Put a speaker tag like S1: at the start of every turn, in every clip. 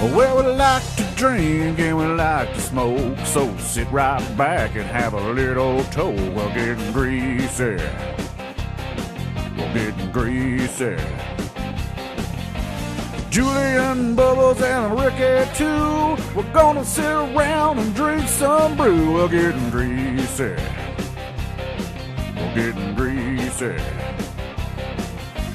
S1: Well, we like to drink and we like to smoke, so sit right back and have a little toke. We're getting greasy. We're getting greasy. Julian Bubbles and Ricky too. We're gonna sit around and drink some brew. We're getting greasy. We're getting greasy.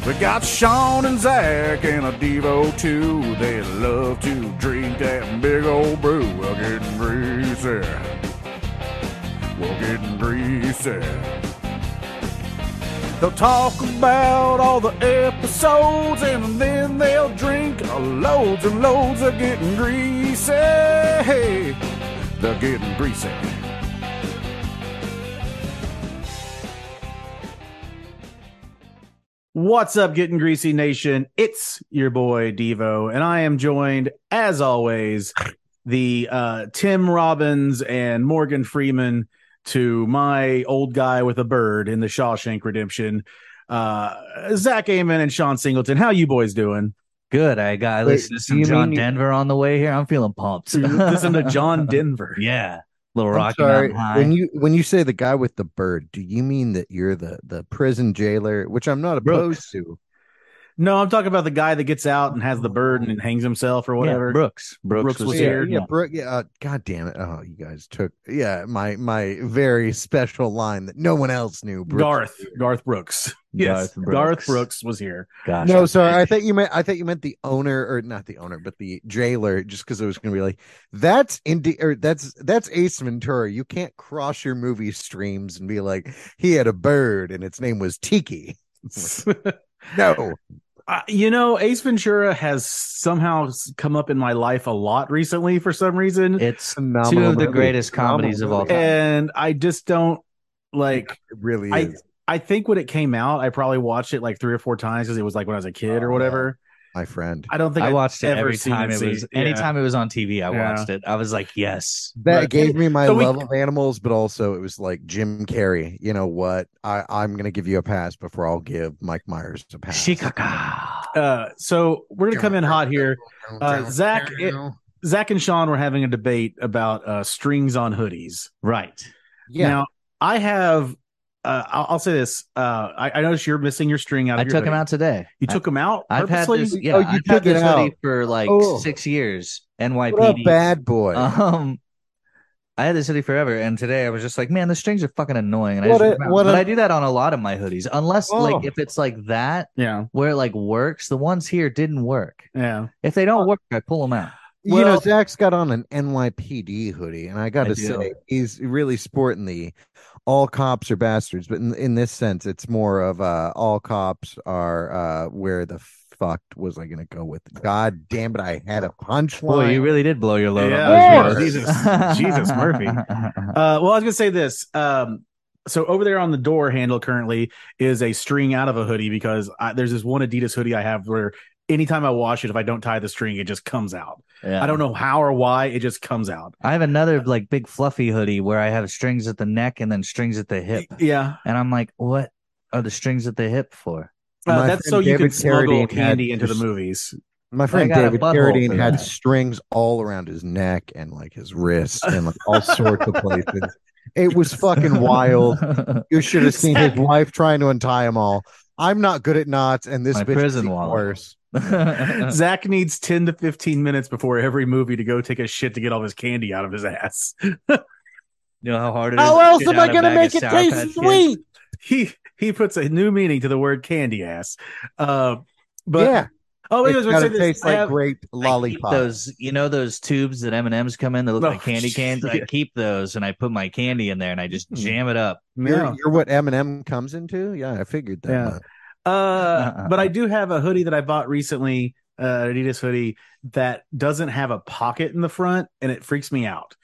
S1: We got Sean and Zach and a Devo too. They love to drink that big old brew. We're getting greasy. We're getting greasy. They'll talk about all the episodes and then they'll drink loads and loads of getting greasy. They're getting greasy.
S2: What's up, Getting Greasy Nation? It's your boy Devo, and I am joined, as always, the uh, Tim Robbins and Morgan Freeman to my old guy with a bird in the Shawshank Redemption, uh, Zach Amen and Sean Singleton. How you boys doing?
S3: Good. I got I
S4: Wait,
S3: listened to
S4: do
S3: some
S4: you
S3: John
S4: mean-
S3: Denver on the way here. I'm feeling pumped.
S2: Listen to John Denver.
S3: yeah. Little
S4: I'm
S3: Rocky
S4: sorry.
S3: Mountain High.
S4: When you when you say the guy with the bird, do you mean that you're the the prison jailer, which I'm not opposed to?
S2: No, I'm talking about the guy that gets out and has the bird and hangs himself or
S3: Yeah,
S2: whatever.
S3: Brooks. Brooks.
S2: Brooks
S3: was Oh
S2: was
S4: yeah,
S3: here.
S2: here.
S4: yeah, Brooke, yeah. Uh, God damn it! Oh, you guys took yeah my my very special line that no one else knew. Brooke.
S2: Garth, Garth Brooks. Yes,
S3: Garth Brooks.
S2: Garth Brooks was here.
S3: Gosh.
S4: No, sorry. I thought you meant I thought you meant the owner, or not the owner, but the jailer. Just because it was going to be like that's Indi- or that's that's Ace Ventura. You can't cross your movie streams and be like he had a bird and its name was Tiki. No,
S2: Uh, you know, Ace Ventura has somehow s- come up in my life a lot recently for some reason,
S3: It's two
S4: Phenomenal
S3: of the
S4: movie.
S3: greatest
S4: Phenomenal
S3: comedies of all
S4: movie.
S3: time.
S2: and I just don't like.
S4: it really
S2: I
S4: is.
S2: I think when it came out, I probably watched it like three or four times because it was like when I was a kid
S4: Oh,
S2: or
S4: yeah.
S2: whatever.
S4: my friend.
S2: I don't think
S3: I
S2: I
S3: watched it
S2: ever
S3: every
S2: seen
S3: time
S2: it,
S3: it
S2: see-
S3: was
S2: yeah.
S3: anytime it was on TV. I
S2: Yeah.
S3: watched it. I was like, yes.
S4: That
S2: Right.
S4: gave me my
S2: So we-
S4: love of animals, but also it was like Jim Carrey. You know what? I I'm gonna give you a pass before I'll give Mike Myers a pass.
S3: Shikaka.
S2: Uh, so we're gonna come in hot here. Uh, Zach, it- Zach and Sean were having a debate about uh, strings on hoodies.
S3: Right.
S4: yeah,
S2: Now I have. Uh, I'll, I'll say this. Uh, I, I noticed you're missing your string out.
S3: I
S2: of your
S3: took him
S2: hoodie.
S3: out today.
S2: You
S3: I-
S2: took him out.
S3: I've had
S2: purposely?
S3: this.
S4: Oh,
S3: Yeah,
S4: you
S3: I've
S4: took
S3: had
S4: it
S3: this
S4: out.
S3: hoodie for like
S4: Oh.
S3: six years.
S4: what a
S3: NYPD.
S4: bad boy.
S3: Um, I had this hoodie forever, and today I was just like, man, the strings are fucking annoying. And
S4: What
S3: I
S4: a-
S3: just,
S4: what
S3: but
S4: a-
S3: I do that on a lot of my hoodies, unless
S4: Oh.
S3: like if it's like that
S2: Yeah.
S3: where it like works. The ones here didn't work.
S2: Yeah.
S3: If they
S4: Oh.
S3: don't work, I pull them out.
S4: you know,
S2: well-
S4: Zach's got on an NYPD hoodie, and I got
S3: I
S4: to
S3: do.
S4: say, he's really sporting the all cops are bastards. But in, in this sense, it's more of uh, all cops are uh, where the fuck was I gonna go with? God damn it! I had a punchline.
S3: Boy, you really did blow your load.
S2: Yeah.
S3: on those
S2: Yeah. Jesus-
S3: words.
S2: Jesus, Murphy. Uh, well, I was gonna say this. Um, so over there on the door handle currently is a string out of a hoodie because I, there's this one Adidas hoodie I have where anytime I wash it, if I don't tie the string, it just comes out.
S3: Yeah.
S2: I don't know how or why it just comes out.
S3: I have another like big fluffy hoodie where I have strings at the neck and then strings at the hip,
S2: Yeah,
S3: and I'm like, what are the strings at the hip for?
S2: uh, that's
S4: My friend
S2: so you can
S4: David
S2: smuggle
S4: Carradine had
S2: candy into the
S4: just-
S2: movies.
S4: My friend
S3: got a
S4: David
S3: butthole
S4: Carradine
S3: for
S4: had
S3: that.
S4: strings all around his neck and like his wrists and like all sorts of places. It was fucking wild. You should have seen his wife trying to untie them all. I'm not good at knots, and this
S3: My
S4: bitch is
S3: prison
S4: even
S3: wallet.
S4: worse. Uh-huh.
S2: Zach needs ten to fifteen minutes before every movie to go take a shit to get all his candy out of his ass.
S3: You know how hard it is.
S4: How
S3: to
S4: else
S3: shit
S4: am I
S3: out a
S4: gonna
S3: bag of
S4: make it
S3: Sour Patch
S4: taste
S3: Kids?
S4: sweet?
S2: he he puts a new meaning to the word candy ass. Uh, but
S4: yeah,
S2: oh, anyways,
S4: it's
S2: we're gonna
S4: gotta
S2: say this.
S4: taste
S2: I
S4: like
S2: have-
S4: grape
S3: I keep
S4: lollipop.
S3: Those, you know, those tubes that M and M's come in that look
S2: Oh,
S3: like candy cans. I
S2: yeah.
S3: keep those, and I put my candy in there, and I just jam it up.
S4: You're,
S2: Yeah.
S4: you're what M&M comes into. Yeah, I figured that.
S2: Yeah.
S4: much.
S2: Uh, but I do have a hoodie that I bought recently, uh, Adidas hoodie that doesn't have a pocket in the front, and it freaks me out.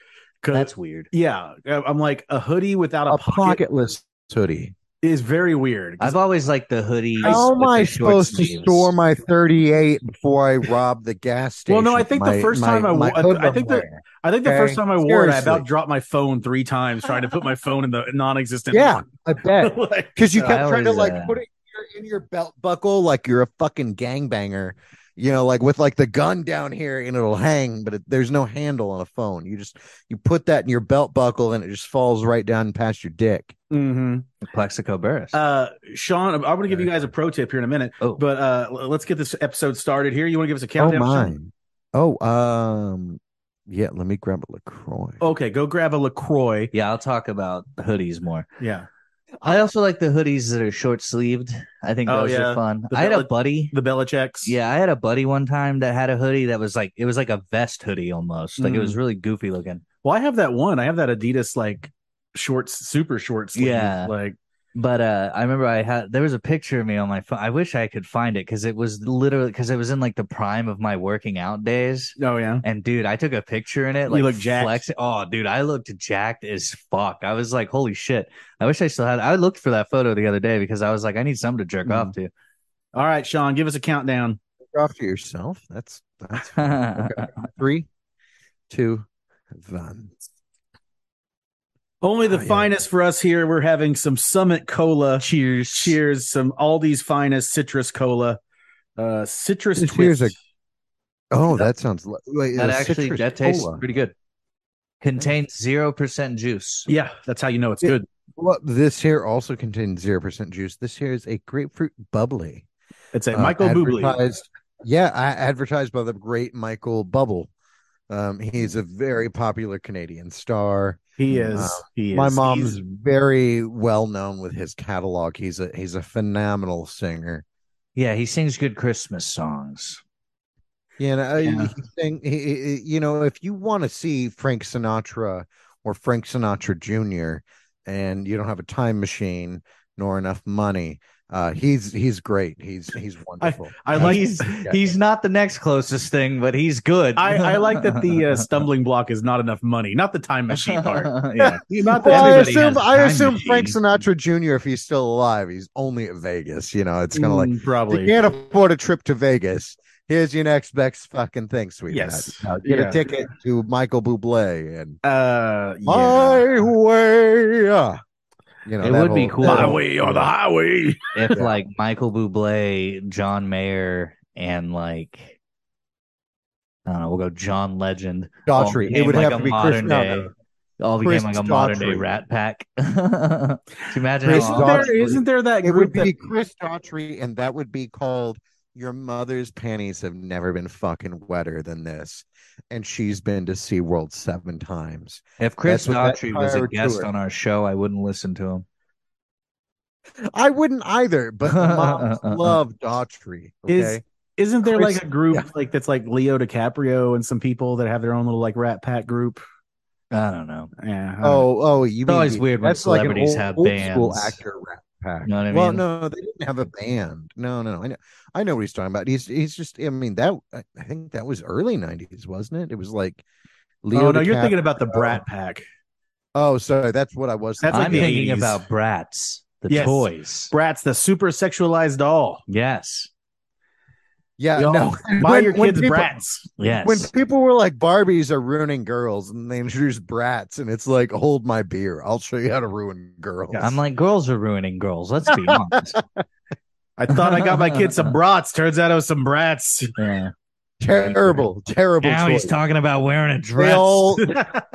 S2: 'Cause-
S3: That's weird.
S2: yeah, I- I'm like a hoodie without a,
S4: A
S2: pocket,
S4: pocketless hoodie.
S2: is very weird. 'Cause
S3: I've always liked the hoodie.
S4: How am
S3: with
S4: I
S3: the short
S4: supposed to
S3: sleeves.
S4: store my 38 before I rob the gas
S2: Well,
S4: station?
S2: no, I think the
S4: My-
S2: first
S4: my-
S2: time I
S4: my
S2: wa- I
S4: hood
S2: th- I think the-
S4: wearing.
S2: I think the
S4: okay,
S2: first time I wore it, I
S4: seriously.
S2: about dropped my phone three times trying to put my phone in the non-existent.
S4: yeah, I bet
S2: Like,
S4: because you
S3: I
S4: kept trying to
S3: always,
S4: like
S3: uh,
S4: put it in your, in your belt buckle like you're a fucking gangbanger, you know, like with like the gun down here and it'll hang, but it, there's no handle on a phone. You just you put that in your belt buckle and it just falls right down past your dick.
S2: Mm-hmm.
S3: Plexico Burris.
S2: Uh, Sean, I'm going to give you guys a pro tip here in a minute,
S3: oh,
S2: but uh, l- let's get this episode started here. You want to give us a countdown?
S4: oh
S2: Sean?
S4: mine. Oh, um, yeah. Let me grab a Lacroix.
S2: Okay, go grab a LaCroix.
S3: yeah, I'll talk about the hoodies more.
S2: Yeah.
S3: I also like the hoodies that are short sleeved. I think
S2: Oh,
S3: those
S2: yeah.
S3: are fun.
S2: The
S3: I had a
S2: valid-
S3: buddy.
S2: The Belichick's.
S3: Yeah, I had a buddy one time that had a hoodie that was like it was like a vest hoodie almost. Like it
S2: Mm.
S3: was really goofy looking.
S2: Well, I have that one. I have that Adidas like shorts, super short sleeve.
S3: Yeah.
S2: Like,
S3: But uh I remember I had there was a picture of me on my phone. I wish I could find it because it was literally because it was in like the prime of my working out days.
S2: oh yeah.
S3: And dude, I took a picture in it.
S2: You
S3: Like
S2: look jacked.
S3: flexing- Oh, dude, I looked jacked as fuck. I was like, holy shit. I wish I still had. I looked for that photo the other day because I was like, I need something to jerk off
S2: Mm.
S3: to.
S2: All right, Sean, give us a countdown.
S4: Off to yourself. That's that's fine. Okay. three, two, one.
S2: Only the
S4: Oh, yeah.
S2: finest for us here. We're having some Summit Cola.
S3: Cheers.
S2: Cheers. Some Aldi's finest citrus cola. Uh, citrus
S4: This here's a-
S2: twist.
S4: Oh, that sounds li- wait,
S3: That
S4: a
S3: actually
S4: citrus
S3: that tastes
S4: cola.
S3: pretty good. Contains zero percent juice.
S2: yeah, that's how you know it's
S4: Yeah.
S2: good.
S4: Well, this here also contains zero percent juice. This here is a grapefruit bubbly.
S2: It's a
S4: uh,
S2: Michael Bublé.
S4: advertised- Yeah, I advertised by the great Michael Bubble. Um, he's a very popular Canadian star.
S2: He is.
S4: Wow.
S2: He is.
S4: Uh, My mom's
S2: He's-
S4: very well known with his catalog. He's a he's a phenomenal singer.
S3: Yeah, he sings good Christmas songs.
S4: You know,
S2: Yeah.
S4: he sang, he, he- you know, if you want to see Frank Sinatra or Frank Sinatra Jr. and you don't have a time machine nor enough money, uh, he's he's great. He's he's wonderful.
S2: I like.
S3: he's he's not the next closest thing, but he's good.
S2: I, I like that the uh, stumbling block is not enough money, not the time machine part.
S3: yeah.
S2: Not that
S4: Well, I
S2: everybody
S4: assume
S2: has a
S4: I
S2: time
S4: assume Frank
S2: machine.
S4: Sinatra Jr. If he's still alive, he's only at Vegas. You know, it's kind of like
S2: Mm,
S4: if you
S2: probably.
S4: can't afford a trip to Vegas. Here's your next best fucking thing, sweetheart.
S2: Yes.
S4: Now get
S2: Yeah.
S4: a ticket to Michael Bublé and
S2: Uh, yeah.
S4: my way. uh, You know,
S3: It
S4: that
S3: would be
S4: whole-
S3: cool.
S4: that
S3: My
S4: whole-
S2: highway on the highway.
S3: if
S4: Yeah.
S3: like Michael Bublé, John Mayer, and like I don't know, we'll go John Legend. all
S4: Daughtry. It
S3: became
S4: would
S3: like
S4: have
S3: a
S4: to be Chris.
S3: modern
S4: No,
S3: day.
S4: no.
S3: All became
S4: Chris
S3: like a modern day
S4: Daughtry.
S3: Rat Pack. Can you imagine
S4: Chris
S3: how
S2: Isn't
S3: long-
S4: Daughtry.
S2: there, isn't there that
S4: It
S2: group
S4: would
S2: that
S4: be Chris Daughtry, and that would be called "Your Mother's Panties Have Never Been Fucking Wetter Than This," and she's been to SeaWorld seven times.
S3: if Chris
S4: That's what that
S3: Daughtry was a
S4: entire
S3: guest
S4: tour-
S3: on our show, I wouldn't listen to him.
S4: I wouldn't either, but the moms love Daughtry.
S2: Is-
S4: Okay.
S2: Isn't there
S4: Chris-
S2: like a group
S4: yeah.
S2: like that's like Leo DiCaprio and some people that have their own little like Rat Pack group?
S3: I don't know.
S2: Yeah. I don't
S4: oh, oh, you
S3: um, It's always
S4: mean-
S3: weird when
S4: that's like an
S3: celebrities
S4: old-
S3: have
S4: old school
S3: bands.
S4: actor rap pack.
S3: You know what I
S4: Well,
S3: mean?
S4: no, they didn't have a band. No, no, no. I know, I know what he's talking about. He's, he's just. I mean, that I I think that was early '90s, wasn't it? It was like
S2: know.
S4: Leo.
S2: oh no, you're
S4: DiCap-
S2: thinking about the Brat Pack.
S4: Oh, sorry, that's what I was.
S2: That's like
S3: I'm
S2: the
S3: thinking
S2: 80s.
S3: about Bratz, the
S2: Yes.
S3: toys.
S2: Brat's the super sexualized doll.
S3: Yes.
S4: yeah,
S2: Y'all,
S4: Uh, no.
S2: Buy
S4: When-
S2: your
S4: when
S2: kids
S4: people-
S2: Bratz.
S3: Yes.
S4: When people were like Barbies are ruining girls, and they introduced brats, and it's like, hold my beer, I'll show you how to ruin girls.
S3: I'm like, girls are ruining girls. Let's be honest.
S2: I thought I got my kids some brats. Turns out it was some brats.
S3: Yeah.
S4: terrible, terrible.
S3: Now
S4: choice.
S3: he's talking about wearing a
S4: They
S3: dress,
S4: all,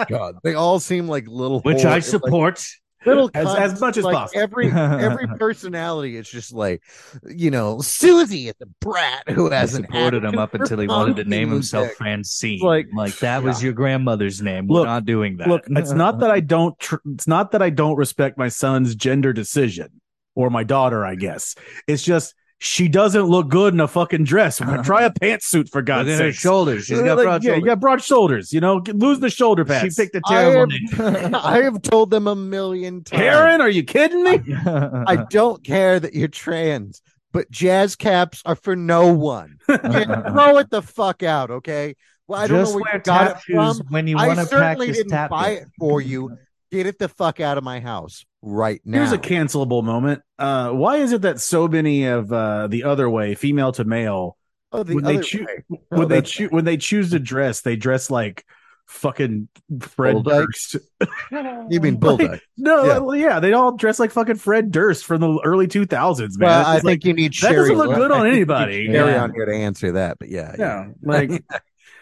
S4: God, they all seem like little,
S3: which
S4: whore-
S3: I
S4: like,
S3: support.
S4: little
S2: As-
S4: cunts.
S2: as much as
S4: like,
S2: possible.
S4: Every every personality is just like, you know, Susie is a brat who
S3: I
S4: has an
S3: supported him
S4: attitude
S3: up
S4: for
S3: until he wanted to
S4: fucking
S3: name himself
S4: dick.
S3: Francine. Like,
S4: Like,
S3: that was your grandmother's name. We're
S2: Look,
S3: not doing that.
S2: Look, it's not that I don't. Tr- it's not that I don't respect my son's gender decision or my daughter. I guess it's just she doesn't look good in a fucking dress.
S4: Uh-huh.
S2: Try a pantsuit for
S3: Look
S2: God's
S3: at her
S2: sake.
S3: shoulders. She's got
S2: Like,
S3: broad
S2: yeah, you
S3: shoulders.
S2: got broad shoulders. You know, Get- lose the shoulder
S3: she
S2: pads.
S3: picked a
S4: I
S3: terrible
S4: am-
S3: name.
S4: I have told them a million times.
S2: Karen, are you kidding me?
S4: I don't care that you're trans, but jazz caps are for no one. Yeah, Throw it the fuck out, okay? Well, I don't
S3: Just
S4: know where
S3: wear
S4: you got
S3: tap
S4: it from.
S3: shoes when you
S4: I
S3: want to
S4: certainly
S3: practice
S4: didn't
S3: tap
S4: buy
S3: dance.
S4: it for you. Get it the fuck out of my house right now.
S2: Here's a cancelable moment. Uh, why is it that so many of uh, the other way, female to male,
S4: Oh, the
S2: when they
S4: other
S2: choo-
S4: way.
S2: when
S4: Oh,
S2: they
S4: that's-
S2: choo- when they choose to dress, they dress like fucking Fred
S4: Bull Dykes?
S2: Durst.
S4: You mean Bull
S2: Like,
S4: Dyke?
S2: No,
S4: Yeah.
S2: well, yeah. they all dress like fucking Fred Durst from the early 2000s, man.
S4: Well,
S2: It's
S4: I
S2: just like,
S4: think you need
S2: that
S4: Sherry.
S2: doesn't look good
S4: I
S2: on
S4: think you need
S2: anybody.
S4: Sherry
S3: Yeah.
S4: on here to answer that, but yeah,
S2: yeah, like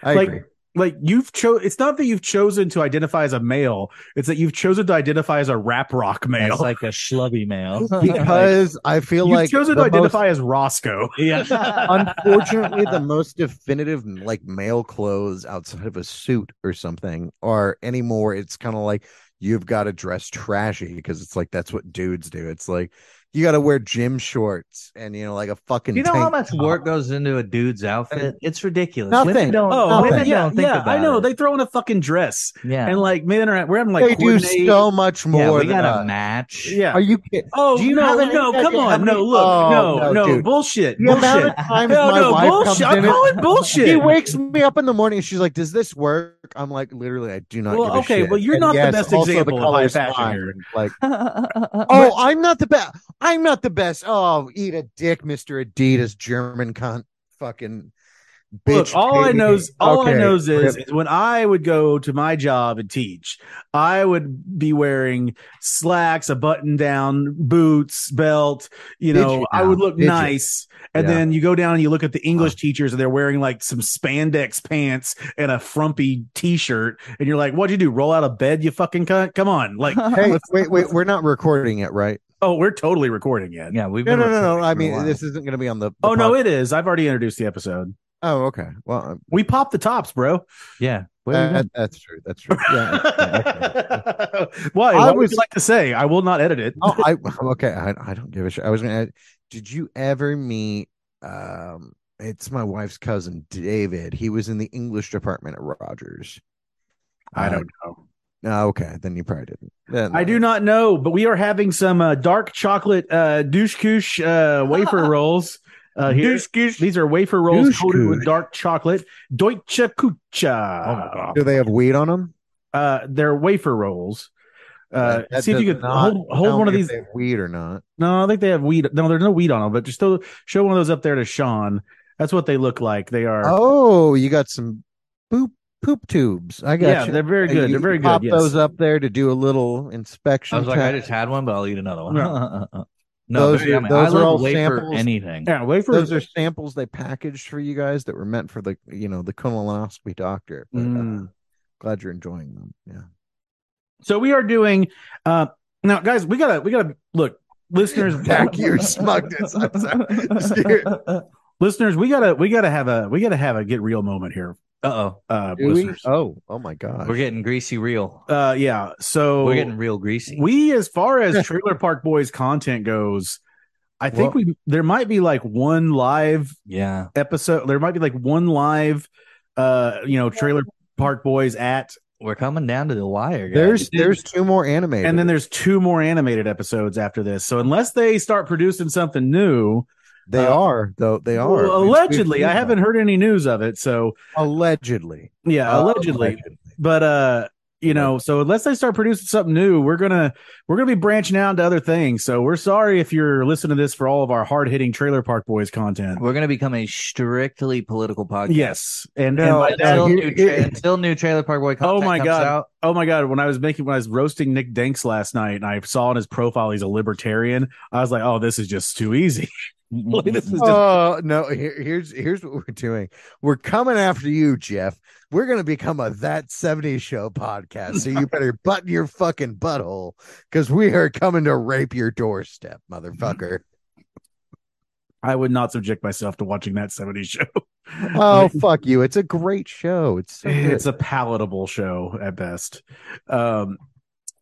S4: I
S2: like
S4: agree.
S2: like you've chose it's not that you've chosen to identify as a male it's that you've chosen to identify as a rap rock male
S3: It's like a schlubby male.
S4: because I feel
S2: uh, you've
S4: like
S2: chosen to
S4: the most-
S2: identify as roscoe
S3: yeah.
S4: unfortunately, the most definitive like male clothes outside of a suit or something are anymore. It's kind of like you've got to dress trashy because it's like that's what dudes do. It's like you got to wear gym shorts and you know like a fucking.
S3: You know how
S4: tank
S3: much
S4: top.
S3: work goes into a dude's outfit? It's ridiculous.
S4: Nothing.
S3: Women don't.
S2: oh
S3: women
S2: man, yeah
S3: don't think
S2: yeah
S3: about
S2: i know
S3: it.
S2: they throw in a fucking dress
S3: yeah.
S2: and like men are we're having like
S4: they do
S2: coordinate-
S4: so much
S3: yeah,
S4: more.
S3: we got
S4: than
S3: to
S4: us.
S3: match.
S2: yeah
S4: Are you kidding?
S2: oh
S4: Do you
S2: no
S4: have any
S2: no
S4: idea
S2: come
S4: how
S2: on
S4: many-
S2: no look
S4: Oh,
S2: no
S4: no,
S2: no
S4: dude.
S2: bullshit
S4: The amount
S2: bullshit
S4: of times
S2: Hell
S4: my
S2: no,
S4: wife
S2: bullshit.
S4: comes
S2: I'm
S4: in and-
S2: calling bullshit.
S4: She wakes me up in the morning and she's like, "Does this work?" I'm like, "Literally, I do not."
S2: Well,
S4: give a
S2: okay,
S4: shit."
S2: well, you're
S4: And
S2: not the
S4: yes,
S2: best
S4: also
S2: example
S4: the
S2: of
S4: color
S2: high
S4: is
S2: fashion
S4: fine.
S2: here.
S4: Like,
S3: oh,
S4: oh, I'm not the best. I'm not the best. Oh, eat a dick, Mister Adidas, German cunt, fucking bitch.
S2: Look, all I
S4: baby.
S2: knows, all I
S4: Okay,
S2: knows is,
S4: rip.
S2: is when I would go to my job and teach, I would be wearing slacks, a button down, boots, belt. You
S4: Did
S2: know,
S4: you
S2: I would
S4: now?
S2: look
S4: Did you?
S2: nice. And
S4: Yeah.
S2: then you go down and you look at the English teachers, and they're wearing like some spandex pants and a frumpy T-shirt, and you're like, "What'd you do? Roll out of bed, you fucking cunt? Come on!" Like,
S4: Hey, wait, wait. We're not recording it, right?
S2: oh, we're totally recording it.
S3: yeah, we've
S4: No,
S3: been
S4: no, no, no.
S3: recording
S4: I
S3: for a while.
S4: mean, this isn't going to be on the. the
S2: Oh no,
S4: pod-
S2: it is. I've already introduced the episode.
S4: Oh, okay. Well,
S2: We popped the tops, bro.
S3: yeah. Where we
S4: that-
S3: been?
S4: that's true. That's true. Yeah. okay.
S2: Why? What
S4: I
S2: would
S4: was-
S2: you like to say? I will not edit it.
S4: Oh, I okay. I, I don't give a shit. I was gonna. Add, did you ever meet? Um, it's my wife's cousin, David. He was in the English department at Rogers.
S2: I
S4: Uh,
S2: don't know.
S4: no, okay, then you probably didn't. Then,
S2: I do not know, but we are having some uh, dark chocolate uh, douche couche uh, wafer rolls uh, here. These are wafer rolls
S4: Douche
S2: coated with
S4: couche.
S2: dark chocolate. Deutsche Kucha. Oh
S4: uh, Do they have weed on them?
S2: Uh, they're wafer rolls. Uh,
S4: That- that
S2: see if you
S4: does
S2: could
S4: not
S2: hold, hold
S4: tell
S2: one of
S4: me if
S2: these.
S4: they have weed or not?
S2: No, I think they have weed. No, there's no weed on them, but just throw, show one of those up there to Sean. That's what they look like. They are.
S4: Oh, you got some poop poop tubes. I got
S2: yeah,
S4: you.
S2: they're very
S4: You-
S2: good. They're
S4: you
S2: very good.
S4: Pop
S2: Yes.
S4: those up there to do a little
S3: I
S4: inspection.
S3: was like, I
S4: test.
S3: just had one, but I'll eat another one.
S2: No.
S3: no,
S4: Those
S3: very
S4: are-
S3: yummy.
S4: those
S3: I
S4: are
S3: love
S4: all
S3: wafer
S4: samples.
S3: anything.
S2: Yeah, wafers.
S4: those are samples they packaged for you guys that were meant for the you know the colonoscopy doctor. But, uh,
S2: Mm.
S4: glad you're enjoying them. Yeah.
S2: So we are doing uh now guys, we gotta we gotta look, listeners
S4: Back your smugness. I'm sorry. Scared.
S2: listeners, we gotta we gotta have a we gotta have a get real moment here.
S3: Uh-oh.
S2: Uh
S4: Do we?
S2: listeners.
S4: Oh, oh my gosh.
S3: We're getting greasy real.
S2: Uh yeah. So
S3: We're getting real greasy.
S2: we as far as Trailer Park Boys content goes, I think we there might be like one live
S3: yeah.
S2: episode there might be like one live uh you know trailer park boys at
S3: We're coming down to the wire, guys.
S4: there's there's two more animated.
S2: and then there's two more animated episodes after this so unless they start producing something new
S4: they
S2: uh,
S4: are though they are
S2: Well,
S4: We've- we've
S2: allegedly,
S4: seen
S2: I haven't
S4: them.
S2: heard any news of it. So
S4: allegedly
S2: yeah, allegedly. But uh, you know, so unless they start producing something new, we're gonna we're gonna be branching out into other things. So we're sorry if you're listening to this for all of our hard hitting Trailer Park Boys content.
S3: We're going to become a strictly political podcast.
S2: Yes, and, uh,
S4: No,
S2: and by
S4: no,
S2: that-
S3: Until,
S4: here-
S3: new
S4: here-
S3: tra- until new Trailer Park Boy content
S2: Oh my
S3: comes
S2: God.
S3: out.
S2: oh my god, when I was making when I was roasting Nick Danks last night, and I saw on his profile he's a libertarian. I was like, oh, this is just too easy. Like, this is just-
S4: Oh no! Here, here's here's what we're doing. We're coming after you, Jeff. We're gonna become a that '70s show podcast. So you better button your fucking butthole because we are coming to rape your doorstep, motherfucker.
S2: I would not subject myself to watching that 70s show.
S4: Oh fuck you! It's a great show. It's so good.
S2: it's a palatable show at best. Um,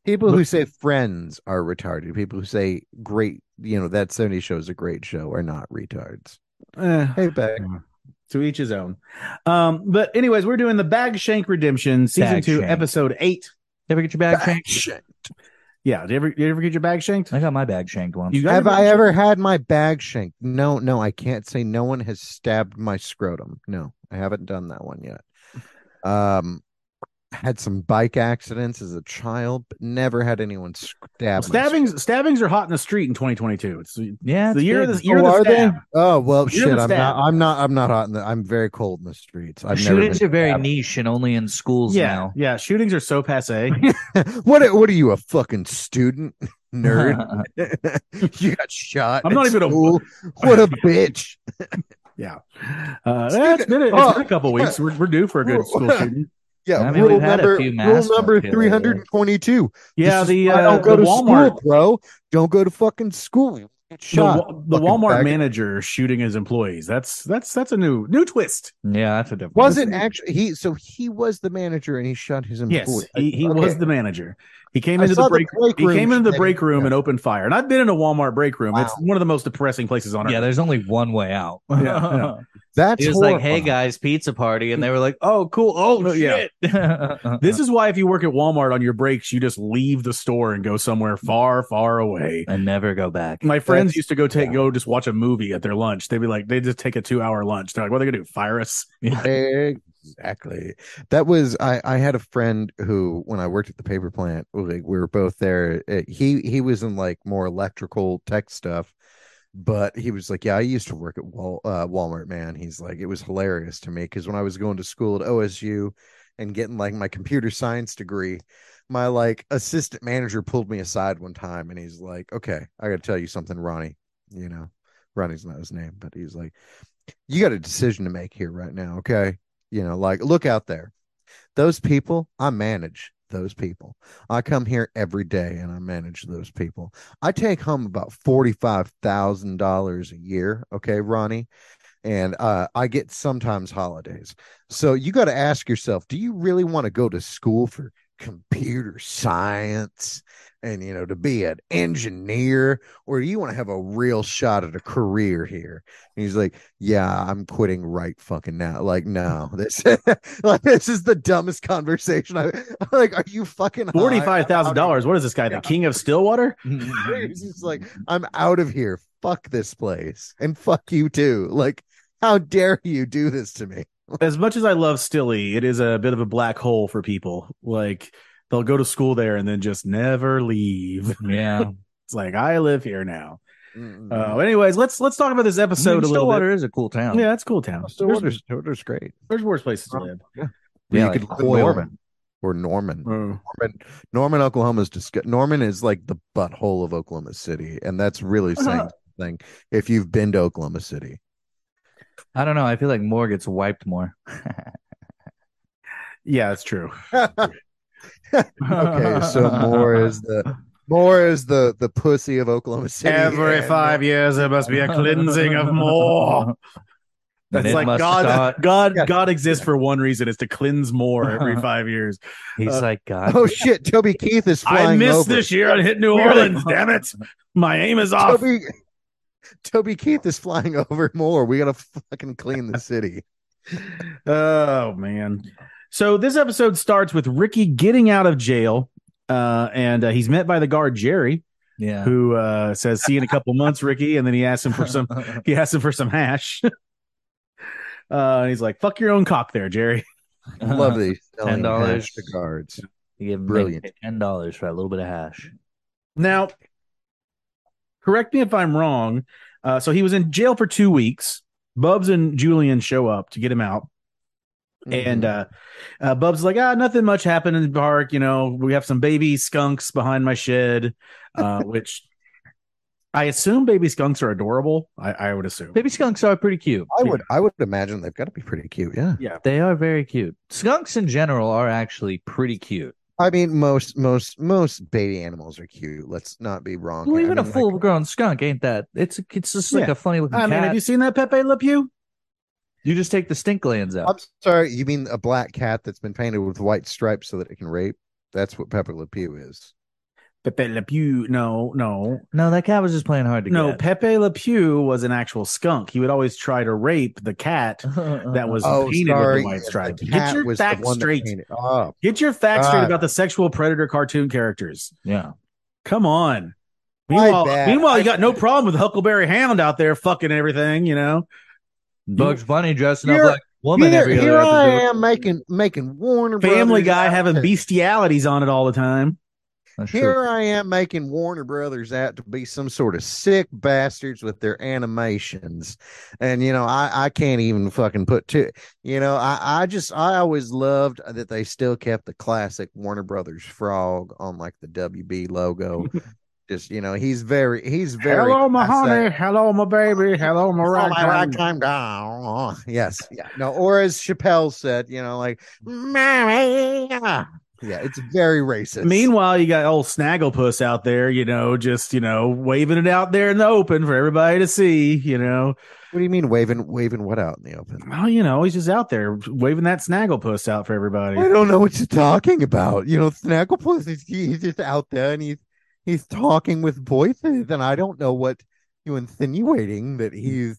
S4: people who say Friends are retarded. People who say great, you know, that '70s show is a great show are not retards.
S2: eh,
S4: Hey, Beck.
S2: to each his own. Um, but anyways, we're doing the Bag Shank Redemption season
S3: Bag
S2: two,
S3: Shank.
S2: episode eight.
S3: You ever get your bag shanked?
S2: Yeah, did you ever, did you ever get your bag shanked?
S3: I got my bag shanked once.
S2: You got
S4: Have
S2: your
S4: I
S2: bag
S4: ever had my bag shanked? No, no, I can't say no one has stabbed my scrotum. No, I haven't done that one yet. Um, had some bike accidents as a child, but never had anyone stab. me.
S2: Stabbings stabbings are hot in the street in 2022. It's the
S3: Yeah, it's
S2: year
S3: good.
S2: of the year of
S4: Oh,
S2: the
S4: are they?
S2: stab.
S4: Oh well,
S2: You're
S4: shit.
S2: the
S4: I'm
S2: stab.
S4: not. I'm not. I'm not hot in the. I'm very cold in the streets. I've never
S3: shootings
S4: been
S3: are very
S4: stabbed.
S3: niche and only in schools
S2: Yeah,
S3: now.
S2: yeah. Shootings are so passe.
S4: what? What are you, a fucking student nerd? you got shot.
S2: I'm
S4: at
S2: not even a-
S4: school. What a bitch.
S2: yeah, uh, yeah, it's been a, it's
S4: Oh.
S2: been a couple weeks. We're, we're due for a good school shooting.
S4: Yeah,
S3: I mean,
S4: rule
S3: we've had a
S4: number
S3: few
S4: rule
S3: mass
S4: number
S3: killers.
S4: three hundred and twenty-two.
S2: Yeah,
S4: This is
S2: the
S4: why I
S2: uh,
S4: don't
S2: the
S4: go to
S2: Walmart
S4: school, bro. Don't go to fucking school. Get
S2: the,
S4: Shot.
S2: Wa- the
S4: fucking
S2: Walmart
S4: faggot.
S2: manager shooting his employees. That's that's that's a new new twist.
S3: yeah, that's a different.
S4: was it actually he? So he was the manager, and he shot his
S2: Yes,
S4: employee.
S2: he, he
S4: Okay.
S2: was the manager. He came
S4: I
S2: into
S4: saw
S2: the break. He
S4: room
S2: came into the
S4: shit.
S2: break room
S4: Yeah.
S2: and opened fire. And I've been in a Walmart break room.
S4: Wow.
S2: It's one of the most depressing places on earth.
S3: Yeah, there's only one way out.
S2: Yeah, yeah.
S4: That's
S3: He was like, "Hey
S4: horrifying.
S3: guys, pizza party," and they were like, "Oh, cool. Oh,
S2: Oh, yeah.
S3: shit." Yeah.
S2: This is why if you work at Walmart on your breaks, you just leave the store and go somewhere far, far away.
S3: I never go back.
S2: My friends
S4: That's-
S2: used to go take go just watch a movie at their lunch. They'd be like, they just take a two hour lunch. They're like, what are they gonna do? Fire us?
S4: Exactly. That was I. I had a friend who, when I worked at the paper plant, like we were both there. uh, He he was in like more electrical tech stuff, but he was like, "Yeah, I used to work at Wal uh, Walmart, man." He's like, it was hilarious to me because when I was going to school at OSU and getting like my computer science degree, my like assistant manager pulled me aside one time and he's like, "Okay, I got to tell you something, Ronnie. You know, Ronnie's not his name, but he's like." You got a decision to make here right now, okay? you know like look out there those people i manage those people i come here every day and i manage those people i take home about $45000 a year okay ronnie and uh, i get sometimes holidays so you got to ask yourself do you really want to go to school for computer science and you know to be an engineer or do you want to have a real shot at a career here and he's like yeah, I'm quitting right fucking now. Like, no, this like this is the dumbest conversation. I like, are you fucking high?
S2: Forty five thousand
S4: I'm out of
S2: dollars. What is this guy? The
S4: Yeah.
S2: king of Stillwater?
S4: here. He's just like, I'm out of here. Fuck this place, and fuck you too. Like, how dare you do this to me?
S2: As much as I love Stilly, it is a bit of a black hole for people. Like they'll go to school there and then just never leave.
S3: yeah.
S2: It's like I live here now. Uh, anyways, let's let's talk about this
S3: I mean,
S2: episode a little bit.
S3: Stillwater is a cool town.
S2: Yeah, that's a cool town. There's,
S4: Stillwater's, Stillwater's great.
S2: there's worse places to live.
S3: Yeah,
S4: you
S3: like
S4: could live in
S3: Coyle.
S4: Norman or Norman.
S2: Oh.
S4: Norman, Norman, Oklahoma's disg- Norman is like the butthole of Oklahoma City, and that's really saying something if you've been to Oklahoma City.
S3: I don't know. I feel like more gets wiped more.
S2: Yeah, that's true.
S4: okay, so Moore is the Moore is the the pussy of Oklahoma City.
S2: Every
S4: and- uh,
S2: five years, there must be a cleansing of more.
S3: And
S2: That's
S3: it
S2: like
S3: must
S2: God.
S3: start-
S2: God.
S4: Yeah.
S2: God exists for one reason: is to cleanse more every five years.
S3: He's
S2: Uh,
S3: like, God,
S4: Oh shit, Toby Keith is flying
S2: I missed
S4: over.
S2: this year and hit New Orleans. damn it! My aim is off.
S4: Toby, Toby Keith is flying over Moore. We gotta fucking clean the city.
S2: Oh man. So this episode starts with Ricky getting out of jail, uh, and uh, he's met by the guard Jerry,
S3: yeah.
S2: who uh, says, "See you in a couple months, Ricky," and then he asks him for some. He asks him for some hash. Uh, and he's like, "Fuck your own cock, there, Jerry." Uh-huh.
S4: Love these selling
S3: $10.
S4: hash cards.
S3: You give
S4: Brilliant.
S3: Brilliant. Ten dollars for a little bit of hash.
S2: Now, correct me if I'm wrong. Uh, so he was in jail for two weeks. Bubs and Julian show up to get him out. And uh, uh, Bub's like, ah, nothing much happened in the park. You know, we have some baby skunks behind my shed, uh, which I assume baby skunks are adorable. I, I would assume.
S3: Baby skunks are pretty cute.
S4: I would I would imagine they've got to be pretty cute. Yeah,
S3: They are very cute. Skunks in general are actually pretty cute.
S4: I mean most most most baby animals are cute. Let's not be wrong.
S3: Well,
S4: here. I
S3: even a
S4: mean, like-
S3: full-grown skunk ain't that? It's it's just like
S2: Yeah.
S3: a funny looking
S2: I
S3: cat.
S2: mean, have you
S3: you...
S2: seen that Pepe Le Pew?
S3: just take the stink glands out.
S4: I'm sorry, you mean a black cat that's been painted with white stripes so that it can rape? That's what Pepper Le Pew is.
S2: Pepe Le Pew. No, no,
S3: No, that cat was just playing hard to
S2: no.
S3: get.
S2: Pepe Le Pew was an actual skunk. He would always try to rape the cat that was painted with the white
S4: yes,
S2: stripes.
S4: Oh, the
S2: Get
S4: cat
S2: your
S4: was the
S2: facts
S4: one that
S2: straight.
S4: painted- Oh,
S2: Get your facts straight
S4: God.
S2: about the sexual predator cartoon characters.
S3: yeah.
S2: Come on.
S4: My
S2: Meanwhile,
S4: bad.
S2: meanwhile, you
S4: I-
S2: got no problem with Huckleberry Hound out there fucking everything, you know.
S3: Bugs Bunny dressing up
S4: You're-
S3: like woman
S4: here,
S3: every
S4: here
S3: other
S4: I
S3: episode.
S4: am making making Warner
S2: Family
S4: Brothers
S2: Guy
S4: out
S2: having
S4: to-
S2: bestialities on it all the time.
S3: That's true.
S4: Here I am making Warner Brothers out to be some sort of sick bastards with their animations, and you know I I can't even fucking put two. You know I I just I always loved that they still kept the classic Warner Brothers frog on like the WB logo. just you know he's very he's very classic.
S2: Hello, my baby. Hello,
S4: Oh, my ragtime doll. Yes. Yeah. No, or as Chappelle said, you know, like Maria. Yeah, it's very racist.
S2: Meanwhile, you got old Snagglepuss out there, you know, just you know, waving it out there in the open for everybody to see. You know,
S4: what do you mean waving waving what out in the open?
S2: well, you know, he's just out there waving that Snagglepuss out for everybody.
S4: I don't know what you're talking about. You know, Snagglepuss is he- he's just out there and he's he's talking with voices, and I don't know what you're insinuating that he's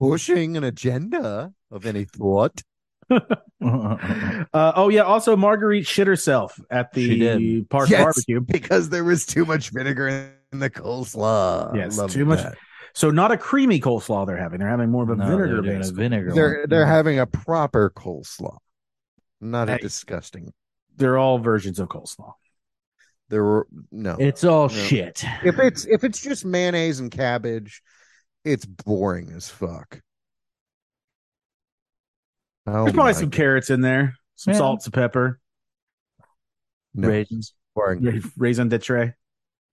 S4: pushing an agenda of any sort.
S2: uh, oh yeah, also Marguerite shit herself at the
S3: She did.
S2: park
S4: Yes.
S2: barbecue.
S4: Because there was too much vinegar in the coleslaw.
S2: Yes,
S4: Love
S2: too much
S4: that.
S2: So not a creamy coleslaw they're having. They're having more of a
S3: No, they're
S2: vinegar
S3: doing a
S2: based.
S3: vinegar.
S4: They're
S3: one.
S4: they're having a proper coleslaw, not
S2: Hey.
S4: a disgusting.
S2: They're all versions of coleslaw.
S3: Oh
S4: There were no.
S3: It's all
S4: No.
S3: shit.
S4: if it's if it's just mayonnaise and cabbage, it's boring as fuck. Oh
S2: There's probably
S4: my
S2: some carrots in there, some
S3: Yeah.
S2: salt, some pepper,
S4: No.
S3: Raisins.
S4: boring.
S2: raisin d'etre.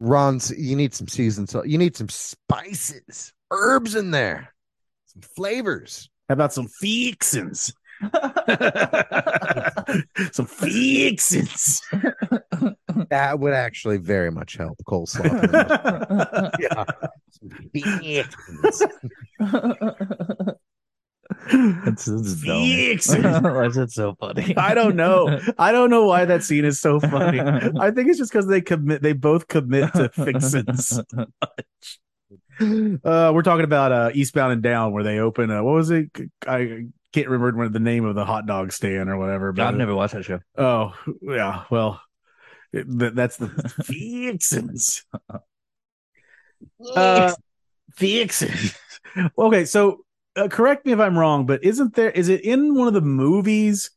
S4: Ron's, you need some seasoned salt. You need some spices, herbs in there, some flavors.
S2: How about some fixins? some fixins.
S4: That would actually very much help coleslaw.
S3: Raisins.
S4: yeah.
S3: That's, that's dumb. Why is it so funny?
S2: I don't know. I don't know why that scene is so funny. I think it's just because they commit. They both commit to fixins. Uh, we're talking about uh, Eastbound and Down, where they open. Uh, what was it? I can't remember what the name of the hot dog stand or whatever. But
S3: I've never watched that show.
S2: Oh yeah, well, it, th- that's the fixins. Uh, fixins. okay, so uh, correct me if I'm wrong, but isn't there? Is it in one of the movies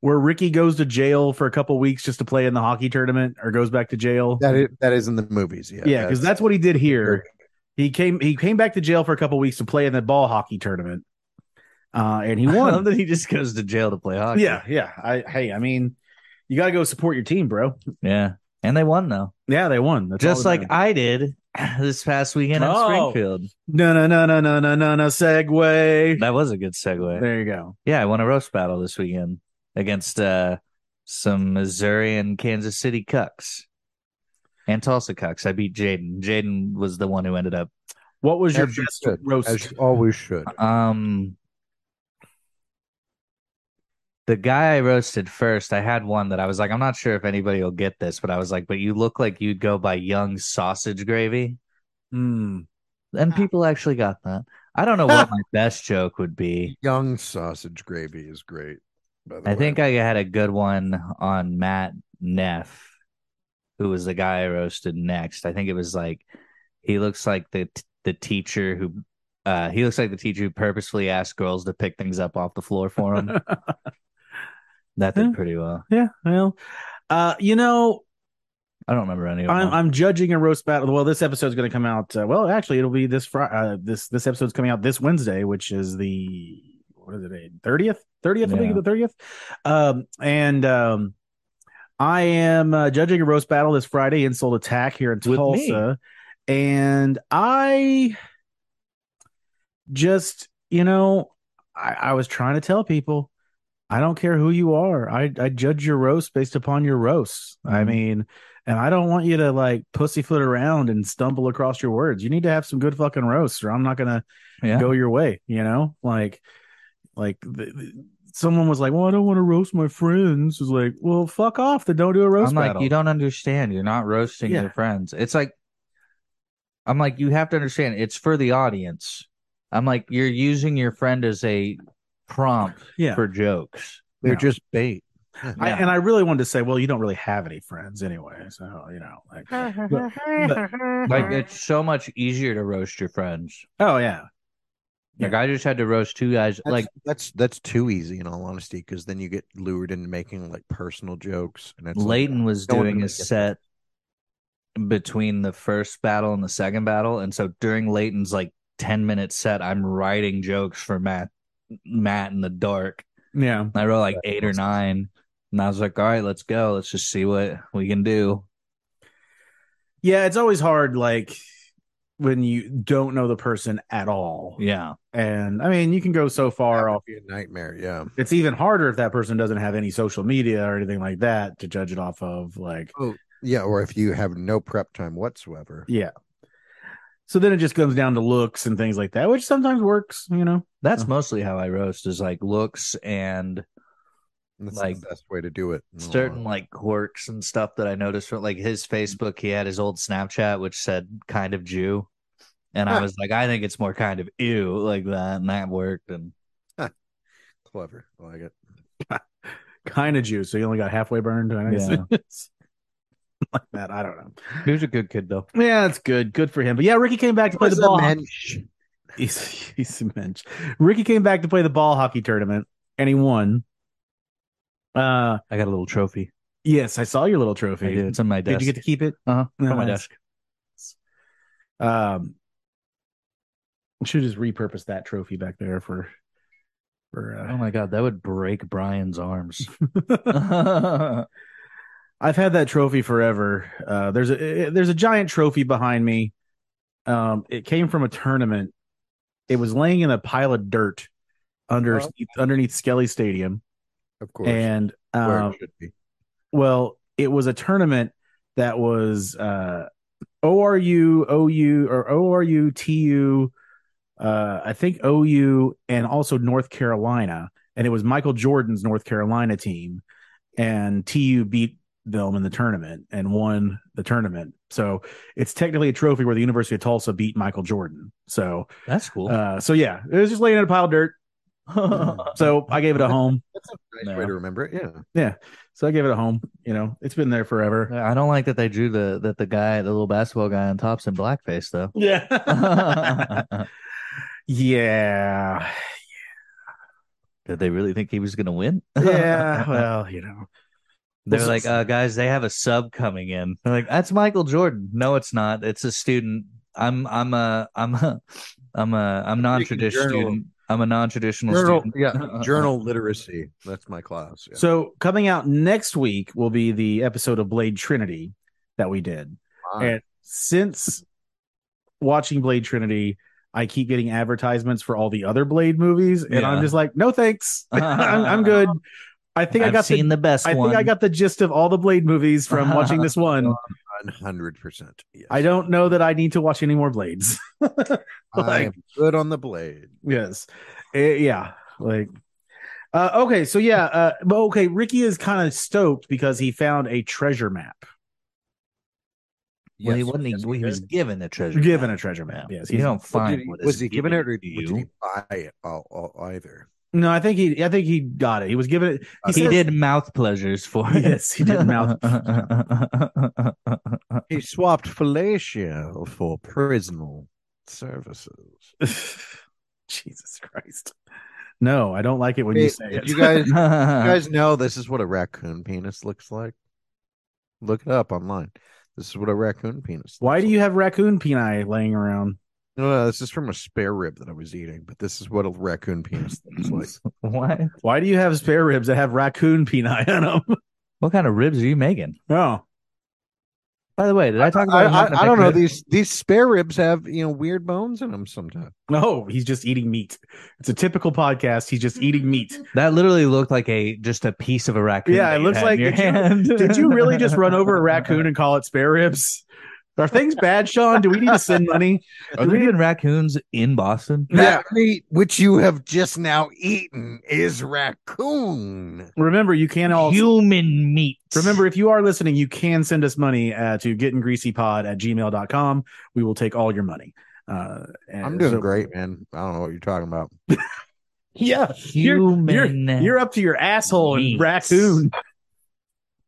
S2: where Ricky goes to jail for a couple weeks just to play in the hockey tournament, or goes back to jail?
S4: That is, that is in the movies. Yeah.
S2: yeah, because that's what he did here. He came he came back to jail for a couple weeks to play in the ball hockey tournament, uh, and he
S3: I love
S2: won.
S3: that he just goes to jail to play hockey.
S2: yeah, yeah. I hey, I mean, you got to go support your team, bro.
S3: yeah, and they won though,
S2: Yeah, they won. That's all
S3: just
S2: that
S3: like
S2: matters.
S3: I did this past weekend
S2: Oh.
S3: in Springfield.
S2: No, no, no, no, no, no, no, no. Segway.
S3: That was a good segue.
S2: There you go.
S3: Yeah, I won a roast battle this weekend against uh, some Missouri and Kansas City cucks and Tulsa cucks. I beat Jaden. Jaden was the one who ended up.
S2: What was your
S4: As you
S2: best
S4: should.
S2: roast?
S4: As you always should.
S3: Um, the guy I roasted first, I had one that I was like, I'm not sure if anybody will get this, but I was like, but you look like you'd go by Young Sausage Gravy,
S2: Mm.
S3: and people actually got that. I don't know what my best joke would be.
S4: Young sausage gravy is great. By the
S3: I
S4: way.
S3: think I had a good one on Matt Neff, who was the guy I roasted next. I think it was like he looks like the the teacher who uh, he looks like the teacher who purposefully asked girls to pick things up off the floor for him. that
S2: Yeah.
S3: did pretty well.
S2: Yeah. Well, uh, you know,
S3: I don't remember any of
S2: I'm,
S3: them.
S2: I'm judging a roast battle. Well, this episode's going to come out. Uh, well, actually, it'll be this Friday. Uh, this this episode's coming out this Wednesday, which is the what is it? Thirtieth, thirtieth, I think
S3: Yeah.
S2: the thirtieth. Um, and um, I am uh, judging a roast battle this Friday. Insult Attack here in
S3: With me.
S2: Tulsa, and I just you know I, I was trying to tell people I don't care who you are. I, I judge your roast based upon your roasts. I
S3: Mhm.
S2: mean, and I don't want you to like pussyfoot around and stumble across your words. You need to have some good fucking roasts, or I'm not gonna
S3: yeah.
S2: go your way. You know, like, like th- th- someone was like, "Well, I don't want to roast my friends." Is like, "Well, fuck off. Then don't do a roast
S3: I'm like,
S2: battle."
S3: you don't understand. You're not roasting
S2: Yeah.
S3: your friends. It's like, I'm like, you have to understand. It's for the audience. I'm like, you're using your friend as a prompt
S2: Yeah.
S3: for jokes.
S4: they're
S2: No.
S4: just bait.
S2: I,
S3: Yeah.
S2: and I really wanted to say, "Well, you don't really have any friends anyway." So you know, like, but- Uh.
S3: Like it's so much easier to roast your friends.
S2: oh yeah,
S3: Like I just had to roast two guys.
S4: That's,
S3: like
S4: that's that's too easy in all honesty, because then you get lured into making like personal jokes. And it's like,
S3: Leighton was
S4: no one
S3: doing
S4: really
S3: a
S4: gets it.
S3: set between the first battle and the second battle, and so during Leighton's like ten minute set, I'm writing jokes for Matt, Matt in the dark.
S2: Yeah.
S3: And I wrote like eight or nine, and I was like, "All right, let's go. Let's just see what we can do."
S2: Yeah. It's always hard, like when you don't know the person at all.
S3: Yeah,
S2: And I mean, you can go so far
S4: That
S2: off.
S4: would be a nightmare. Yeah.
S2: It's even harder if that person doesn't have any social media or anything like that to judge it off of. Like,
S4: Yeah, or if you have no prep time whatsoever.
S2: yeah. So then it just comes down to looks and things like that, which sometimes works, you know.
S3: that's
S4: Uh-huh.
S2: Oh.
S3: mostly how I roast is like looks and
S4: That's
S3: Like,
S4: the best way to do it. in the long
S3: certain
S4: run.
S3: like quirks and stuff that I noticed from like his Facebook. He had his old Snapchat which said kind of Jew. And I
S4: Huh.
S3: was like, I think it's more kind of ew like that, and that worked. And
S4: clever. I like it.
S2: Kind of Jew. So you only got halfway burned. I guess.
S3: Yeah.
S2: like that. I don't know.
S3: he was a good kid though.
S2: Yeah, that's good. Good for him. But yeah, Ricky came back to play the ball. hockey. He's, he's a mensch. Ricky came back to play the ball hockey tournament and he won. Uh,
S3: I got a little trophy.
S2: yes, I saw your little
S3: I
S2: trophy.
S3: did. It's on my
S2: Did
S3: desk.
S2: you get to keep it?
S3: uh-huh. It's on my
S2: Nice.
S3: desk?
S2: Um, should just repurpose that trophy back there for for. Uh,
S3: Oh my god, that would break Brian's arms. yeah,
S2: I've had that trophy forever. Uh, there's a eh, there's a giant trophy behind me. Um, it came from a tournament. It was laying in a pile of dirt under
S4: Oh.
S2: underneath Skelly Stadium,
S4: Of course.
S2: and
S4: Where
S3: uh,
S2: um,
S4: it should be.
S2: well, it was a tournament that was uh, ORU, OU, or ORU, TU, uh, I think OU, and also North Carolina. And it was Michael Jordan's North Carolina team. And TU beat them in the tournament and won the tournament. So it's technically a trophy where the University of Tulsa beat Michael Jordan. So,
S3: that's cool.
S2: uh, so yeah, it was just laying in a pile of dirt.
S3: Uh,
S2: So I gave it a home.
S4: That's a nice
S3: No.
S4: way to remember it. Yeah.
S2: So I gave it a home. You know, it's been there forever.
S3: I don't like that they drew the that the guy, the little basketball guy on tops in blackface though.
S2: Yeah. Yeah.
S3: Did they really think he was going to win?
S2: Yeah. well, you know.
S3: They're
S2: Well,
S3: like, uh, guys, they have a sub coming in. They're like, that's Michael Jordan. No, it's not. It's a student. I'm, I'm a, I'm a, I'm a, I'm non-traditional
S4: journal.
S3: student. I'm a non-traditional
S4: Journal,
S3: student.
S4: yeah, journal literacy. That's my class. Yeah.
S2: So coming out next week will be the episode of Blade Trinity that we did.
S4: Fine.
S2: And since watching Blade Trinity, I keep getting advertisements for all the other Blade movies, and I'm
S3: Yeah.
S2: just like, no thanks. I'm, I'm good. I think i
S3: I've
S2: got
S3: seen
S2: the,
S3: the, best
S2: I
S3: one.
S2: think I got the gist of all the Blade movies from watching this one.
S4: 100%. Yes.
S2: I don't know that I need to watch any more Blades.
S4: I am good on the blade.
S2: Yes. Eh, yeah. Like uh okay, so yeah, uh but okay, Ricky is kind of stoked because he found a treasure map.
S3: Well, he
S4: Yes.
S3: wasn't.
S4: Yes,
S3: he, he was given a treasure.
S2: Given
S3: map.
S2: a treasure map. Yes.
S3: you
S2: he's-
S3: don't
S4: Well,
S3: find
S4: did he-
S3: what is
S4: was he given it or did
S3: to
S4: did he
S3: you.
S4: buy it all, all, either?
S2: No, I think he I think he got it. He was given it.
S3: Uh, He,
S2: says-
S3: did mouth pleasures for it.
S2: Yes, he did mouth-
S4: He swapped fellatio for prisonal services.
S2: Jesus Christ. No, I don't like it when you
S4: Wait,
S2: say
S4: did
S2: it.
S4: you guys, you guys know this is what a raccoon penis looks like? Look it up online. This is what a raccoon penis.
S2: Why
S4: looks
S2: do
S4: like.
S2: you have raccoon peni laying around?
S4: No, no, this is from a spare rib that I was eating, but this is what a raccoon penis looks like.
S3: what?
S2: Why do you have spare ribs that have raccoon peni in them?
S3: What kind of ribs are you making?
S2: Oh,
S3: By the way, did I talk
S4: I,
S3: about? him
S4: I,
S3: having to
S4: I don't
S3: make
S4: know.
S3: ribs?
S4: These these spare ribs have you know weird bones in them sometimes.
S2: no, he's just eating meat. It's a typical podcast. He's just eating meat.
S3: That literally looked like a just a piece of a raccoon.
S2: Yeah,
S3: that
S2: it
S3: you
S2: looks
S3: had
S2: like-
S3: in your
S2: did you-
S3: hand.
S2: Did you really just run over a raccoon and call it spare ribs? Are things bad, Sean? Do we need to send money?
S3: Are there even raccoons in Boston?
S4: That meat which you have just now eaten is raccoon.
S2: Remember, you can all
S3: Human meat.
S2: remember if you are listening, you can send us money uh, to gettingreasypod at gmail.com. We will take all your money. Uh, and
S4: I'm doing
S2: so-
S4: great, man. I don't know what you're talking about.
S2: Yeah,
S3: human.
S2: you're up to your asshole in
S3: Meats.
S2: raccoon.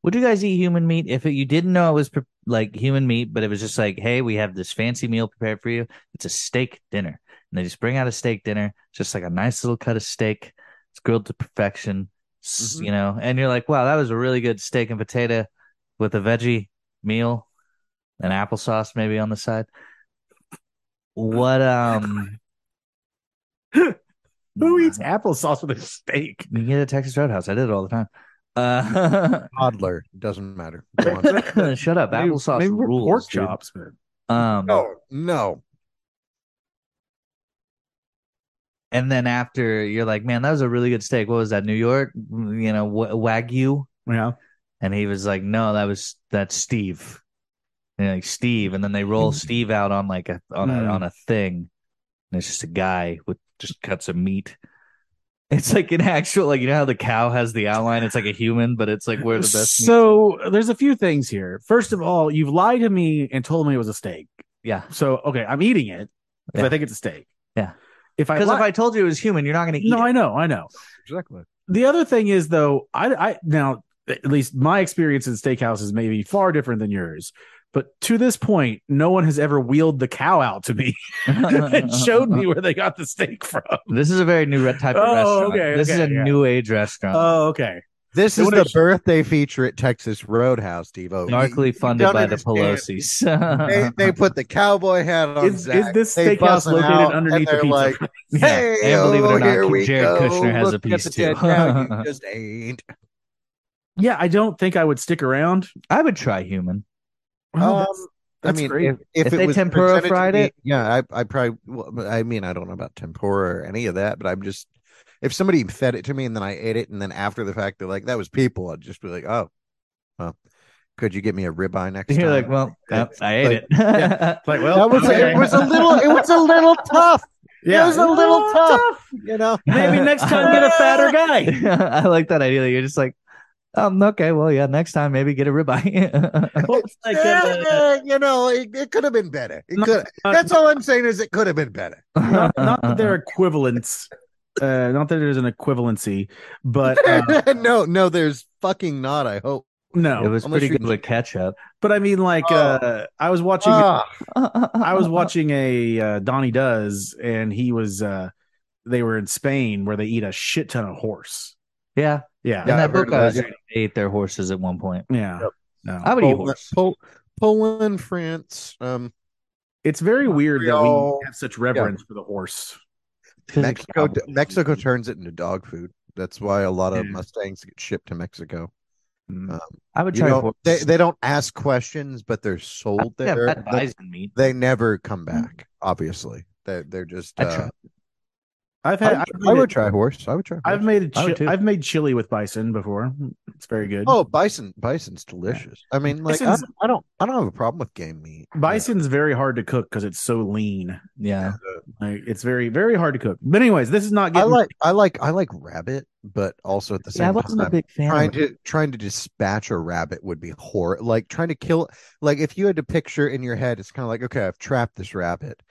S3: Would you guys eat human meat if it, you didn't know it was pre- like human meat, but it was just like, hey, we have this fancy meal prepared for you. It's a steak dinner. and they just bring out a steak dinner, just like a nice little cut of steak. It's grilled to perfection, s-
S2: Mm-hmm.
S3: you know. And you're like, wow, that was a really good steak and potato with a veggie meal and applesauce maybe on the side. What um
S2: Who eats applesauce with a steak?
S3: you get a Texas Roadhouse? I did it all the time. Uh
S4: Toddler doesn't matter. Go on.
S3: shut up.
S2: Maybe-
S3: Applesauce
S2: maybe we're
S3: rules.
S2: pork
S3: dude.
S2: chops. but-
S3: Um
S4: no, no.
S3: and then after you're like, man, that was a really good steak. What was that? New York, Mm, you know, wa- wagyu.
S2: Yeah.
S3: And he was like, no, that was that's Steve. And you're like Steve, and then they roll Steve out on like a on a
S2: Mm.
S3: on a thing, and it's just a guy with just cuts of meat. It's like an actual like you know how the cow has the outline. It's like a human, but it's like where the best. meat-
S2: So there's a few things here. First of all, you've lied to me and told me it was a steak.
S3: yeah,
S2: So okay, I'm eating it because
S3: Yeah.
S2: I think it's a steak.
S3: Yeah.
S2: If I,
S3: because if
S2: li-
S3: I told you it was human, you're not going to eat.
S2: no,
S3: it.
S2: I know, I know.
S4: Exactly.
S2: The other thing is though, I, I now at least my experience in steakhouses may be far different than yours. But to this point, no one has ever wheeled the cow out to me and showed me where they got the steak from.
S3: This is a very new re- type of
S2: Oh,
S3: restaurant.
S2: okay,
S3: this is
S2: okay,
S3: a
S2: yeah.
S3: new age restaurant.
S4: Uh,
S2: Oh, okay.
S4: This
S2: They
S4: is
S2: wanna
S4: the
S2: sh-
S4: birthday feature at Texas Roadhouse, Devo. You- you
S3: narcally funded
S4: don't
S3: by the
S4: understand.
S3: Pelosi's.
S4: They, they put the cowboy hat on.
S2: Is- is
S4: Zach.
S2: this
S4: They
S2: steakhouse
S4: bust him
S2: located
S4: out, and
S2: underneath the
S4: they're
S2: pizza?
S4: Like,
S3: Yeah,
S4: hey,
S3: and believe it or
S4: oh,
S3: not,
S4: here we
S3: Jared
S4: go.
S3: Kushner has a
S4: Look at
S3: piece
S4: the
S3: too.
S4: dead cow you just ate.
S2: Yeah, I don't think I would stick around.
S3: I would try human.
S2: Well,
S4: Um,
S2: that's-
S4: I
S2: that's
S4: mean,
S2: great.
S4: if, if,
S3: If
S4: it
S3: they
S4: was
S3: tempura
S4: presented to
S3: fried
S4: me-
S3: it?
S4: yeah, I, I probably. Well, I mean, I don't know about tempura or any of that, but I'm just if somebody fed it to me and then I ate it, and then after the fact they're like, "That was people," I'd just be like, "Oh, well, could you get me a ribeye next
S3: You're
S4: time?"
S3: like, well, uh, I ate
S4: Like,
S3: it.
S2: like, well,
S4: that was
S2: okay.
S4: it was a little it was a little tough,
S2: yeah.
S4: it was a little tough. you know.
S2: Maybe next time get a fatter guy.
S3: I like that idea. that You're just like, um, okay, well, yeah, next time maybe get a ribeye.
S2: Well, it's like,
S4: Yeah,
S2: uh,
S4: yeah, you know, it, it could have been better. It
S2: No,
S4: could.
S2: uh,
S4: That's all I'm saying is it could have been better.
S2: not, not that they're equivalents. Uh, not that there's an equivalency, but uh,
S4: no, no, there's fucking not. I hope.
S3: It
S2: no.
S3: was
S4: Unless
S3: pretty
S4: you-
S3: good with ketchup.
S2: But I mean, like,
S4: Oh.
S2: uh, I was watching,
S4: Ah,
S2: I was watching a uh, Donnie Does, and he was, uh, they were in Spain where they eat a shit ton of horse.
S3: Yeah,
S2: Yeah,
S3: in
S4: Yeah,
S2: yeah.
S3: that
S4: I've heard
S3: book I
S4: of
S3: was
S4: that,
S3: reading, they ate their horses at one point.
S2: yeah. No.
S3: I would eat
S4: Poland,
S3: horse.
S4: Pol- Poland, France. Um,
S2: It's very weird that
S4: Montreal.
S2: we have such reverence for the horse.
S3: 'Cause it's
S4: Mexico.
S3: cowboys.
S4: Mexico turns it into dog food. That's why a lot of
S2: Yeah.
S4: Mustangs get shipped to Mexico.
S2: Mm.
S3: I would
S4: You
S3: try
S4: don't-
S3: horse.
S4: they they don't ask questions, but they're sold
S3: yeah,
S4: there.
S3: fat
S4: They-
S3: bison meat.
S4: They never come back. Obviously, they they're just.
S3: I'd try
S4: Uh,
S2: I've
S4: I,
S2: had,
S4: would,
S2: I've
S4: I
S2: made
S4: would
S2: it-
S4: try horse. I would try.
S2: I've
S4: horse.
S2: made,
S3: I would
S2: chi-
S3: too.
S2: I've made chili with bison before. It's very good.
S4: Oh, bison! Bison's delicious. I mean, like I,
S2: Bison's-
S4: I don't, I don't have a problem with game meat.
S2: Bison's very hard to cook because it's so lean.
S3: Yeah.
S2: Like it's very, very hard to cook. But anyways, this is not
S4: I
S2: getting.
S4: like, I like, I like rabbit, but also at the
S3: Yeah, I
S4: same
S3: wasn't a
S4: time,
S3: big fan.
S4: trying
S3: of it.
S4: to trying to dispatch a rabbit would be horror. Like trying to kill, like if you had to picture in your head, it's kind of like, okay, I've trapped this rabbit,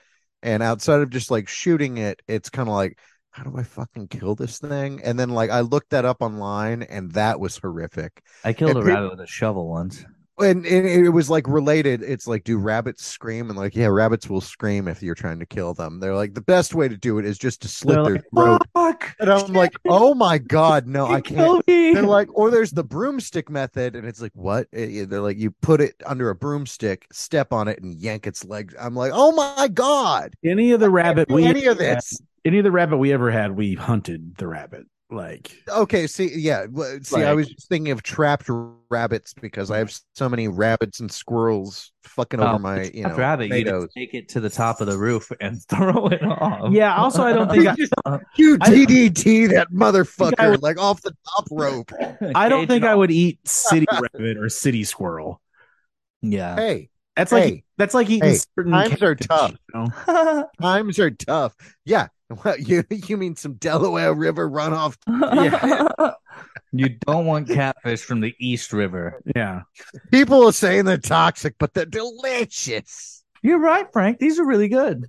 S4: and outside of just like shooting it, it's kind of like, how do I fucking kill this thing? And then like I looked that up online, and that was horrific.
S3: I killed
S4: and
S3: a
S4: peop-
S3: rabbit with a shovel once.
S4: and, and it was like related it's like do rabbits scream and like yeah rabbits will scream if you're trying to kill them they're like the best way to do it is just to slit
S2: They're
S4: their
S2: like,
S4: throat
S2: Fuck!
S4: and i'm like oh my god no i can't
S2: me.
S4: they're like or there's the broomstick method and it's like what Eh, they're like you put it under a broomstick step on it and yank its legs i'm like oh my god
S2: any of the rabbit we
S4: any of this
S2: any of the rabbit we ever had, we hunted the rabbit. Like
S4: okay see yeah w- see i
S2: Like-
S4: was just thinking of trapped rabbits because i have so many rabbits and squirrels fucking over
S3: Oh,
S4: my
S3: it's
S4: you
S3: not
S4: know
S3: rabbit, you
S4: tomatoes.
S3: just take it to the top of the roof and throw it off.
S2: Yeah, also, I don't think I-
S4: Oh. You
S2: I-
S4: DDT that
S2: think I
S4: motherfucker
S2: would-
S4: like off the top rope.
S2: I don't think I
S3: Occasional-
S2: would eat city rabbit or city squirrel.
S3: Yeah,
S4: Hey,
S2: That's like
S4: Hey.
S2: that's like eating
S4: Hey,
S2: certain
S4: times are
S2: catfish,
S4: tough.
S2: you know?
S4: times are tough. Yeah. Well, you you mean some Delaware River runoff?
S2: Yeah.
S3: you don't want catfish from the East River.
S2: Yeah,
S4: People are saying they're toxic, but they're delicious.
S3: You're right, Frank. These are really good.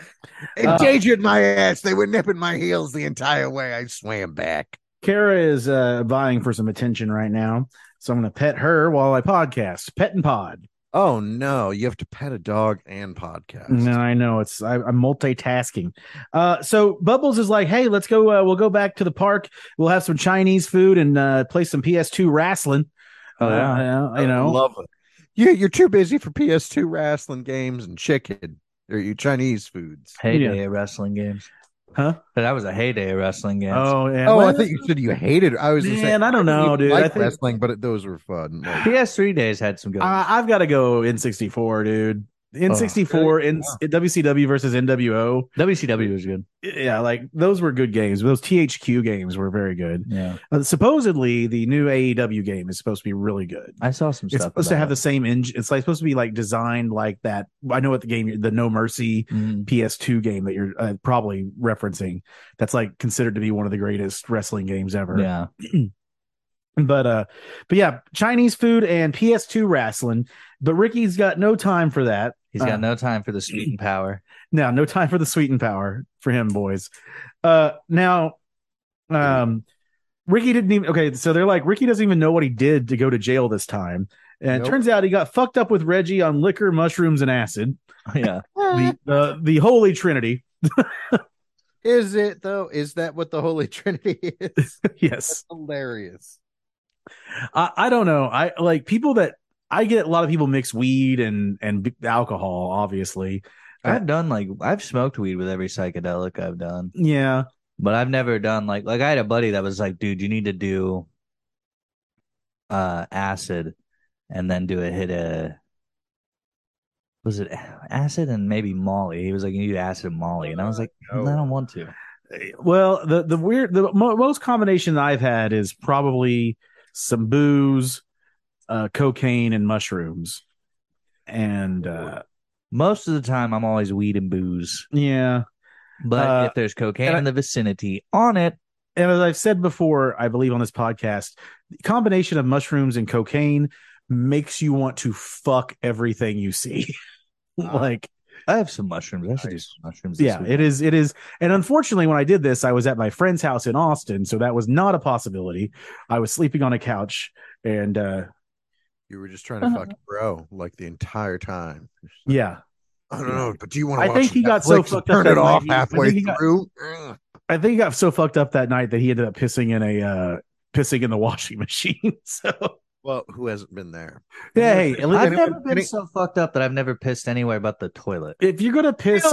S2: Uh,
S4: Endangered my ass. They were nipping my heels the entire way. I swam back.
S2: Kara is uh, vying for some attention right now, so I'm going to pet her while I podcast. Pet and pod.
S4: Oh no, you have to pet a dog and podcast.
S2: No, I know it's I, I'm multitasking. Uh, so Bubbles is like, "Hey, let's go. Uh, we'll go back to the park. We'll have some Chinese food and uh, play some PS2 wrestling."
S3: Oh, yeah.
S2: Uh, you know,
S4: love it. You you're too busy for PS2 wrestling games and chicken or you Chinese foods.
S3: Heyday of wrestling games.
S2: Huh?
S3: But that was a heyday of wrestling games.
S2: oh yeah.
S4: oh, I
S2: Well,
S4: thought you said you hated. I was just saying,
S2: Man, I don't know, dude.
S4: Like
S2: I think-
S4: wrestling, but those were fun. Like,
S3: PS3 days had some good. ones.
S2: I, I've got to go N64, dude.
S3: Oh.
S2: N64 in WCW versus NWO.
S3: WCW was good.
S2: Yeah, like those were good games. Those THQ games were very good.
S3: Yeah,
S2: Uh, supposedly, the new AEW game is supposed to be really good.
S3: I saw some
S2: It's
S3: stuff.
S2: supposed to
S3: about
S2: have the
S3: it.
S2: same engine. It's like supposed to be like designed like that. I know what the game, the No Mercy
S3: Mhm.
S2: PS2 game that you're uh, probably referencing. That's like considered to be one of the greatest wrestling games ever.
S3: Yeah,
S2: But uh, but yeah, Chinese food and PS2 wrestling. But Ricky's got no time for that.
S3: he's
S2: Uh,
S3: got no time for the sweet and power.
S2: Now, no time for the sweeten power for him, boys. Uh now um Ricky didn't even okay, so they're like Ricky doesn't even know what he did to go to jail this time. And
S4: Nope.
S2: it turns out he got fucked up with Reggie on liquor, mushrooms, and acid.
S3: Yeah,
S2: The uh, the holy trinity.
S4: is it though? Is that what the Holy Trinity is?
S2: yes.
S4: hilarious.
S2: I, I don't know. I like people that I get a lot of people mix weed and and b- alcohol, obviously.
S3: I've done like I've smoked weed with every psychedelic I've done,
S2: Yeah.
S3: but I've never done like like I had a buddy that was like, dude, you need to do uh acid and then do a hit of was it acid and maybe Molly? He was like, you need acid and Molly, and I
S2: Oh,
S3: was like, "Mm,
S4: No.
S3: I don't want to.
S2: Well, the the weird the mo- most combination I've had is probably some booze, uh, cocaine, and mushrooms, and uh,
S3: Most of the time, I'm always weed and booze,
S2: yeah.
S3: but
S2: Uh,
S3: if there's cocaine
S2: and I-
S3: in the vicinity on it,
S2: And as I've said before, I believe on this podcast, the combination of mushrooms and cocaine makes you want to fuck everything you see. like,
S3: I have some mushrooms. I should do some mushrooms. This
S2: yeah,
S3: week.
S2: it is. It is. And unfortunately, when I did this, I was at my friend's house in Austin, so that was not a possibility. I was sleeping on a couch, and uh,
S4: You were just trying
S2: Uh-huh.
S4: to fuck bro like the entire time.
S2: yeah.
S4: I don't know, but do you want
S2: I
S4: to?
S2: think he got so fucked up
S4: turn
S2: that
S4: it off
S2: night he- I
S4: halfway
S2: think he got-
S4: through. Ugh.
S2: I think he got so fucked up that night that he ended up pissing in a uh, pissing in the washing machine. So
S4: Well, who hasn't been there?
S2: yeah, hey, at least-
S3: I've
S4: Anyone-
S3: never been
S4: any-
S3: so fucked up that I've never pissed anywhere but the toilet.
S2: if you're gonna piss,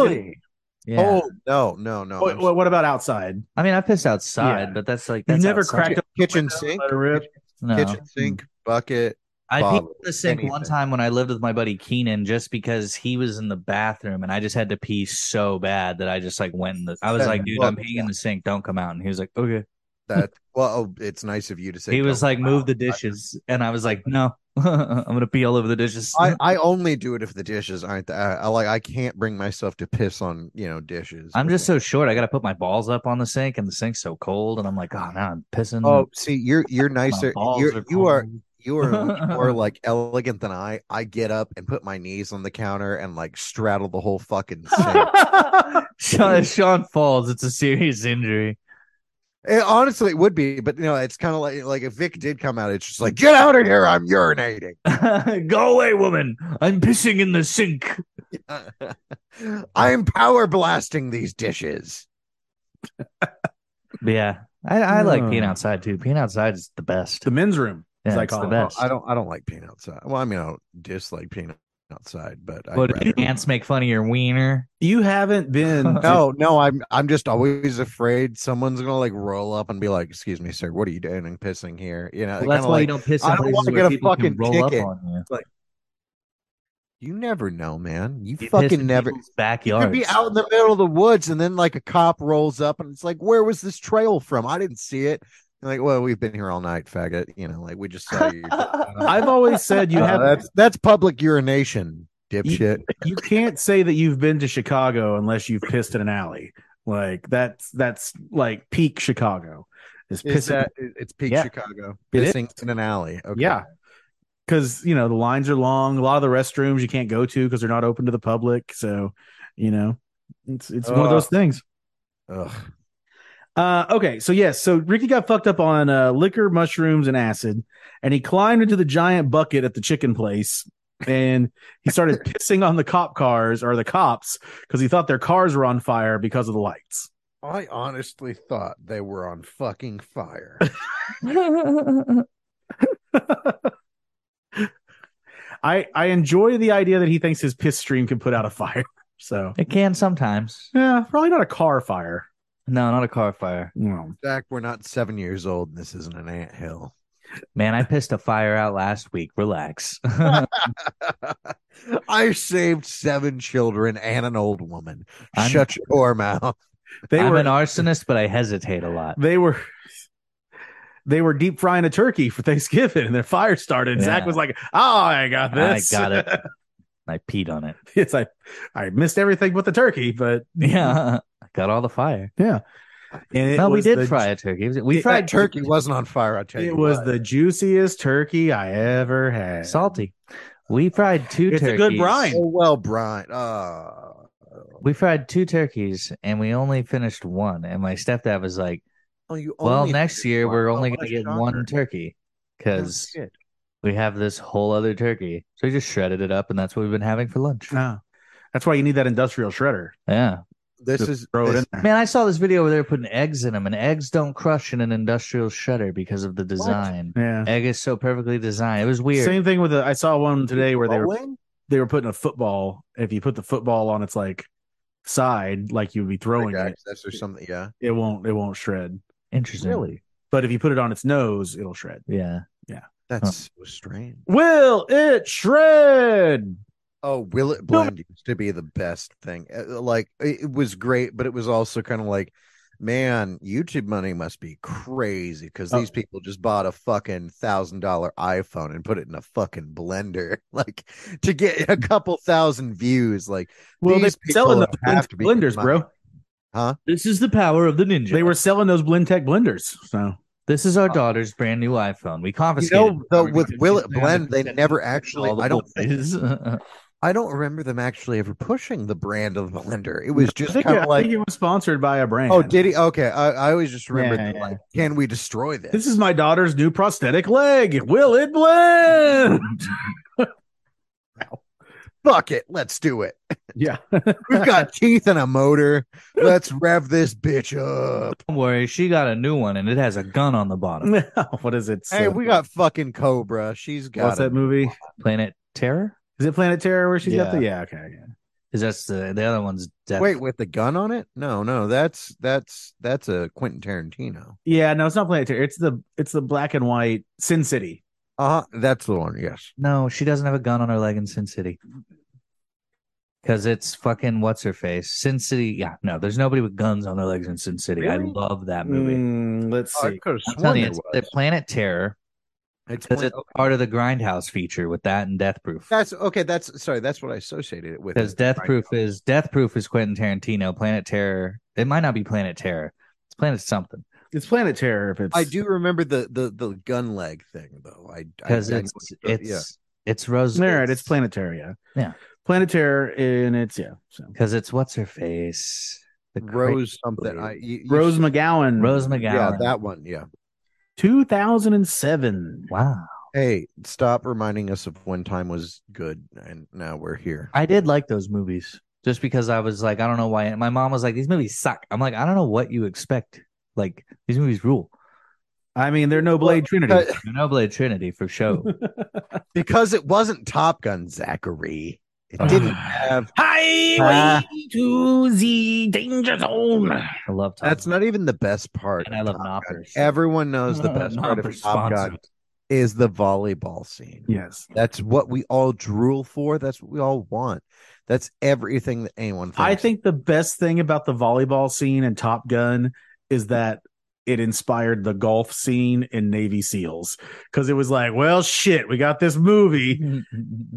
S3: Yeah.
S4: Oh no, no, no!
S2: Wha-
S4: I'm
S2: what, what about outside?
S3: I mean, I pissed outside,
S2: Yeah.
S3: but that's like
S2: You
S3: that's
S2: never
S3: outside.
S2: cracked
S4: sorry.
S2: up
S4: kitchen sink,
S2: let it rip.
S3: No.
S4: kitchen sink, bucket.
S3: I peed
S4: bottle,
S3: in the sink one
S4: anything.
S3: time when I lived with my buddy Keenan, just because he was in the bathroom and I just had to pee so bad that I just like went in the. I was
S4: Then
S3: like, dude,
S4: look,
S3: I'm peeing in the sink. Don't come out. And he was like, okay.
S4: That well, oh, it's nice of you to say.
S3: He was
S4: don't
S3: like,
S4: allow.
S3: move the dishes, and I was like, no, I'm gonna pee all over the dishes.
S4: I, I only do it if the dishes aren't. The, I, I like I can't bring myself to piss on you know dishes.
S3: I'm just so short. I got to put my balls up on the sink, and the sink's so cold, and I'm like, oh, now I'm pissing.
S4: Oh, see, you're you're
S3: My
S4: nicer.
S3: balls
S4: You're, you are
S3: cold.
S4: you are much more like elegant than I. I get up and put my knees on the counter and like straddle the whole fucking sink.
S3: Sean, if Sean falls. It's a serious injury.
S4: It, Eh, honestly, it would be, but you know, it's kind of like like if Vic did come out, it's just like get out of here. I'm urinating.
S3: Go away, woman. I'm pissing in the sink.
S4: I'm power blasting these dishes.
S3: But yeah, I, I like
S2: Hmm.
S3: peeing outside too. Peeing outside is the best.
S2: The men's room, as
S3: Yeah,
S2: I
S3: it's
S2: call
S3: the
S2: it.
S3: best.
S4: I don't. I don't like peeing outside. Well, I mean, I don't dislike peeing outside, but I.
S3: But do ants make fun of your wiener?
S2: You haven't been.
S4: No, no, I'm. I'm just always afraid someone's gonna like roll up and be like, "Excuse me, sir, what are you doing? and pissing here." You
S3: Well,
S4: know, kinda
S3: that's why
S4: like,
S3: you don't piss.
S4: I
S3: in
S4: don't
S3: places
S4: wanna
S3: where
S4: get a
S3: people can
S4: fucking
S3: roll up
S4: ticket.
S3: on you.
S4: you never know, man. You,
S3: You piss
S4: fucking
S3: in
S4: never.
S3: people's
S4: You
S3: backyards.
S4: could be out in the middle of the woods, and then like a cop rolls up, and it's like, "Where was this trail from? I didn't see it." And like, well, we've been here all night, faggot. You know, like we just saw you.
S2: I've always said you
S4: Uh,
S2: have.
S4: that's that's public urination, dipshit.
S2: You can't say that you've been to Chicago unless you've pissed in an alley. Like that's that's like peak Chicago. Is pissing.
S4: Is that it's peak
S2: Yeah.
S4: Chicago?
S2: It is.
S4: Pissing in an alley. Okay.
S2: Yeah. Cause you know, the lines are long. A lot of the restrooms you can't go to because they're not open to the public. So, you know, it's it's one of
S4: Ugh.
S2: those things.
S4: Ugh.
S2: Uh okay, so yes, so Ricky got fucked up on uh liquor, mushrooms, and acid, and he climbed into the giant bucket at the chicken place and he started pissing on the cop cars or the cops because he thought their cars were on fire because of the lights.
S4: I honestly thought they were on fucking fire.
S2: I I enjoy the idea that he thinks his piss stream can put out a fire. So
S3: it can sometimes.
S2: yeah, probably not a car fire.
S3: No, not a car fire.
S2: No.
S4: Zach, we're not seven years old. And this isn't an ant hill.
S3: Man, I pissed a fire out last week. Relax.
S4: I saved seven children and an old woman.
S3: I'm-
S4: Shut your mouth.
S2: They
S3: I'm
S2: were
S3: an arsonist, but I hesitate a lot.
S2: they were they were deep frying a turkey for Thanksgiving and their fire started. Zach
S3: Yeah.
S2: was like, Oh, I got
S3: I
S2: this.
S3: got it. I peed on it.
S2: it's like I missed everything but the turkey, but
S3: Yeah. I got all the fire.
S2: and it
S3: no, we
S2: was
S3: did
S2: the-
S3: fry a turkey. It was- We
S2: It-
S3: fried
S4: That turkey wasn't on fire. I tell you,
S2: It was
S4: what.
S2: the juiciest turkey I ever had.
S3: salty. We fried two
S2: It's a
S3: turkeys.
S2: good brine.
S4: so Oh, well, Brian. Uh,
S3: We fried two turkeys and we only finished one. And my stepdad was like,
S4: oh, you
S3: Well,
S4: only
S3: next
S4: did
S3: year
S4: one.
S3: we're
S4: Oh,
S3: only
S4: what a
S3: going to get
S4: shocker.
S3: one turkey because
S4: Oh, shit.
S3: we have this whole other turkey. So we just shredded it up and that's what we've been having for lunch.
S2: Ah. that's why you need that industrial shredder.
S3: Yeah.
S4: this
S2: Just
S4: is
S2: throw it
S4: this-
S2: in there.
S3: Man, I saw this video where they were putting eggs in them, and eggs don't crush in an industrial shredder because of the design.
S2: Yeah.
S3: Egg is so perfectly designed. It was weird.
S2: Same thing with the. I saw one today where they were
S4: Bowling?
S2: they were putting a football. If you put the football on its like side, like you'd be throwing
S4: Like
S2: it,
S4: access or something. Yeah,
S2: it won't it won't shred.
S3: Interesting.
S4: Really?
S2: But if you put it on its nose, it'll shred.
S3: Yeah.
S4: that's so strange.
S2: Will it shred?
S4: Oh, Will It
S2: No, but-
S4: Blend used to be the best thing. Uh, Like it it was great, but it was also kind of like, man, YouTube money must be crazy because
S2: Oh.
S4: these people just bought a fucking thousand dollar iPhone and put it in a fucking blender, like to get a couple thousand views. Like,
S2: Well, they're
S4: These people
S2: selling the
S4: have to be
S2: blenders, bro.
S4: combined.
S3: This is the power of the ninja.
S2: They were selling those Blendtec blenders. So
S3: This is our daughter's brand new iPhone. We
S4: Oh. you
S3: confiscated.
S4: know,
S3: it.
S4: though,
S3: We
S4: with
S3: confiscated
S4: Will It
S3: it.
S4: Blend, they
S3: All
S4: never
S3: the
S4: actually. I don't. Think,
S3: boys.
S4: I don't remember them actually ever pushing the brand of the blender. It was
S2: I
S4: just
S2: think,
S4: kind
S2: I
S4: of like,
S2: think it was sponsored by a brand.
S4: oh, did he? Okay, I, I always just remembered,
S2: Yeah,
S4: the,
S2: yeah.
S4: like, can we destroy this?
S2: This is my daughter's new prosthetic leg. Will it blend?
S4: fuck it, let's do it.
S2: yeah.
S4: We've got teeth and a motor. Let's rev this bitch up.
S3: don't worry, she got a new one, and it has a gun on the
S4: Mm.
S3: bottom.
S2: what is it?
S4: Hey,
S2: Uh,
S4: we got fucking Cobra. She's got
S2: what's that
S4: it.
S2: movie?
S3: Planet Terror
S2: Is it Planet Terror where she's got the? Yeah. Okay. Yeah.
S3: is that's the the other one's death.
S4: Wait, with the gun on it? No, no, that's that's that's a Quentin Tarantino.
S2: Yeah, no, it's not Planet Terror. It's the it's the black and white Sin City.
S4: Uh huh. That's the one. Yes.
S3: No, she doesn't have a gun on her leg in Sin City. Because it's fucking what's her face? Sin City. Yeah, no, there's nobody with guns on their legs in Sin City. I
S4: Really?
S3: love that movie.
S2: Mm, let's
S4: Oh, I
S2: see.
S4: could have
S3: I'm
S4: sworn
S3: telling you,
S4: there
S3: it's
S4: was.
S3: the Planet Terror
S4: It's
S3: because
S4: Quentin-
S3: it's part of the Grindhouse feature with that and Death Proof.
S4: that's okay. That's sorry. That's what I associated it with.
S3: Because Death Proof is Death Proof is Quentin Tarantino. Planet Terror. It might not be Planet Terror. It's Planet something.
S2: It's Planet Terror. If it's
S4: I do remember the the the gun leg thing though. I I-
S3: Because
S4: I know
S3: it's
S4: what
S3: it's
S4: you're- yeah.
S3: it's Rose.
S2: All right, it's Planet Terror. Yeah.
S3: Yeah.
S2: Planet Terror, and it's yeah. So
S3: Because it's what's her face? The cra-
S4: Rose something. I, you, you
S2: Rose
S4: should-
S2: McGowan,
S3: Rose
S4: Yeah,
S3: McGowan.
S4: that one. Yeah.
S2: two thousand and seven.
S3: wow.
S4: Hey, stop reminding us of when time was good and now we're here.
S3: I did like those movies just because I was like, I don't know why. My mom was like, these movies suck. I'm like, I don't know what you expect. Like, these movies rule.
S2: I mean, they're no Blade Trinity.
S4: Uh,
S3: Xenoblade Trinity for show.
S4: because it wasn't Top Gun, Zachary. It didn't have.
S2: Highway to the danger zone.
S3: I love Top
S4: That's
S3: Gun.
S4: not even the best part.
S3: And I
S4: of
S3: love
S4: Top Gun.
S3: knoppers.
S4: Everyone knows the best part
S3: Knoppers
S4: of Top Gun
S3: sponsored.
S4: is the volleyball scene.
S2: Yes.
S4: That's what we all drool for. That's what we all want. That's everything that anyone. Thinks.
S2: I think the best thing about the volleyball scene in Top Gun is that it inspired the golf scene in Navy SEALs because it was like, well, shit, we got this movie.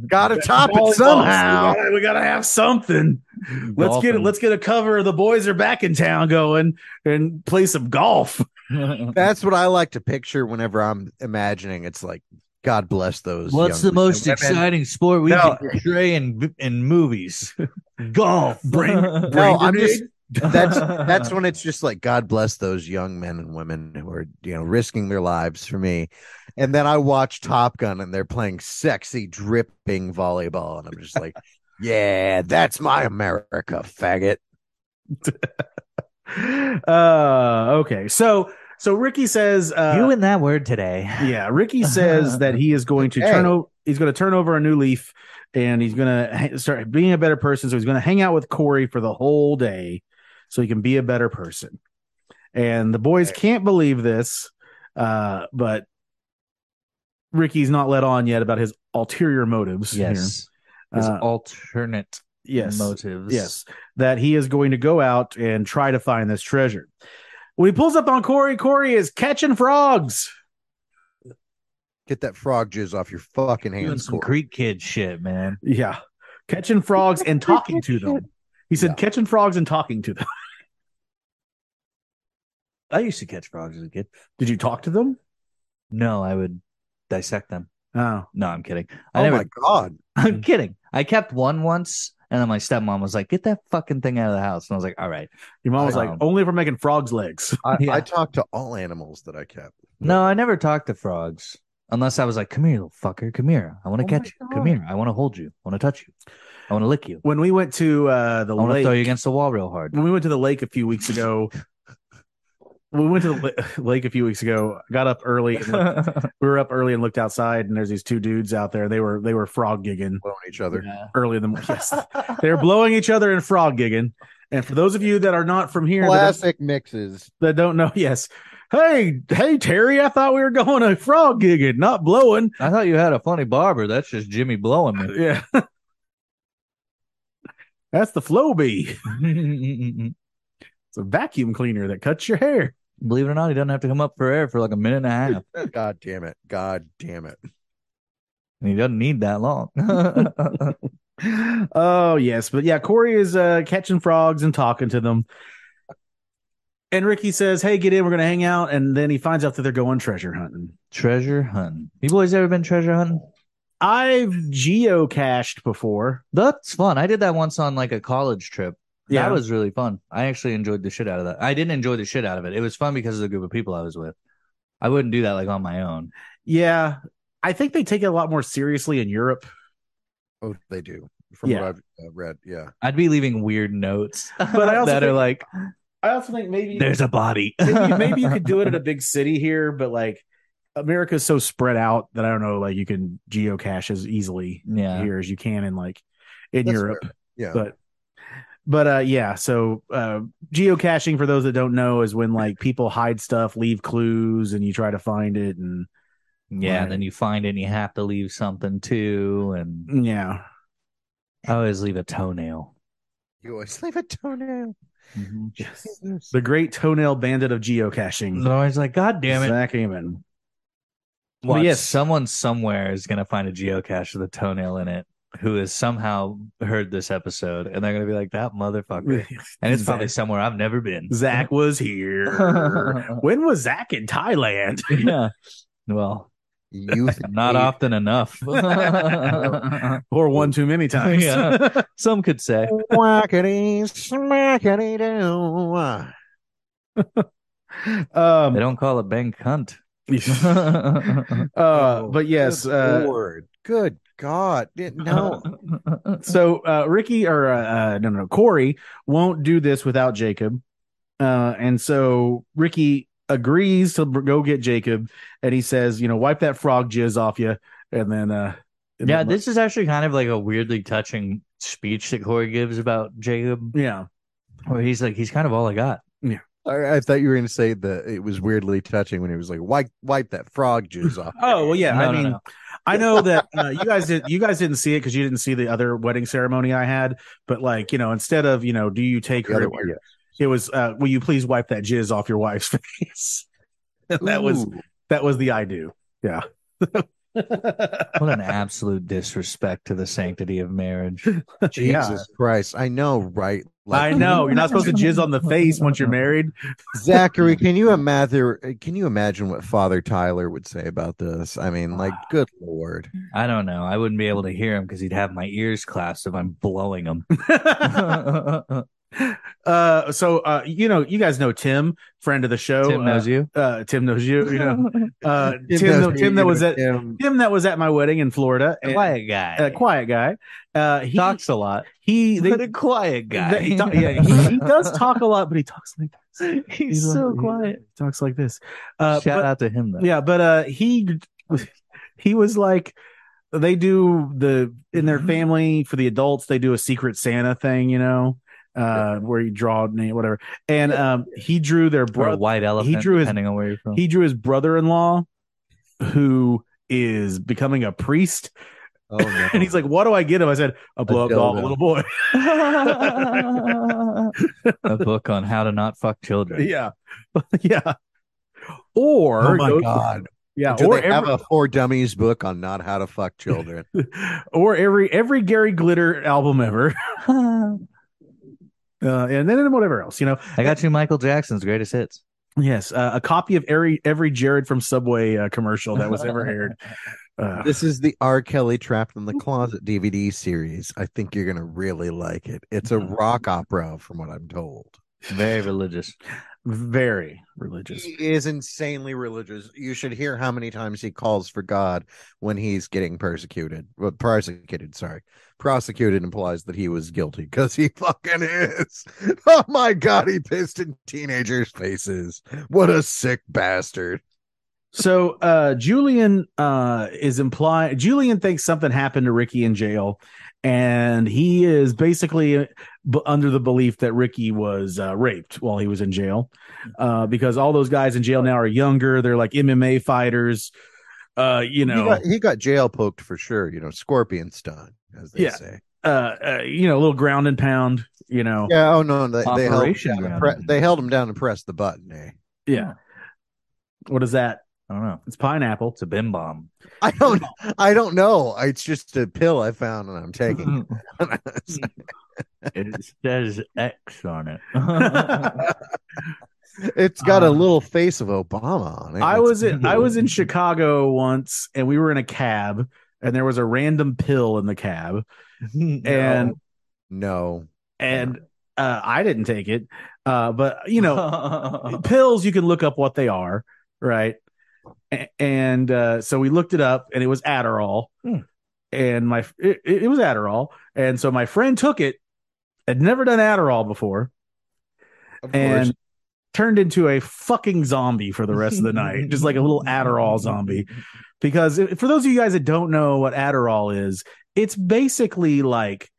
S4: gotta top
S2: Volleyball,
S4: it somehow.
S2: We gotta, we gotta have something. Let's get
S3: Golfing.
S2: let's get a cover. of The boys are back in town going and play some golf.
S4: That's what I like to picture whenever I'm imagining. It's like, God bless those.
S3: What's
S4: young
S3: the
S4: men
S3: most
S4: and women.
S3: exciting sport we
S4: No.
S3: can portray in in movies? uh, Golf.
S2: Bring-
S4: No,
S2: Brain
S4: I'm just that's that's when it's just like god bless those young men and women who are you know risking their lives for me and then i watch top gun and they're playing sexy dripping volleyball and i'm just like yeah that's my america faggot
S2: uh, okay. So so Ricky says uh,
S3: you and that word today.
S2: Yeah, Ricky says that he is going to
S4: Hey.
S2: turn over. He's going to turn over a new leaf, and he's going to ha- start being a better person. So he's going to hang out with Corey for the whole day, so he can be a better person. And the boys can't believe this, uh, but Ricky's not let on yet about his ulterior motives. here.
S3: Yes, His
S2: Uh,
S3: alternate
S2: yes,
S3: motives.
S2: yes, that he is going to go out and try to find this treasure. When he pulls up on Corey, Corey is catching frogs.
S4: get that frog jizz off your fucking
S3: doing
S4: hands
S3: some
S4: Corey.
S3: Greek kid shit, man.
S2: Yeah. Catching frogs and talking to them. He said
S4: Yeah.
S2: catching frogs and talking to them.
S3: I used to catch frogs as a kid.
S2: Did you talk to them?
S3: No, I would dissect them.
S2: Oh.
S3: No, I'm kidding. I
S4: oh
S3: never.
S4: my god
S3: I'm kidding. I kept one once, and then my stepmom was like, "Get that fucking thing out of the house," and I was like, "All right."
S2: Your mom was like,
S3: Um,
S2: only for making frogs legs.
S4: I,
S3: Yeah.
S4: I talked to all animals that i kept
S3: No, I never talked to frogs unless I was like, "Come here, little fucker. Come here. I want to
S2: Oh my
S3: catch you. Come
S2: God.
S3: here. I want to hold you. I want to touch you. I want to lick you.
S2: When we went to uh, the
S3: I want to throw you
S2: lake,
S3: against the wall real hard."
S2: when we went to the lake a few weeks ago, we went to the la- lake a few weeks ago, got up early. And looked- we were up early and looked outside and there's these two dudes out there. They were, they were frog gigging
S4: blowing each other
S3: Yeah.
S2: early in the morning. Yes. They're blowing each other and frog gigging. And for those of you that are not from here, that don't-
S4: classic mixes
S2: that don't know, yes. Hey, hey, Terry, I thought we were going to frog gigging, not blowing.
S3: I thought you had a funny barber. That's just Jimmy blowing me.
S2: Yeah. That's the flow bee.
S3: Believe
S2: It's a vacuum cleaner that cuts your hair.
S3: it or not, he doesn't have to come up for air for like a minute and a half,
S4: god damn it god damn it
S3: and he doesn't need that long. I
S2: Oh, yes. But yeah, Corey is uh, catching frogs and talking to them. And Ricky says, Hey, get in. We're going to hang out. And then he finds out that they're going treasure hunting.
S3: treasure hunting. You boys ever been treasure hunting?
S2: I've geocached before.
S3: That's fun. I did that once on like a college trip.
S2: Yeah.
S3: That was really fun. I actually enjoyed the shit out of that. I didn't enjoy the shit out of it. It was fun because of the group of people I was with. I wouldn't do that like on my own.
S2: yeah. I think they take it a lot more seriously in Europe.
S4: oh they do from
S2: Yeah.
S4: what i've uh, read yeah
S3: I'd be leaving weird notes
S2: But I also
S3: that are
S2: think-
S3: like,
S2: I also think maybe
S3: "There's a body."
S2: maybe, maybe you could do it in a big city here, but like America's so spread out that I don't know, like you can geocache as easily
S3: Yeah.
S2: here as you can in like in
S4: That's
S2: Europe.
S4: yeah
S2: But but uh yeah, so uh geocaching for those that don't know is when like people hide stuff, leave clues, and you try to find it and
S3: Yeah,
S2: Right.
S3: and then you find it and you have to leave something too. And
S2: yeah.
S3: I always leave a toenail.
S4: you always leave a toenail
S2: The great toenail bandit of geocaching.
S3: And I was like, God damn it.
S2: Zach Eamon.
S3: Well,
S2: But
S3: yes,
S2: yes.
S3: someone somewhere is going to find a geocache with a toenail in it who has somehow heard this episode and they're going to be like, that motherfucker. And it's probably somewhere I've never been.
S2: Zach was here. when was Zach in Thailand?
S3: yeah. Well,
S4: youth
S3: not
S4: off.
S3: often enough.
S2: or one too many times.
S3: Yeah. Some could say.
S4: Whackity smackity doo.
S3: They
S2: um,
S3: don't call it bank hunt.
S2: uh, but yes,
S4: Good
S2: uh,
S4: Lord. Good God. Yeah, No.
S2: so uh, Ricky or uh, uh, no, no, no, Corey won't do this without Jacob, uh, and so Ricky agrees to b- go get Jacob, and he says, you know, wipe that frog jizz off you, and then uh, and
S3: Yeah,
S2: then-
S3: this is actually kind of like a weirdly touching speech that Corey gives about Jacob,
S2: yeah,
S3: where he's like, he's kind of all I got.
S4: I, I thought you were going to say that it was weirdly touching when he was like, wipe, wipe that frog juice off.
S2: Oh well, yeah.
S3: No,
S2: I
S3: no,
S2: mean,
S3: no.
S2: I know that uh, you guys did. You guys didn't see it because you didn't see the other wedding ceremony I had. But like, you know, instead of you know, do you take
S4: The
S2: her?
S4: other
S2: to
S4: way.
S2: your- It was, uh, will you please wipe that jizz off your wife's face? And that was
S4: Ooh.
S2: that was the I do. Yeah.
S3: what an absolute disrespect to the sanctity of marriage.
S4: Jesus Christ. I know, right?
S2: I know you're not supposed to jizz on the face once you're married.
S4: Zachary, can you imagine? Can you imagine what Father Tyler would say about this? I mean, like, good Lord.
S3: I don't know. I wouldn't be able to hear him because he'd have my ears clasped if I'm blowing him.
S2: uh, Uh, so uh, you know, you guys know Tim, friend of the show.
S3: Tim knows you.
S2: Uh, uh, Tim knows you. You know, uh, Tim, Tim, Tim that was at
S4: Tim.
S2: Tim that was at my wedding in Florida. and-
S3: quiet guy.
S2: uh, quiet guy. Uh, he
S3: talks a lot,
S2: he they,
S3: but a quiet guy.
S2: they- he, talk- yeah, he, he does talk a lot, but he talks like
S3: he's,
S2: he's like-
S3: so
S2: he-
S3: quiet.
S2: he talks like this. Uh,
S3: Shout
S2: but-
S3: out to him though.
S2: yeah, but uh, he he was like they do the in
S4: Mm-hmm.
S2: their family for the adults they do a secret Santa thing, you know, uh, where you draw a name, whatever. And um, he drew their
S3: or a
S2: brother.
S3: white elephant.
S2: drew his-
S3: depending on where you're from.
S2: He drew his brother-in-law, who is becoming a priest,
S4: Oh, no.
S2: and he's like, "What do I get him?" I said, "A blow-up doll,
S4: dildo.
S2: little boy."
S3: a book on how to not fuck children.
S2: yeah, yeah. Or
S4: oh my
S2: go-
S4: god!
S2: yeah,
S4: Do
S2: or
S4: they have
S2: every-
S4: a four dummies book on not how to fuck children?
S2: or every every Gary Glitter album ever, uh, and then whatever else, you know.
S3: I got you, Michael Jackson's greatest hits.
S2: Yes, uh, a copy of every every Jared from Subway uh, commercial that was ever aired. Uh,
S4: this is the R. Kelly Trapped in the Closet DVD series. I think you're gonna really like it. It's a
S2: Mm-hmm.
S4: rock opera, from what I'm told.
S3: Very religious.
S2: very religious.
S4: He is insanely religious. You should hear how many times he calls for God when he's getting persecuted. Well, prosecuted, sorry. Prosecuted implies that he was guilty because he fucking is. Oh my God, he pissed in teenagers' faces. What a sick bastard.
S2: So uh, Julian uh, is implying Julian thinks something happened to Ricky in jail, and he is basically uh, b- under the belief that Ricky was uh, raped while he was in jail, uh, because all those guys in jail now are younger. They're like MMA fighters, uh, you
S4: He,
S2: know,
S4: got, he got jail poked for sure, you know, scorpion stun, as they
S2: Yeah.
S4: say.
S2: uh, uh, you know, a little ground and pound, you know,
S4: Yeah, oh no, they, they, held, him
S3: Operation
S4: down and
S3: Grounded.
S4: pre- they held him down and pressed the button, eh?
S2: yeah. What is that?
S3: I don't know.
S2: It's pineapple.
S3: It's a bim bomb.
S4: I don't I don't know. It's just a pill I found and I'm taking. it.
S3: it says X on it.
S4: It's got a
S2: Um,
S4: little face of Obama on it.
S2: I
S4: It's
S2: was in, I
S4: cool.
S2: was in Chicago once, and we were in a cab, and there was a random pill in the cab, and
S4: no.
S2: and uh, I didn't take it, uh, but you know,
S3: know,
S2: pills you can look up what they are, right? A- And uh, so we looked it up, and it was Adderall,
S3: Hmm.
S2: and my it, it was Adderall, and so my friend took it, had never done Adderall before,
S4: Of
S2: and
S4: course.
S2: turned into a fucking zombie for the rest of the night, just like a little Adderall zombie. Because it- for those of you guys that don't know what Adderall is, it's basically like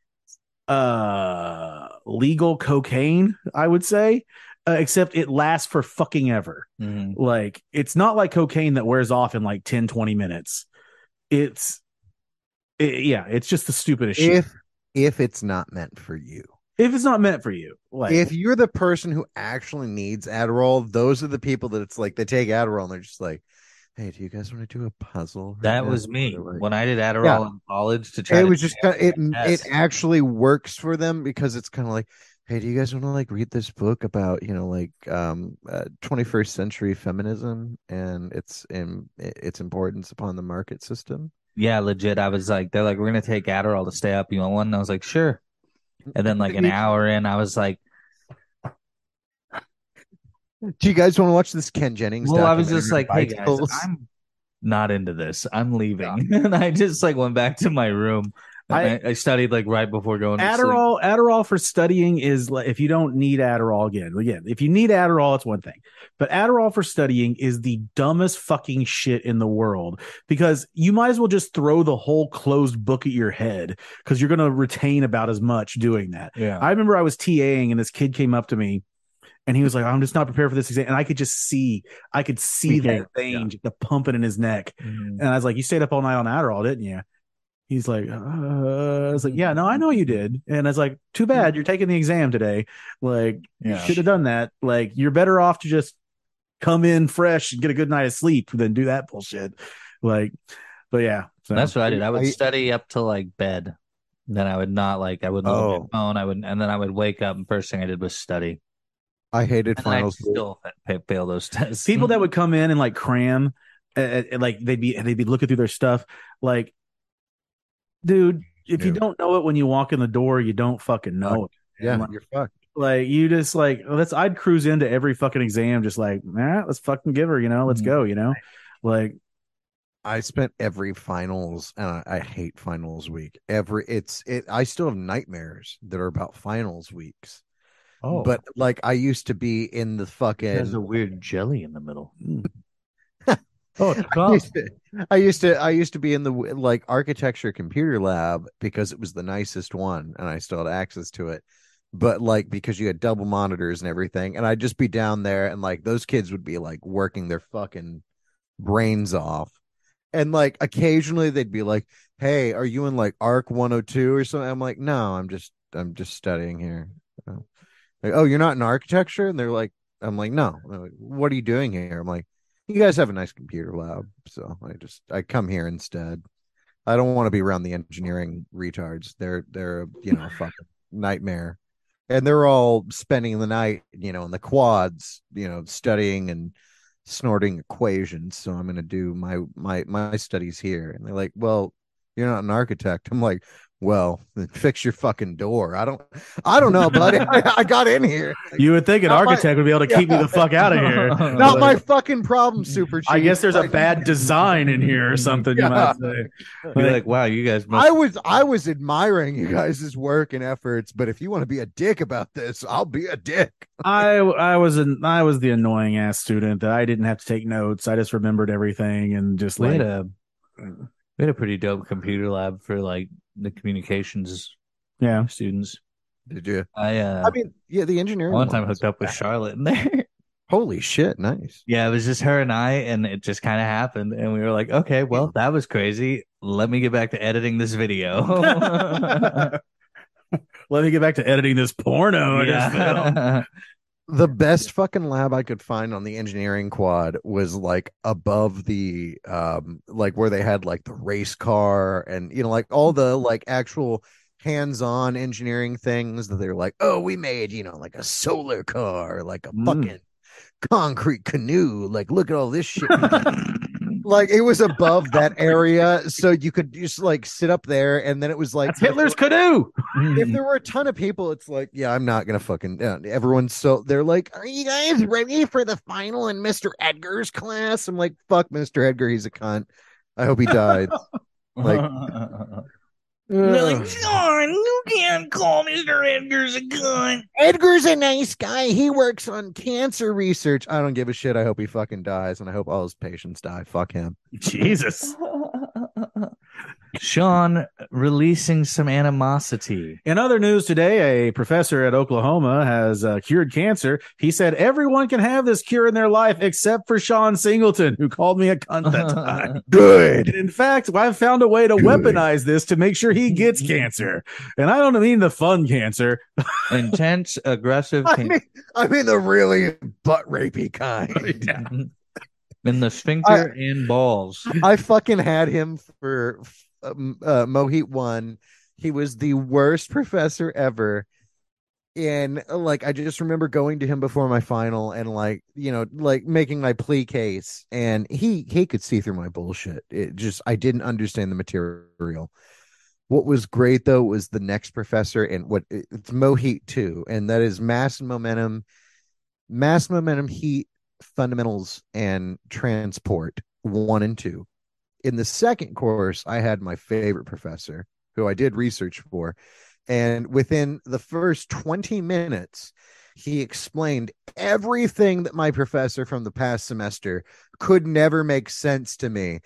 S2: uh legal cocaine, I would say, uh, except it lasts for fucking ever.
S3: Mhm.
S2: Like it's not like cocaine that wears off in like 10 20 minutes. It's it, yeah, it's just the stupidest shit. If,
S4: if if it's not meant for you.
S2: it's not meant for you, like
S4: If you're the person who actually needs Adderall, those are the people that it's like they take Adderall and they're just like, Hey, do you guys want to do a puzzle? right
S3: That
S4: now?"
S3: was me
S4: They're like-
S3: when I did Adderall
S4: Yeah.
S3: in college to try.
S4: it
S3: to
S4: was just kind it
S3: Yes.
S4: it actually works for them because it's kind of like hey do you guys want to like read this book about you know like um uh, 21st century feminism and its in its importance upon the market system
S3: Yeah, legit. I was like, they're like, we're gonna take Adderall to stay up. You want one? And I was like, sure. And then like an hour in, I was like,
S4: do you guys want to watch this ken jennings
S3: well, I was just like, hey
S4: documentary
S3: guys,
S4: on bicycles?"
S3: I'm not into this. I'm leaving, and I just like went back to my room.
S2: I-
S3: And I, I studied like right before going to sleep.
S2: Adderall, Adderall for studying is like if you don't need Adderall again, again, if you need Adderall, it's one thing, but Adderall for studying is the dumbest fucking shit in the world because you might as well just throw the whole closed book at your head because you're going to retain about as much doing that.
S3: Yeah.
S2: I remember I was TAing and this kid came up to me and he was like, I'm just not prepared for this exam. And I could just see, I could see
S3: Yeah,
S2: that thing, just the pumping in his neck.
S3: Mhm.
S2: And I was like, "You stayed up all night on Adderall, didn't you?" He's like, uh, "I was like, yeah, no, I know you did." And I was like, "Too bad you're taking the exam today. Like, you
S3: Yeah.
S2: should have done that. Like, you're better off to just come in fresh and get a good night of sleep than do that bullshit." Like, but yeah, so
S3: That's what I did. I would
S4: I-
S3: study up to like bed. Then I would not like I would look at
S4: Oh.
S3: my phone. I would and then I would wake up and first thing I did was study.
S4: i hated
S3: And then I
S4: finals
S3: still fa- fa- fail those tests.
S2: people
S4: Mm-hmm.
S2: that would come in and like cram, uh, uh, like they'd be they'd be looking through their stuff. Like, dude, if you
S4: Yeah.
S2: don't know it when you walk in the door, you don't fucking know it.
S4: yeah
S2: Like-
S4: you're fucked
S2: Like you just like let's I'd cruise into every fucking exam just like, all right, let's fucking give her, you know, let's
S4: Mm-hmm.
S3: Mhm.
S2: go, you know. Like
S4: I spent every finals, and I, I hate finals week. Every it's it. I still have nightmares that are about finals weeks. But like I used to be in the fucking.
S3: Oh, there's a weird jelly in the middle.
S2: Mm.
S3: oh, it's
S4: I
S3: gone.
S4: used, to, I used to I used to be in the like architecture computer lab because it was the nicest one and I still had access to it. But like because you had double monitors and everything, and I'd just be down there and like those kids would be like working their fucking brains off. And like occasionally they'd be like, Hey, are you in like ARC 102 or something? I'm like, No, I'm just I'm just studying here. So, Like, oh, you're not in architecture? And they're like, I'm like, No. And they're like, what are you doing here? I'm like, you guys have a nice computer lab so i just i come here instead i don't want to be around the engineering retards they're they're you know a fucking nightmare and they're all spending the night you know in the quads you know studying and snorting equations so i'm going to do my my my studies here and they're like well you're not an architect i'm like well then fix your fucking door i don't i don't know buddy I, I got in here
S2: you would think an
S4: Not my-
S2: architect would be able to keep me the fuck out of here. Like,
S4: not my fucking problem super chief
S2: I guess there's a
S4: Like-
S2: bad design in here or something you might say.
S3: You're like, wow, you guys must.
S4: I was I was admiring you guys' work and efforts, but if you want to be a dick about this, I'll be a dick.
S2: I I was an I was the annoying ass student that I didn't have to take notes. I just remembered everything and just
S3: we
S2: like
S3: had a we had a pretty dope computer lab for like the communications
S2: yeah.
S3: students.
S4: Did you?
S3: I uh,
S4: I mean, yeah, the engineering
S3: one time
S4: ones.
S3: hooked up with Charlotte in there.
S4: Holy shit, nice.
S3: Yeah, it was just her and I, and it just kind of happened. And we were like, okay, well, that was crazy. Let me get back to editing this video.
S2: Let me get back to editing this porno. I just filmed.
S3: Yeah.
S4: The best fucking lab I could find on the engineering quad was like above the um like where they had like the race car and you know like all the
S2: Mm-hmm.
S4: like actual hands-on engineering things that they're like, "Oh, we made, you know, like a solar car, like a
S2: Mm.
S4: fucking concrete canoe. Like look at all this shit." like it was above that area so you could just like sit up there and then it was like
S2: That's Hitler's canoe.
S4: if there were a ton of people it's like yeah i'm not gonna fucking uh, everyone's so they're like are you guys ready for the final in mr edgar's class i'm like fuck mr edgar he's a cunt i hope he died like-
S3: John, you can't call Mr. Edgar's a gun.
S4: edgar's a nice guy he works on cancer research i don't give a shit i hope he fucking dies and i hope all his patients die fuck him
S2: Jesus.
S3: Sean releasing some animosity.
S2: In other news today, a professor at Oklahoma has uh, cured cancer. He said everyone can have this cure in their life except for Sean Singleton, who called me a cunt that time.
S4: good
S2: And in fact, I've found a way to
S4: Good.
S2: weaponize this to make sure he gets cancer. And I don't mean the fun cancer.
S3: Intense, aggressive.
S4: i mean i mean the really butt rapey kind
S3: In Mm-hmm. the sphincter and balls.
S4: I fucking had him for um, uh, Mohit one. He was the worst professor ever. And uh, like, I just remember going to him before my final and like, you know, like making my plea case. And he he could see through my bullshit. It just I didn't understand the material. What was great though was the next professor and what it's Mohit two, and that is mass and momentum, mass momentum heat fundamentals and transport one and two. In the second course, I had my favorite professor who I did research for. And within the first 20 minutes, he explained everything that my professor from the past semester could never make sense to me.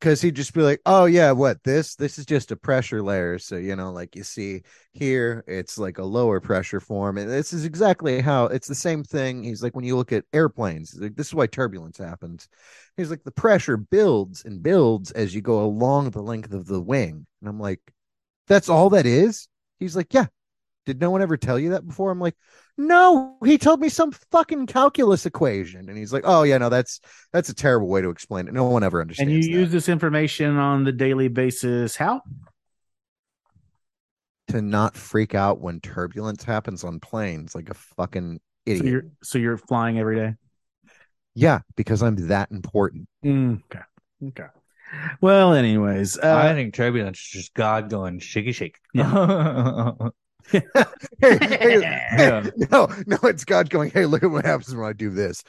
S4: Cause he'd just be like, oh, yeah, what this? This is just a pressure layer. So, you know, like you see here, it's like a lower pressure form. And this is exactly how it's the same thing. He's like, when you look at airplanes, he's like, this is why turbulence happens. He's like, the pressure builds and builds as you go along the length of the wing. And I'm like, that's all that is? He's like, yeah. Did no one ever tell you that before? I'm like, no, he told me some fucking calculus equation. And he's like, oh, yeah, no, that's that's a terrible way to explain it. No one ever
S2: And
S4: understands.
S2: you
S4: that."
S2: use this information on the daily basis. How?
S4: to not freak out when turbulence happens on planes like a fucking
S2: So
S4: idiot.
S2: you're so you're flying every day.
S4: yeah, because I'm that important.
S2: Mm, okay. Okay. Well, anyways, uh,
S3: I think turbulence is just God going shaky shake.
S4: Hey, hey, no, no, it's God going, hey, look at what happens when I do this.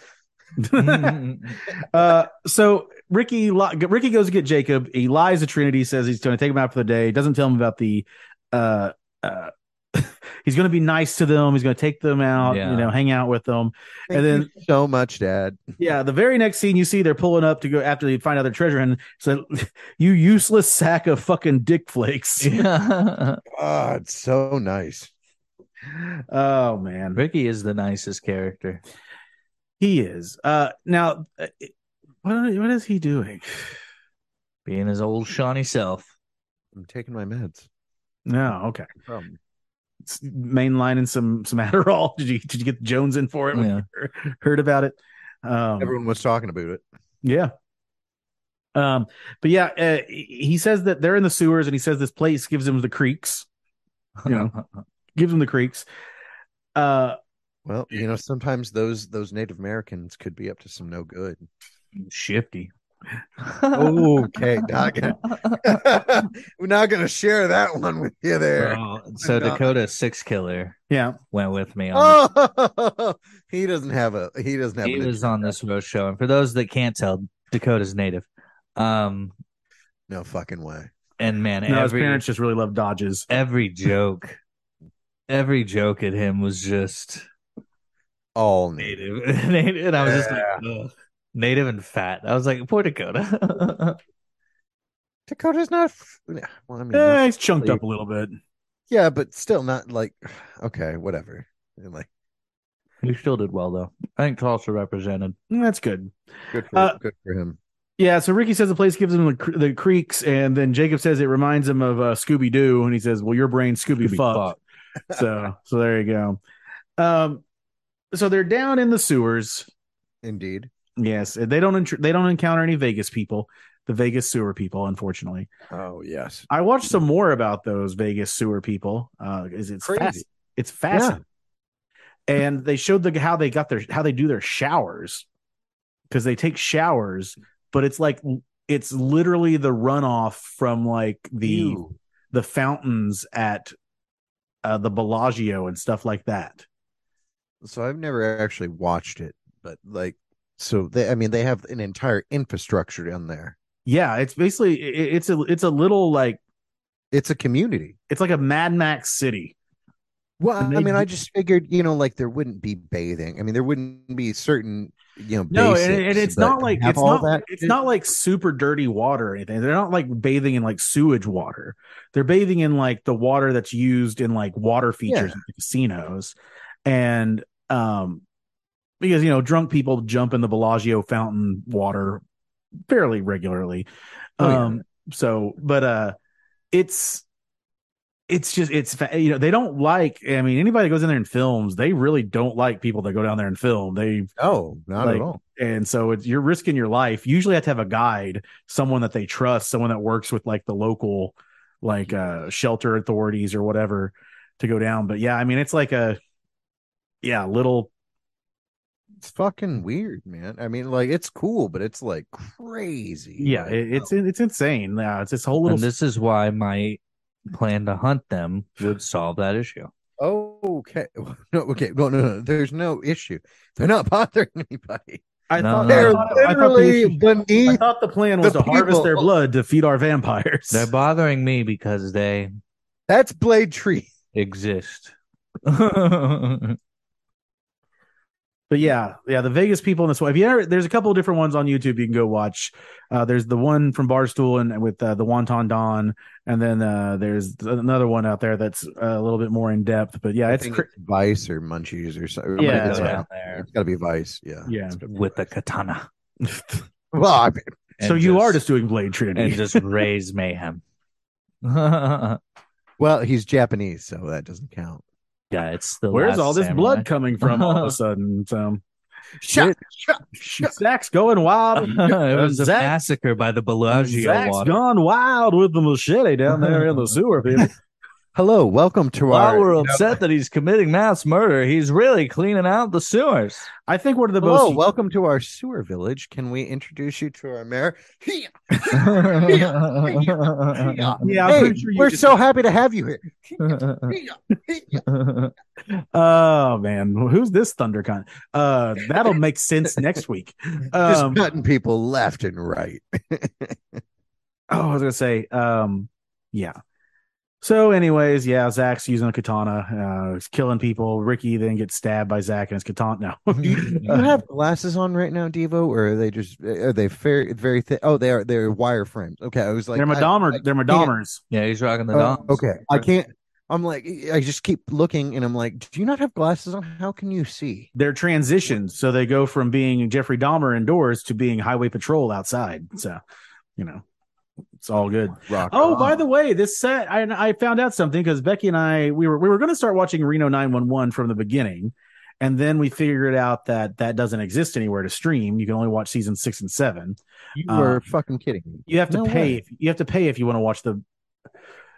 S2: uh, so Ricky li- Ricky goes to get Jacob. He lies to Trinity, says he's going to take him out for the day. Doesn't tell him about the. Uh, uh, he's going to be nice to them. He's going to take them out.
S3: Yeah.
S2: You know, hang out with them.
S4: Thank
S2: And
S4: you so much, Dad.
S2: Yeah, the very next scene you see they're pulling up to go after they find out their treasure, and so you useless sack of fucking dick flakes.
S3: Yeah.
S4: Oh, it's so nice.
S2: oh man,
S3: Ricky is the nicest character.
S2: he is. Uh, now, uh, what what is he doing?
S3: Being his old Shawnee self.
S4: I'm taking my meds.
S2: No, okay.
S4: Problem.
S2: s- mainlining some some Adderall. Did you did you get Jones in for it when
S3: Yeah.
S2: you heard about it? Um,
S4: Everyone was talking about it.
S2: yeah. Um, but yeah, uh, he he says that they're in the sewers, and he says this place gives him the creeks, You know. gives him the creeks. Uh,
S4: Well, you know, sometimes those those Native Americans could be up to some no good.
S3: Shifty.
S2: Oh,
S4: Okay, not gonna, we're not gonna share that one with you there.
S3: Oh, so Dakota Six Killer
S2: yeah,
S3: went with me on
S4: Oh, he doesn't have a he doesn't have.
S3: he
S4: an
S3: was on this road show and for those that can't tell dakota's native um
S4: No fucking way.
S3: and man
S2: no, his
S3: every
S2: parents just really love Dodges.
S3: every joke every joke at him was just
S4: All native.
S3: native native and i was just like Ugh. native and fat i was like poor dakota
S4: Dakota's not. f- Well, I mean,
S2: Eh, he's chunked up a little bit.
S4: yeah, but still not like. Okay, whatever. And, like
S3: he still did well though i think tulsa represented
S2: Mm, That's good.
S4: good for,
S2: Uh,
S4: good for him.
S2: Yeah. So Ricky says the place gives him the, cr- the creeks, and then Jacob says it reminds him of uh, Scooby Doo, and he says, "Well, your brain Scooby,
S3: Scooby
S2: fucked."
S3: fucked.
S2: so so there you go um so they're down in the sewers
S4: Indeed.
S2: yes and they don't intr- they don't encounter any vegas people the vegas sewer people unfortunately
S4: Oh yes.
S2: i watched some more about those vegas sewer people uh is it's
S4: Crazy.
S2: fast it's fast and they showed the how they got their how they do their showers because they take showers but it's like it's literally the runoff from like the
S4: Ew.
S2: the fountains at uh, the Bellagio and stuff like that.
S4: So I've never actually watched it, but like, so they. I mean, they have an entire infrastructure in there.
S2: Yeah, it's basically i- i- it's a it's a little like
S4: It's a community.
S2: it's like a Mad Max city.
S4: Well,
S2: And
S4: I
S2: they
S4: mean, I
S2: do-
S4: just figured, you know, like there wouldn't be bathing. I mean, there wouldn't be certain, you know,
S2: No,
S4: basics,
S2: and, and it's
S4: but
S2: not
S4: to
S2: like
S4: have
S2: it's
S4: all
S2: not
S4: that
S2: it's
S4: shit-
S2: not like super dirty water or anything. They're not like bathing in like sewage water. They're bathing in like the water that's used in like water features at the casinos, and um, because you know drunk people jump in the Bellagio fountain water fairly regularly.
S4: Oh, yeah.
S2: Um, so but uh, it's it's just it's fa- you know they don't like. I mean, anybody that goes in there and films, they really don't like people that go down there and film. They
S4: No, Oh, not
S2: like-
S4: at all.
S2: and so it's you're risking your life you usually have to have a guide someone that they trust someone that works with like the local like uh shelter authorities or whatever to go down but yeah i mean it's like a yeah little
S4: It's fucking weird, man. I mean, like it's cool, but it's like crazy.
S2: yeah
S4: Like,
S2: it, it's it's insane yeah it's this whole little
S3: and this is why my plan to hunt them would solve that issue
S4: oh, okay. No, okay. No, no, no. There's no issue. They're not bothering anybody.
S2: I,
S3: No,
S2: thought, Uh, I
S3: no.
S4: They're
S2: thought- I thought the
S4: literally
S2: issue- I
S4: beneath.
S2: thought the plan was
S4: the
S2: to harvest their
S4: people.
S2: blood to feed our vampires
S3: they're bothering me because they
S4: That's Blade Tree.
S3: exist. I've
S2: But yeah, yeah, the Vegas people in this one. If you ever, there's a couple of different ones on YouTube you can go watch. Uh, there's the one from Barstool and with uh, the Wonton Don, and then uh, there's another one out there that's a little bit more in depth. But yeah,
S4: I
S2: it's
S4: think
S2: cr-
S4: Vice or Munchies or something.
S2: Yeah,
S4: It's
S2: yeah.
S4: gotta- It's got to be Vice. Yeah.
S2: Yeah.
S4: It's gotta be
S3: with a
S4: Vice.
S3: katana.
S4: Well, I mean,
S2: so
S3: And
S2: you are just doing Blade Trinity.
S3: and just raise mayhem. yeah,
S4: well, he's Japanese, so that doesn't count.
S3: it's the
S2: Where's
S3: last
S2: all this
S3: samurai.
S2: blood coming from all of a sudden? So
S4: Shut, shut, shut.
S2: Zach's going wild.
S3: it was a
S2: Zach-
S3: massacre by the Bellagio
S2: Zach's
S3: water.
S2: gone wild with the machete down there in the sewer, people.
S4: Hello, welcome to
S3: While
S4: our.
S3: we're upset that he's committing mass murder, he's really cleaning out the sewers.
S2: I think one of the
S4: Hello,
S2: most
S4: welcome to our sewer village. Can we introduce you to our mayor? Hee-
S2: yeah, I'm
S4: Hey,
S2: pretty sure you
S4: we're
S2: just-
S4: so happy to have you here. Hee- hee-
S2: Oh man, who's this ThunderCon? Uh, that'll make sense next week.
S4: Just
S2: Um,
S4: cutting people left and right.
S2: oh, I was gonna say, um, yeah. So, anyways, yeah, Zach's using a katana. Uh, he's killing people. Ricky then gets stabbed by Zach and his katana. No,
S4: You have glasses on right now, Devo, or are they just are they very very thin? Oh, they are they're wireframes. Okay, I was like
S2: they're
S4: I-
S2: Madomer.
S4: I
S2: they're Madomers.
S3: yeah, he's rocking the
S4: Oh,
S3: doms.
S4: okay, I can't. I'm like I just keep looking, and I'm like, do you not have glasses on? How can you see?
S2: They're transitioned, so they go from being Jeffrey Dahmer indoors to being Highway Patrol outside. So, you know, it's all good.
S4: Rock.
S2: Oh, by the way, this set I, I found out something because Becky and I we were we were going to start watching Reno 911 from the beginning, and then we figured out that that doesn't exist anywhere to stream. You can only watch season six and seven.
S4: you
S2: uh,
S4: were fucking kidding me.
S2: You have to
S4: No
S2: pay.
S4: way.
S2: If, you have to pay if you want to watch the.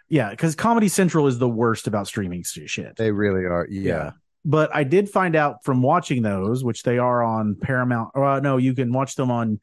S2: Yeah, because Comedy Central is the worst about streaming s- shit.
S4: They really are. Yeah.
S2: But I did find out from watching those, which they are on Paramount. Or uh, no, you can watch them on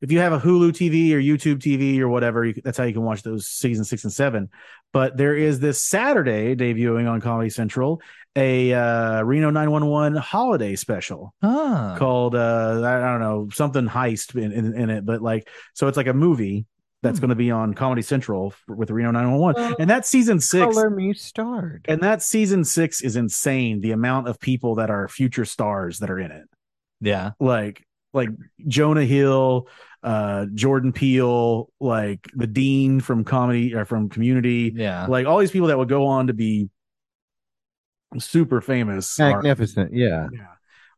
S2: if you have a Hulu TV or YouTube TV or whatever. You, that's how you can watch those season six and seven. But there is this Saturday debuting on Comedy Central a uh, Reno 911 holiday special
S3: Ah.
S2: called uh, I I don't know something heist in, in, in it, but like so it's like a movie that's going to be on Comedy Central f- with Reno 911,
S4: Well,
S2: and that's season six.
S4: Color me starred.
S2: And that season six is insane. The amount of people that are future stars that are in it,
S3: Yeah.
S2: like like Jonah Hill, uh, Jordan Peele, like the dean from comedy or from Community,
S3: Yeah.
S2: like all these people that would go on to be super famous are,
S4: Magnificent. Yeah.
S2: yeah,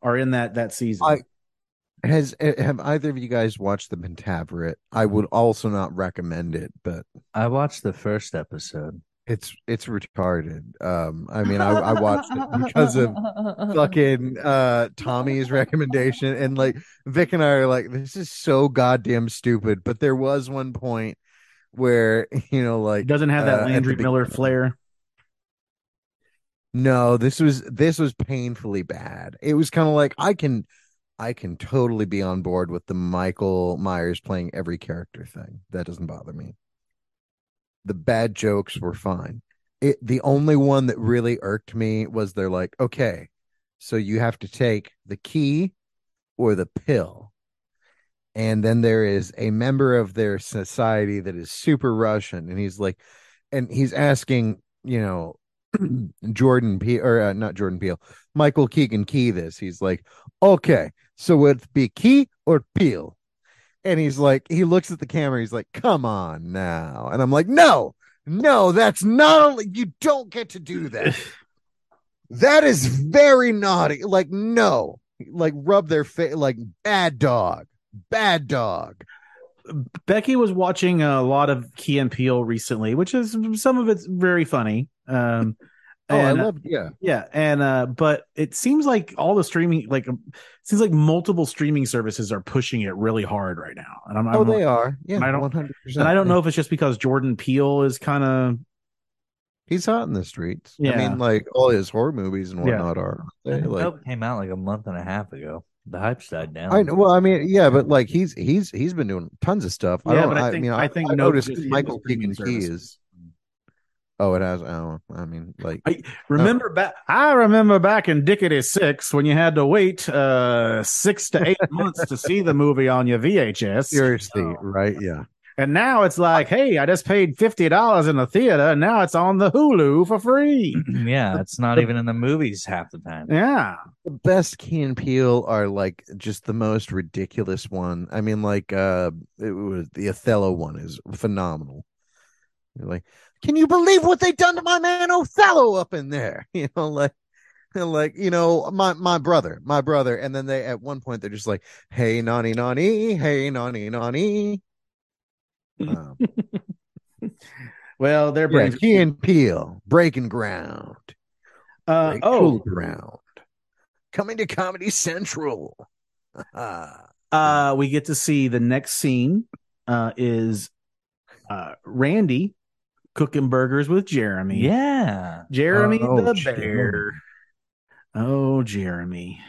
S2: are in that that season.
S4: I- Has eh, have either of you guys watched the Pentaveret? I would also not recommend it, but
S3: I watched the first episode.
S4: it's it's retarded. Um, I mean, I, I watched it because of fucking uh Tommy's recommendation, and like Vic and I are like, this is so goddamn stupid. But there was one point where you know,
S2: It
S4: like,
S2: doesn't have
S4: uh,
S2: that
S4: at the
S2: Landry
S4: big-
S2: Miller flair.
S4: no, this was this was painfully bad. It was kind of like I can, I can totally be on board with the Michael Myers playing every character thing. That doesn't bother me. The bad jokes were fine. It the only one that really irked me was they're like, okay, so you have to take the key or the pill. And then there is a member of their society that is super Russian, and he's like, and he's asking, you know, Jordan P or uh, not Jordan Peele, Michael Keegan Key. This he's like, okay, so would it be Key or Peel? And he's like, he looks at the camera. He's like, come on now. And I'm like, no, no, that's not only you don't get to do that. that is very naughty. Like, no, like rub their face, like bad dog, bad dog.
S2: Becky was watching a lot of Key and Peele recently, which is some of it's very funny. Um,
S4: Oh,
S2: and,
S4: I love yeah.
S2: yeah, and uh, but it seems like all the streaming, like, um, seems like multiple streaming services are pushing it really hard right now. And I'm, I'm
S4: Oh, they are. Yeah,
S2: I don't-
S4: one hundred percent.
S2: and I don't know if it's just because Jordan Peele is kind of
S4: He's hot in the streets. I
S2: Yeah.
S4: mean, like all his horror movies and
S2: Yeah. Mm-hmm.
S4: whatnot
S3: I
S4: are. aren't they?
S3: think
S4: Like,
S3: Dope came out like a month and a half ago. The hype's died down.
S4: I know. Well, I mean, yeah, but like he's he's he's been doing tons of stuff. I
S2: Yeah,
S4: don't.
S2: but I
S4: I,
S2: think-
S4: mean,
S2: I
S4: I,
S2: think
S4: I
S2: no
S4: noticed
S2: just in the
S4: Michael
S2: streaming
S4: Keegan Key
S2: services.
S4: is. Oh, it has. Oh, I mean, like
S2: Remember back, I remember back in Dickety Six when you had to wait uh six to eight months to see the movie on your VHS.
S4: seriously,
S2: Oh.
S4: right? Yeah.
S2: And now it's like, hey, I just paid fifty dollars in the theater, and now it's on the Hulu for free.
S3: yeah, it's not even in the movies half the time.
S2: Yeah,
S4: the best Key and Peele are like just the most ridiculous one. I mean, like uh, it was the Othello one is phenomenal. You're like, can you believe what they done to my man Othello up in there? You know, like. Like you know, my my brother, my brother, and then they at one point they're just like, "Hey, nani, nani, hey, nani, nani." Um,
S2: well, they're
S4: yeah,
S2: brave.
S4: Key and Peele, breaking ground,
S2: Uh,
S4: breaking
S2: oh,
S4: ground, coming to Comedy Central.
S2: uh, we get to see the next scene uh, is uh, Randy cooking burgers with Jeremy.
S3: Yeah.
S2: Jeremy
S4: Oh,
S2: the
S4: Jeremy.
S2: bear. Oh, Jeremy.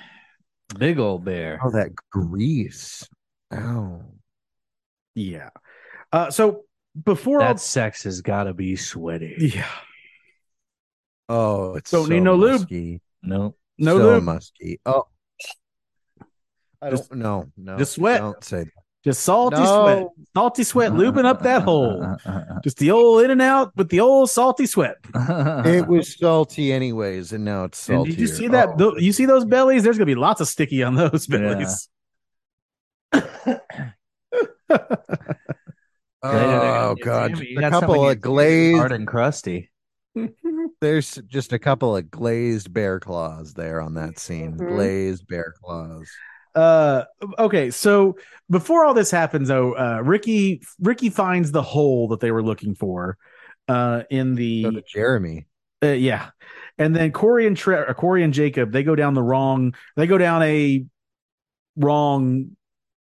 S3: Big old bear.
S4: Oh, that grease. Oh.
S2: Yeah. Uh, so before
S3: That sex has got to be sweaty.
S2: yeah,
S4: Oh, it's
S2: Don't
S4: so
S2: need no lube.
S4: musky.
S3: Nope.
S2: no
S4: so
S2: lube,
S4: musky. Oh. I
S2: Just-
S4: don't know. No.
S2: just sweat.
S4: Don't say that.
S2: just salty sweat,
S4: No. Uh-uh.
S2: salty sweat, lubing up that hole. Just the old in and out with the old salty sweat.
S4: It was salty anyways, and now it's Oh,
S2: And
S4: salty.
S2: did you see that? tho- you see those bellies? There's gonna be lots of sticky on those
S3: Yeah.
S2: bellies.
S4: Oh,
S3: Damn
S4: God.
S3: it,
S4: Just
S3: you
S4: a
S3: got
S4: couple
S3: something
S4: of glazed
S3: hard and crusty.
S4: there's just a couple of glazed bear claws there on that scene. Glazed bear claws.
S2: Uh, okay, so before all this happens, though, uh, Ricky Ricky finds the hole that they were looking for. Uh, in
S4: So
S2: the
S4: did Jeremy.
S2: Uh, yeah, and then Corey and Tre- or Corey and Jacob they go down the wrong. They go down a wrong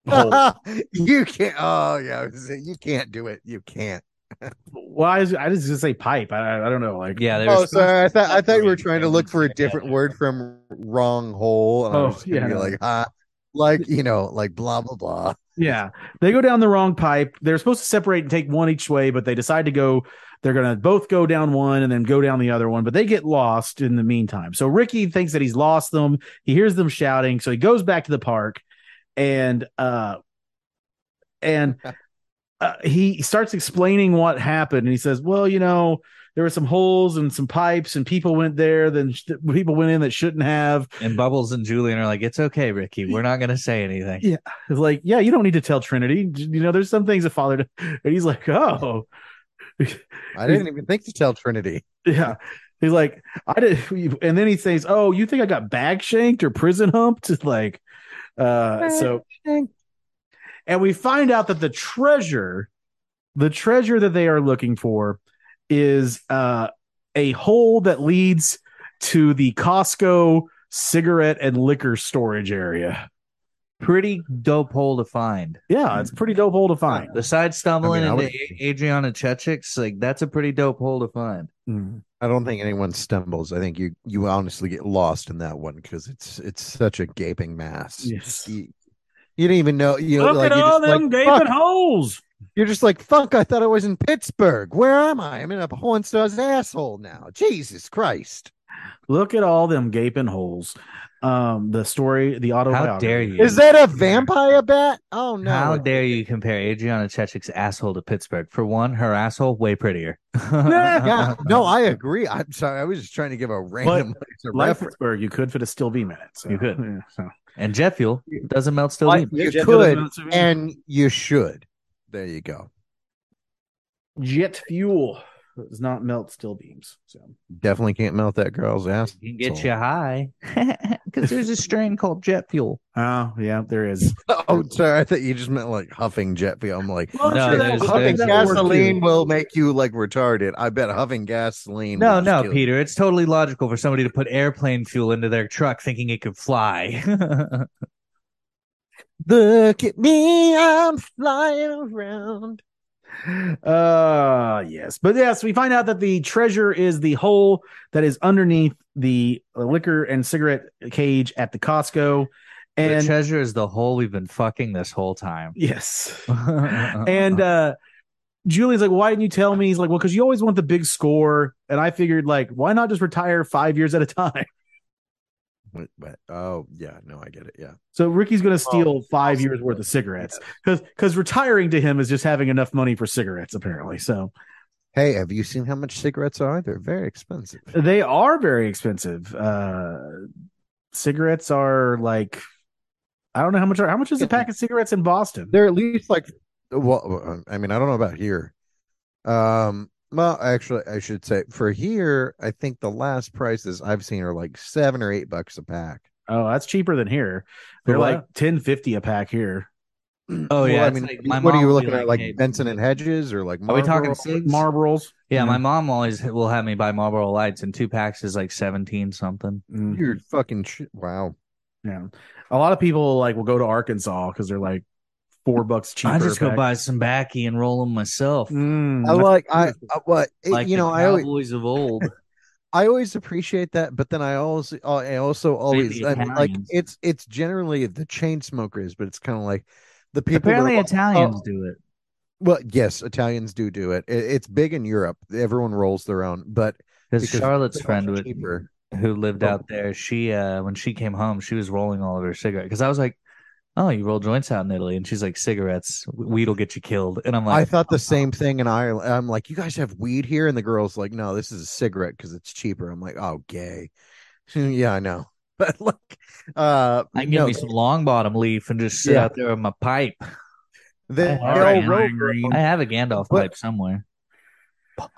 S2: hole.
S4: you can't. Oh yeah, I was saying, you can't do it. You can't.
S2: Why is I just gonna say pipe? I, I don't know. Like
S3: Yeah. They were
S4: Oh,
S3: supposed
S4: sorry. I thought I thought you were
S3: separate
S4: trying to
S3: them
S4: look for a
S3: together.
S4: different word from wrong hole. And I
S2: Oh,
S4: was gonna be
S2: yeah.
S4: like ah, like you know, like blah blah blah.
S2: yeah, they go down the wrong pipe. They're supposed to separate and take one each way, but they decide to go. They're gonna both go down one and then go down the other one, but they get lost in the meantime. So Ricky thinks that he's lost them. He hears them shouting, so he goes back to the park, and uh, and uh, he starts explaining what happened and he says well you know there were some holes and some pipes and people went there then sh- people went in that shouldn't have
S3: And Bubbles and Julian are like, it's okay, Ricky. We're not going to say anything.
S2: Yeah. it's like yeah you don't need to tell trinity you know there's some things a father do. and he's like oh
S4: I didn't even think to tell Trinity.
S2: yeah he's like i did and then he says oh you think i got bag shanked or prison humped It's like uh so and we find out that the treasure the treasure that they are looking for is uh, a hole that leads to the costco cigarette and liquor storage area
S3: Pretty dope hole to find.
S2: yeah it's a pretty dope hole to find
S3: Besides stumbling
S4: I
S3: into
S4: would-
S3: A- Adriana Chechik's, like, that's a pretty dope hole to find.
S4: I don't think anyone stumbles. I think you you honestly get lost in that one because it's it's such a gaping mass.
S2: yes
S4: You, you don't even know. You know, like, you're just like, "Fuck."
S2: holes
S4: You're just like, fuck, I thought I was in Pittsburgh. Where am I? I'm in a porn star's asshole now. Jesus Christ.
S2: look at all them gaping holes um the story the autobiography
S3: How dare you?
S4: Is that a vampire bat? Oh, no.
S3: How dare you compare Adriana Chechik's asshole to Pittsburgh? For one, her asshole way prettier.
S4: Yeah, no, I agree. I'm sorry. I was just trying to give a random place a
S2: like
S4: reference.
S2: Pittsburgh, you could fit a still B minute. So.
S3: You could.
S2: Yeah, so.
S3: And jet fuel doesn't melt still.
S4: Like,
S3: deep.
S4: you could, and you should. There you go.
S2: jet fuel does not melt steel beams. So
S4: Definitely can't melt that girl's ass.
S3: It can get
S4: So-
S3: you high because there's a strain called jet fuel.
S2: oh yeah, there is.
S4: Oh, sorry. I thought you just meant like huffing jet fuel. I'm like,
S3: No, sure that- there's-
S4: huffing
S3: there's- that'll work
S4: gasoline will make you like retarded. I bet huffing gasoline.
S3: No,
S4: will just
S3: no,
S4: kill you.
S3: Peter, it's totally logical for somebody to put airplane fuel into their truck thinking it could fly.
S4: Look at me, I'm flying around.
S2: Uh yes, but yes, we find out that the treasure is the hole that is underneath the liquor and cigarette cage at the Costco,
S3: the
S2: and
S3: treasure is the hole we've been fucking this whole time.
S2: yes, and
S4: Uh-huh.
S2: uh Julian's like, why didn't you tell me? He's like, well, because you always want the big score, and I figured like, why not just retire five years at a time?
S4: But, but- oh yeah, no, I get it. Yeah,
S2: So Ricky's going to steal
S4: Oh,
S2: five years worth of cigarettes
S4: Yes.
S2: because retiring to him is just having enough money for cigarettes apparently. So
S4: Hey, have you seen how much cigarettes are? They're very expensive.
S2: they are very expensive. Uh, cigarettes are like I don't know how much are how much is a pack of cigarettes in Boston?
S4: They're at least like, well, I mean, I don't know about here. Um, well, actually, I should say for here, I think the last prices I've seen are like seven or eight bucks a pack.
S2: oh, that's cheaper than here. They're
S4: For what?
S2: like ten fifty a pack here.
S3: oh,
S4: Well,
S3: yeah.
S4: I
S3: it's
S4: mean,
S3: like my
S4: what are
S3: mom
S4: you
S3: will be
S4: looking at, like
S3: hey,
S4: Benson and Hedges or like?
S3: Are we talking
S4: Marlboro?
S3: cigs?
S2: Marlboro's.
S3: yeah,
S2: Yeah.
S3: my mom always will have me buy Marlboro Lights, and two packs is like 17 something.
S2: Mm,
S4: You're fucking sh- wow.
S2: yeah, a lot of people like will go to Arkansas because they're like four bucks cheaper.
S3: I just go
S2: back-
S3: buy Oh, some backy and roll them myself,
S2: Mm,
S4: I like I, I what it-
S3: like
S4: you know
S3: the
S4: I always
S3: Cowboys of old.
S4: I always appreciate that, but then I always I also always
S3: the
S4: I mean, like
S3: Italians.
S4: it's it's generally the chain smokers, but it's kind of like the people. "Oh, that are
S3: Apparently,
S4: like,
S3: Italians do it.
S4: Well, yes, Italians do do it. it. It's big in Europe. Everyone rolls their own, but
S3: Because
S4: because
S3: Charlotte's
S4: they're
S3: friend
S4: also
S3: would,
S4: cheaper.
S3: who lived out there, she uh when she came home, she was rolling all of her cigarettes. Because I was like, "Oh, you roll joints out in Italy?" And she's like, "Cigarettes, weed will get you killed." And I'm
S4: I
S3: like, "Oh,
S4: thought the same thing in Ireland. I'm like, you guys have weed here, and the girl's like, no, this is a cigarette because it's cheaper. I'm like, oh, gay. yeah, I know, but like, uh,
S3: "I can get
S4: no,
S3: me some long bottom leaf and just sit
S4: Yeah.
S3: out there with my pipe."
S4: they,
S3: I
S4: they
S3: have
S4: all
S3: it.
S4: roll
S2: Green,
S4: their own.
S2: green.
S1: Mm.
S3: I have a Gandalf
S4: But-
S3: pipe somewhere.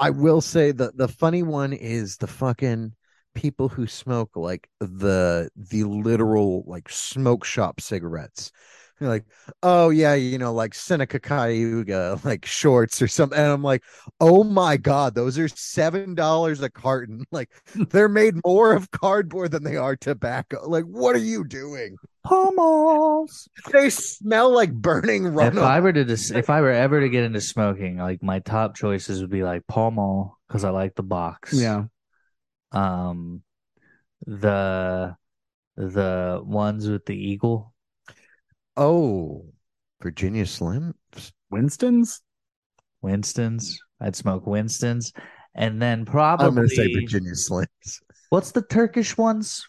S4: I will say the the funny one is the fucking people who smoke like the the literal like smoke shop cigarettes. They're like, oh yeah, you know, like Seneca Cayuga, like shorts or something. And I'm like, oh my god, those are seven dollars a carton. Like they're made more of cardboard than they are tobacco. Like, what are you doing?
S3: Pommels.
S4: They smell like burning
S3: If I
S4: runoff.
S3: were to dis- if I were ever to get into smoking, like my top choices would be like Pall Mall because I like the box.
S2: yeah.
S3: Um, the the ones with the eagle.
S4: Oh, Virginia Slims.
S2: Winston's.
S3: Winston's. I'd smoke Winston's, and then
S4: I'm
S3: probably
S4: gonna say Virginia Slims.
S3: what's the Turkish ones?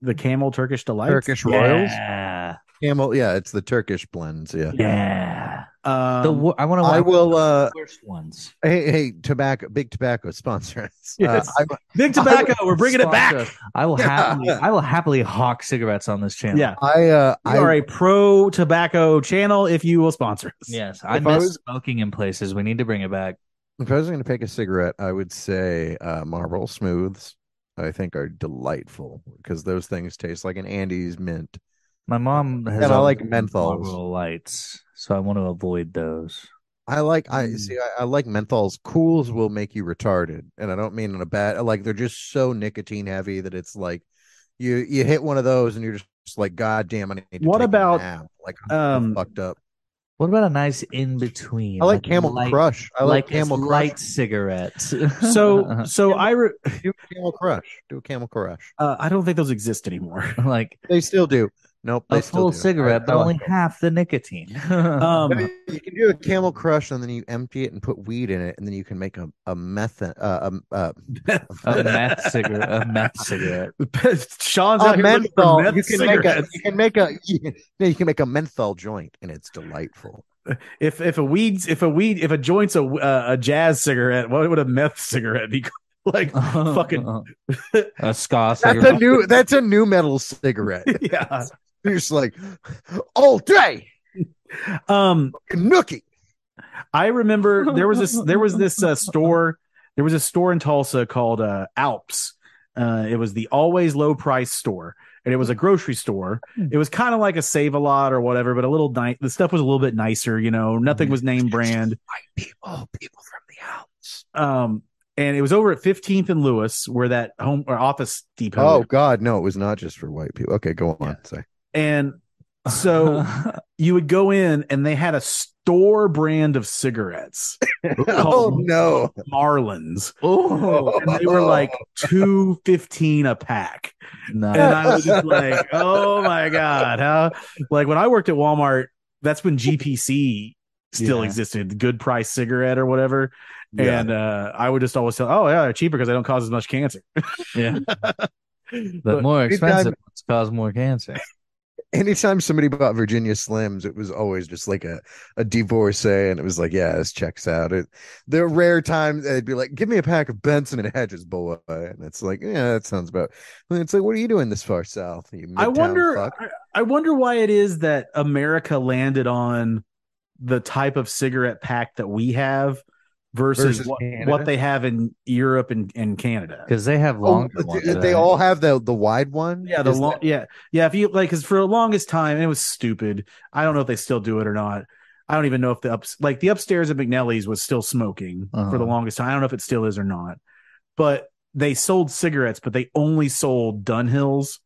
S2: The Camel Turkish Delight.
S4: Turkish Royals.
S3: Yeah,
S4: Camel, yeah, it's the Turkish blends. Yeah.
S3: yeah.
S2: Um,
S3: the wo- I want to.
S4: I will, uh,
S3: worst ones.
S4: Hey, hey, tobacco, big tobacco sponsor us. Uh,
S2: Yes.
S4: I-
S2: Big Tobacco. We're bringing it back.
S3: Sponsor us. I will happily. I will happily hawk cigarettes on this channel.
S2: Yeah.
S4: I, uh,
S2: We
S4: I,
S2: are a pro tobacco channel if you will sponsor us.
S3: Yes, I
S4: If
S3: miss
S4: I was-
S3: smoking in places. We need to bring it back.
S4: if I was going to pick a cigarette, I would say uh, Marlboro Smooths. I think are delightful because those things taste like an Andes mint.
S3: My mom has.
S4: And I
S3: always
S4: like
S3: been
S4: menthols.
S3: Marlboro lights, so I want to avoid those.
S4: I like I
S2: Mm.
S4: see I, I like menthols. Cools will make you retarded, and I don't mean in a bad. Like they're just so nicotine heavy that it's like you you hit one of those and you're just like, God damn, I need. To
S2: What
S4: take a
S2: about,
S4: nap." like I'm
S2: Um,
S4: fucked up?
S3: What about a nice in between?
S4: I like Camel Crush. I like,
S3: a
S4: Camel Crush.
S3: light cigarettes.
S2: So, so I re-
S4: Do a Camel Crush. Do a Camel Crush.
S2: uh, I don't think those exist anymore.
S3: like
S4: They still do. Nope. They
S3: a
S4: still
S3: full
S4: do.
S3: cigarette,
S4: I-
S3: but
S4: I
S3: only
S4: like them.
S3: half the nicotine.
S2: Um,
S4: I mean, you can do a Camel Crush, and then you empty it and put weed in it, and then you can make a a meth uh, um, uh,
S3: a meth cigarette. A meth cigarette.
S2: Sean's
S4: a
S2: out here looking for
S4: menthol.
S2: meth
S4: You can make a
S2: cigarettes.
S4: you can make a you can, no, you can make a menthol joint, and it's delightful.
S2: if if a weed's if a weed if a joint's a uh, a jazz cigarette, what would a meth cigarette be? called? like fucking
S3: a ska
S4: That's a
S3: cigarette.
S4: new that's a new metal cigarette.
S2: yeah.
S4: You're just like all day
S2: Um,
S4: nookie.
S2: I remember there was this there was this uh, store there was a store in Tulsa called uh, Alps. Uh, it was the always low price store, and it was a grocery store. It was kind of like a Save a Lot or whatever, but a little ni- the stuff was a little bit nicer. You know, nothing was name brand.
S4: People, oh, people from the Alps.
S2: Um, and it was over at 15th and Lewis, where that home or office depot.
S4: Oh God, no! It was not just for white people. Okay, go on.
S2: Yeah.
S4: Sorry.
S2: and so you would go in, and they had a store brand of cigarettes,
S4: Oh no!
S2: Marlins,
S3: oh,
S2: and they were like two fifteen a pack. And
S3: no.
S2: I was just like, oh my god, how? Like when I worked at Walmart, that's when GPC still
S3: Yeah.
S2: existed, good price cigarette or whatever.
S4: Yeah.
S2: And uh, I would just always tell, oh yeah, they're cheaper because they don't cause as much cancer.
S3: Yeah.
S2: But-
S3: But more
S4: Good
S3: expensive ones cause more cancer.
S4: anytime somebody bought Virginia Slims, it was always just like a, a divorcee, and it was like, yeah, this checks out. It, the rare times they'd be like, give me a pack of Benson and Hedges, boy, and it's like, yeah, that sounds about. And it's like, what are you doing this far south? You
S2: I
S4: midtown
S2: wonder.
S4: fuck?
S2: I, I wonder why it is that America landed on the type of cigarette pack that we have versus,
S4: Versus
S2: what,
S4: Canada?
S2: what they have in Europe and, and Canada.
S3: Because they have
S4: Oh,
S3: longer
S4: th-
S3: ones.
S4: they,
S3: right?
S4: all have the the wide one.
S2: Yeah, the
S4: Is
S2: long,
S4: that-
S2: yeah, yeah. If you like, because for the longest time, and it was stupid. I don't know if they still do it or not. I don't even know if the ups, like the upstairs at McNelly's was still smoking for
S3: Uh-huh.
S2: the longest time. I don't know if it still is or not. But they sold cigarettes, but they only sold Dunhills.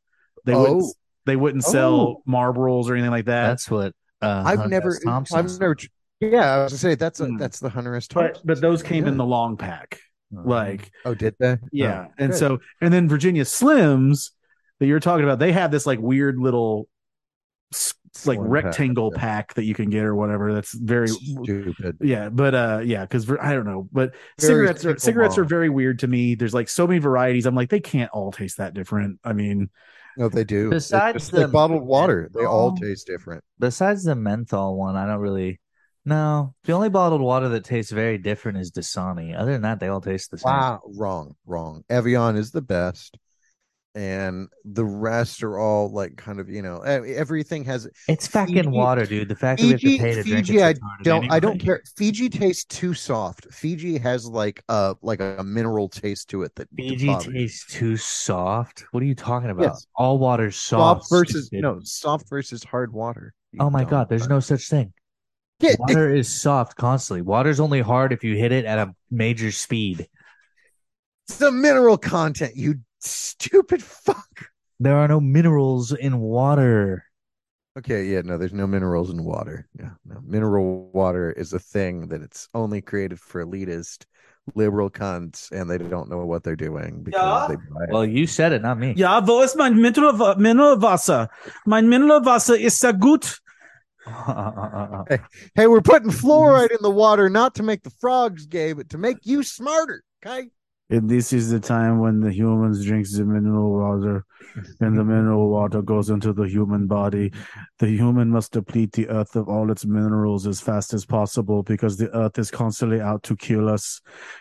S2: They
S4: Oh.
S2: wouldn't, they wouldn't sell Marlboros or anything like that.
S3: That's what uh,
S4: I've
S3: Hunter
S4: never,
S3: S. Thompson.
S4: I've never. tr- Yeah, I was gonna say that's a,
S1: Hmm.
S4: that's the Hunter S.
S1: But
S4: Thompson.
S1: but those came in
S4: Yeah.
S1: the long pack.
S3: Uh-huh.
S1: Like
S4: Oh, did they?
S1: yeah.
S4: Oh,
S1: and
S4: good.
S1: so and then Virginia Slims that you're talking about, they have this like weird little s- like
S4: Slim pack,
S1: rectangle
S4: yeah.
S1: pack that you can get or whatever. That's very
S4: Oh, stupid.
S1: yeah, but uh yeah, because I don't know, but
S4: Very
S1: cigarettes are
S4: simple
S1: cigarettes are
S4: model.
S1: very weird to me. There's like so many varieties. I'm like, they can't all taste that different. I mean,
S4: No, they do. It's
S3: Besides
S4: just like
S3: the-
S4: bottled water, they all
S3: Oh.
S4: taste different.
S3: Besides the menthol one, I don't really. No, the only bottled water that tastes very different is Dasani. Other than that, they all taste the same.
S4: Wow, wrong, wrong. Evian is the best, and the rest are all like kind of you know e- everything has
S3: It's fucking
S4: Fiji-
S3: water, dude. The fact that we have to
S4: Fiji-
S3: pay to drink
S4: Fiji, I
S3: it's retarded
S4: don't I
S3: anyway.
S4: don't care. Fiji tastes too soft. Fiji has like a like a mineral taste to it that
S3: Fiji
S4: bothers me.
S3: tastes too soft. What are you talking about?
S4: Yes.
S3: All water's soft.
S4: soft versus
S3: stupid.
S4: no soft versus hard water. you
S3: Oh my
S4: dumb
S3: god, there's
S4: fuck.
S3: no such thing.
S4: Yeah,
S3: Water is soft constantly. Water's only hard if you hit it at a major speed.
S4: it's the mineral content. You stupid fuck.
S3: There are no minerals in water.
S4: Okay, yeah, no, there's no minerals in water. Yeah, no, mineral water is a thing that it's only created for elitist liberal cunts, and they don't know what they're doing because
S1: Yeah.
S4: they buy it.
S3: Well, you said it, not me.
S1: yeah, wo ist mein Mineralwasser? Mein Mineralwasser ist sehr gut.
S4: Hey, we're putting fluoride in the water not to make the frogs gay, but to make you smarter. Okay.
S1: And this is the time when the humans drinks the mineral water, and the mineral water goes into the human body. The human must deplete the earth of all its minerals as fast as possible because the earth is constantly out to kill us.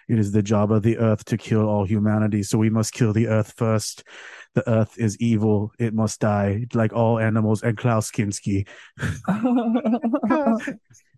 S1: It is the job of the earth to kill all humanity, so we must kill the earth first. The earth is evil; it must die, like all animals. And Klaus Kinski.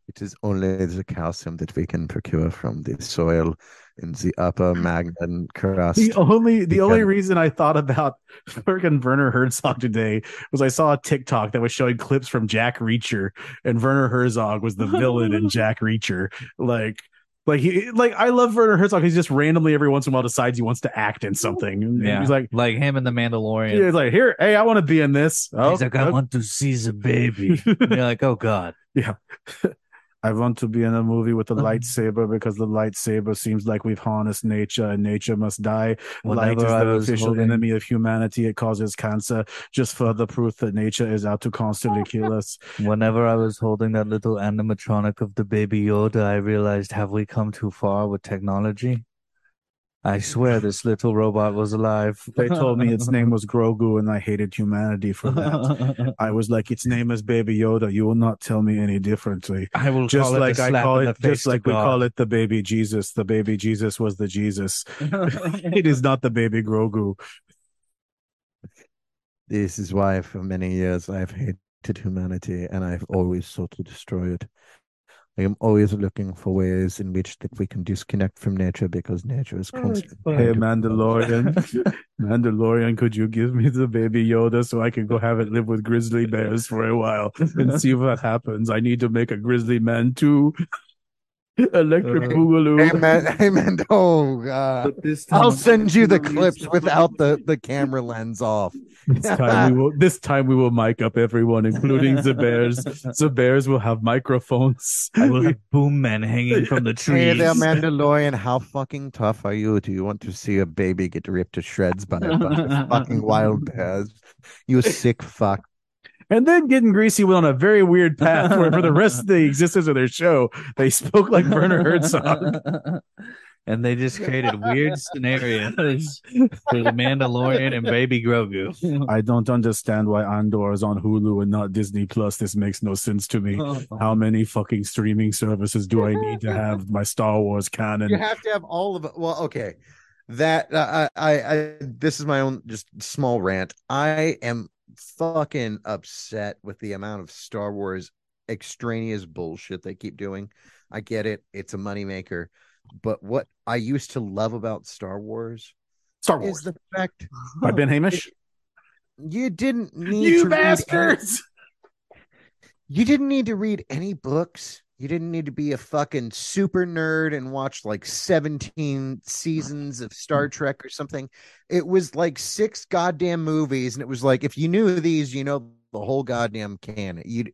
S4: It is only the calcium that we can procure from the soil in the upper magnan crust.
S1: The only the
S4: You
S1: only
S4: can-
S1: reason I thought about freaking Werner Herzog today was I saw a TikTok that was showing clips from Jack Reacher, and Werner Herzog was the villain in Jack Reacher. Like, like he like I love Werner Herzog. He just randomly every once in a while decides he wants to act in something. And
S3: Yeah.
S1: He's like,
S3: like him and the Mandalorian.
S1: he's like, here, hey, I want to be in this. Oh,
S3: He's like, I
S1: okay.
S3: want to see the baby. And you're like, oh god.
S1: I want to be in a movie with a
S3: Um.
S1: lightsaber because the lightsaber seems like we've harnessed nature and nature must die. Light is
S3: Whenever I
S1: the
S3: was
S1: official
S3: holding-
S1: enemy of humanity. It causes cancer. Just further proof that nature is out to constantly kill us.
S3: Whenever I was holding that little animatronic of the baby Yoda, I realized, have we come too far with technology? I swear this little robot was alive.
S1: They told me its name was Grogu and I hated humanity for that. I was like, its name is Baby Yoda. You will not tell me any differently.
S3: I will
S1: Just
S3: call it
S1: like
S3: a
S1: I
S3: slap
S1: call
S3: in
S1: it,
S3: the face
S1: just like
S3: to
S1: we
S3: God.
S1: call it the baby Jesus. The baby Jesus was the Jesus. it is not the baby Grogu.
S4: This is why, for many years, I've hated humanity and I've always sought to destroy it. I am always looking for ways in which that we can disconnect from nature because nature is
S3: Oh,
S4: constantly.
S1: Hey, Mandalorian. Mandalorian, could you give me the baby Yoda so I can go have it live with grizzly bears for a while and see what happens? I need to make a grizzly man too. Electric
S3: Uh,
S1: Boogaloo.
S4: Amen. Amen. Oh God.
S3: But this time
S4: I'll
S3: I'm-
S4: send you the clips without the, the camera lens off.
S1: This time we will. This time we will mic up everyone, including the bears. The bears will have microphones.
S3: I will have boom men hanging from the
S4: Hey
S3: trees.
S4: there, Mandalorian. How fucking tough are you? Do you want to see a baby get ripped to shreds by a bunch of fucking wild bears? You sick fuck.
S1: And then getting greasy went on a very weird path where, for the rest of the existence of their show, they spoke like Werner Herzog.
S3: And they just created weird scenarios for the Mandalorian and Baby Grogu.
S1: I don't understand why Andor is on Hulu and not Disney Plus. This makes no sense to me. How many fucking streaming services do I need to have my Star Wars
S4: You
S1: canon?
S4: have to have all of it. Well, okay. That uh, I, I, I, this is my own just small rant. I am fucking upset with the amount of Star Wars extraneous bullshit they keep doing. I get it; it's a moneymaker. But what I used to love about Star Wars
S1: Star
S4: is
S1: Wars
S4: the fact
S1: by Ben Hamish.
S4: you didn't need
S1: You
S4: to read any-
S1: bastards!
S4: you didn't need to read any books. You didn't need to be a fucking super nerd and watch like 17 seasons of Star Trek or something. It was like six goddamn movies. And it was like, if you knew these, you know the whole goddamn canon. You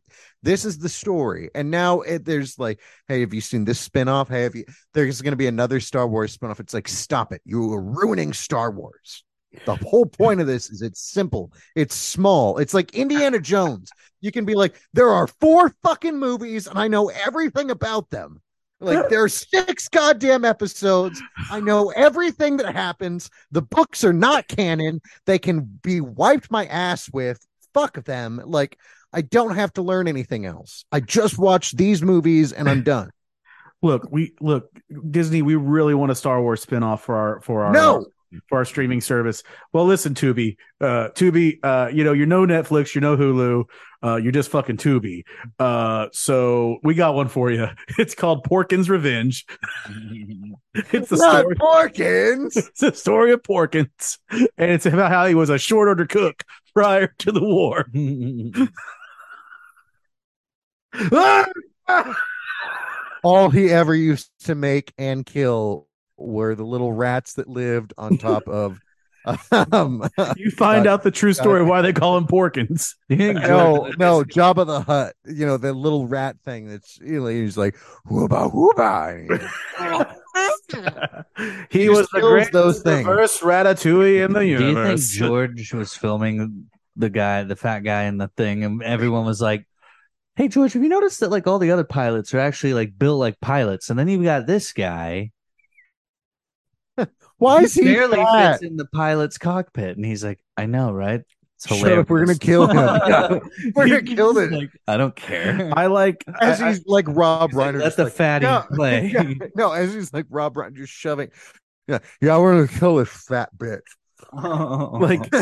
S4: this is the story. And now it, there's like, hey, have you seen this spinoff? Hey, have you there's gonna be another Star Wars spinoff? It's like, stop it. You are ruining Star Wars. The whole point of this is it's simple, it's small, it's like Indiana Jones. You can be like, there are four fucking movies, and I know everything about them. Like there are six goddamn episodes. I know everything that happens. The books are not canon. They can be wiped my ass with. Fuck them. Like I don't have to learn anything else. I just watch these movies and I'm done.
S2: Look, we look Disney. We really want a Star Wars spinoff for our for our uh,
S4: No,
S2: for our streaming service. Well, listen, Tubi, uh, Tubi, uh, you know, you're no Netflix, you're no Hulu, uh, you're just fucking Tubi. Uh, so we got one for you. It's called Porkins Revenge. It's the
S4: not
S2: story.
S4: Porkins.
S2: It's the story of Porkins, and it's about how he was a short order cook prior to the war. Ah!
S4: All he ever used to make and kill were the little rats that lived on top of. Um,
S2: You find out the true story why they call him Porkins.
S4: no, no, Jabba the Hut. You know the little rat thing that's you know he's like whooba whooba.
S2: he
S4: Just
S2: was the
S4: kills
S2: greatest
S4: those things.
S2: first ratatouille in the
S3: Do you think
S2: universe.
S3: George was filming the guy, the fat guy in the thing, and everyone was like, Hey George, have you noticed that like all the other pilots are actually like built like pilots? And then you've got this guy.
S4: Why is he
S3: barely
S4: fat?
S3: fits in the pilot's cockpit? And he's like, I know, right? It's
S4: Shut up,
S3: hilarious.
S4: we're gonna kill him. We're gonna
S3: He's
S4: kill him.
S3: like, I don't care.
S2: I like
S4: As
S2: I- I-
S4: he's like Rob
S3: He's like,
S4: Reiner.
S3: Let
S4: just
S3: the
S4: like,
S3: fatty
S4: "No."
S3: play.
S4: Yeah, no, as he's like Rob Reiner just shoving. Yeah, yeah, we're gonna kill this fat bitch.
S2: like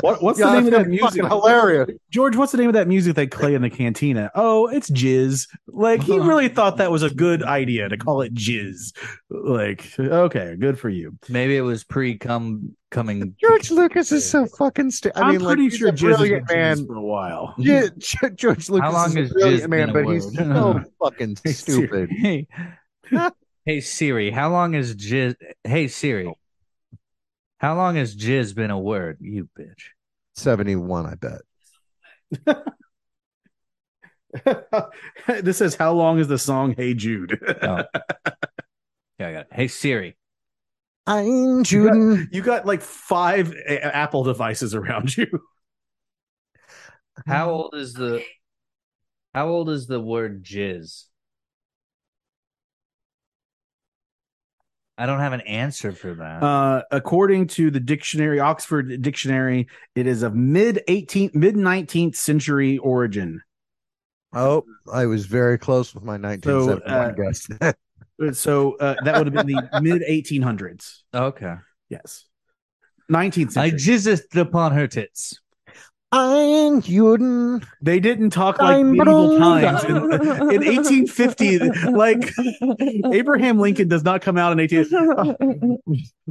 S2: what, what's
S4: Yeah,
S2: the name of
S4: that's
S2: that music?
S4: fucking hilarious.
S2: George, what's the name of that music they play in the cantina? Oh, it's jizz. Like he really thought that was a good idea to call it jizz. Like, okay, good for you.
S3: maybe it was pre cum coming.
S4: George Lucas is so fucking. St- I
S2: I
S4: mean,
S2: am pretty
S4: like, he's
S2: sure
S4: a
S2: jizz has been
S4: brilliant man.
S2: jizz for a while.
S4: Yeah, Ge- George Lucas
S3: long
S4: is
S3: has
S4: a
S3: jizz
S4: brilliant
S3: been
S4: man,
S3: a
S4: but he's
S3: word?
S4: so fucking
S3: Hey, Siri.
S4: stupid.
S3: Hey, hey Siri, how long has jizz? Hey Siri, how long has jizz been a word? You bitch.
S4: Seventy-one, I bet.
S2: this is how long is the song Hey Jude?
S3: Yeah, I got it. Hey Siri,
S4: I'm Juden.
S2: you got like five A- Apple devices around you.
S3: how old is the? How old is the word jizz? I don't have an answer for that.
S2: Uh, according to the dictionary, Oxford Dictionary, it is of mid 18th, mid 19th century origin.
S4: Oh, I was very close with my 1971 guess.
S2: So uh, that would have been the mid 1800s.
S3: okay,
S2: Yes, 19th century.
S3: I jizzed upon her tits.
S4: I'm Juden.
S2: they didn't talk like
S4: I'm
S2: medieval
S4: Brunda.
S2: times in, in 1850. Like Abraham Lincoln does not come out in 18.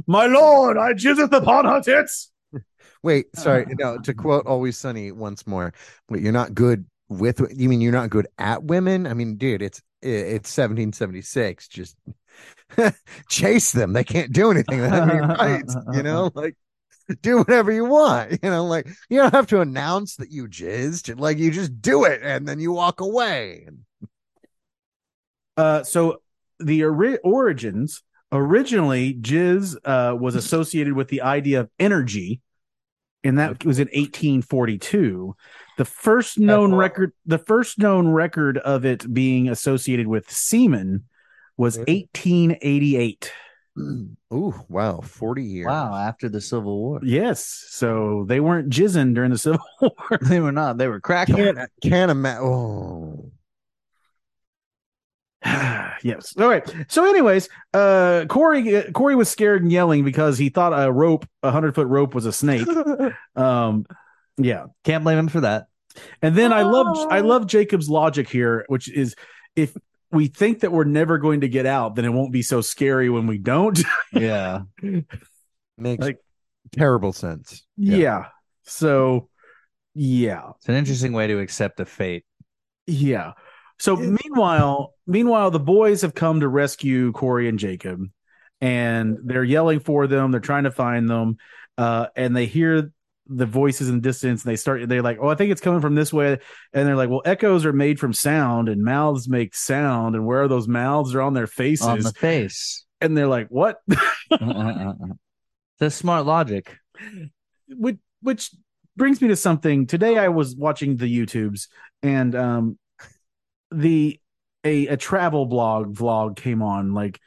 S2: My lord, I jizzeth upon her tits.
S4: Wait, sorry. No, to quote Always Sunny once more. Wait, you're not good with. You mean you're not good at women? I mean, dude, it's i- it's 1776. Just chase them. They can't do anything. They have any rights, you know, like do whatever you want. You know, like you don't have to announce that you jizzed. Like you just do it, and then you walk away.
S2: Uh, so the ori- origins originally jizz uh, was associated with the idea of energy and that was in 1842 the first known
S3: awful.
S2: record the first known record of it being associated with semen was
S4: Yeah.
S2: 1888
S4: Ooh, wow, 40 years.
S3: Wow, after the Civil War,
S2: yes so they weren't jizzing during the civil war
S3: they were not. They were cracking.
S4: Can't can't imagine. Oh.
S2: yes. All right. So, anyways, uh, Corey uh, Corey was scared and yelling because he thought a rope, a hundred foot rope, was a snake. um, yeah.
S3: Can't blame him for that.
S2: And then I love I love Jacob's logic here, which is if we think that we're never going to get out, then it won't be so scary when we don't.
S3: Yeah.
S4: Makes
S2: Like-
S4: terrible sense.
S2: Yeah. So, yeah,
S3: It's an interesting way to accept a fate.
S2: yeah. So meanwhile, meanwhile, the boys have come to rescue Corey and Jacob, and they're yelling for them. They're trying to find them, uh, and they hear the voices in the distance. And they start. They're like, "Oh, I think it's coming from this way," and they're like, "Well, echoes are made from sound, and mouths make sound, and where are those mouths? They're on their faces."
S3: on the face.
S2: and they're like, "What?"
S3: Uh, uh, uh, uh. That's smart logic.
S2: which which brings me to something today i was watching the youtubes and um the a a travel blog vlog came on like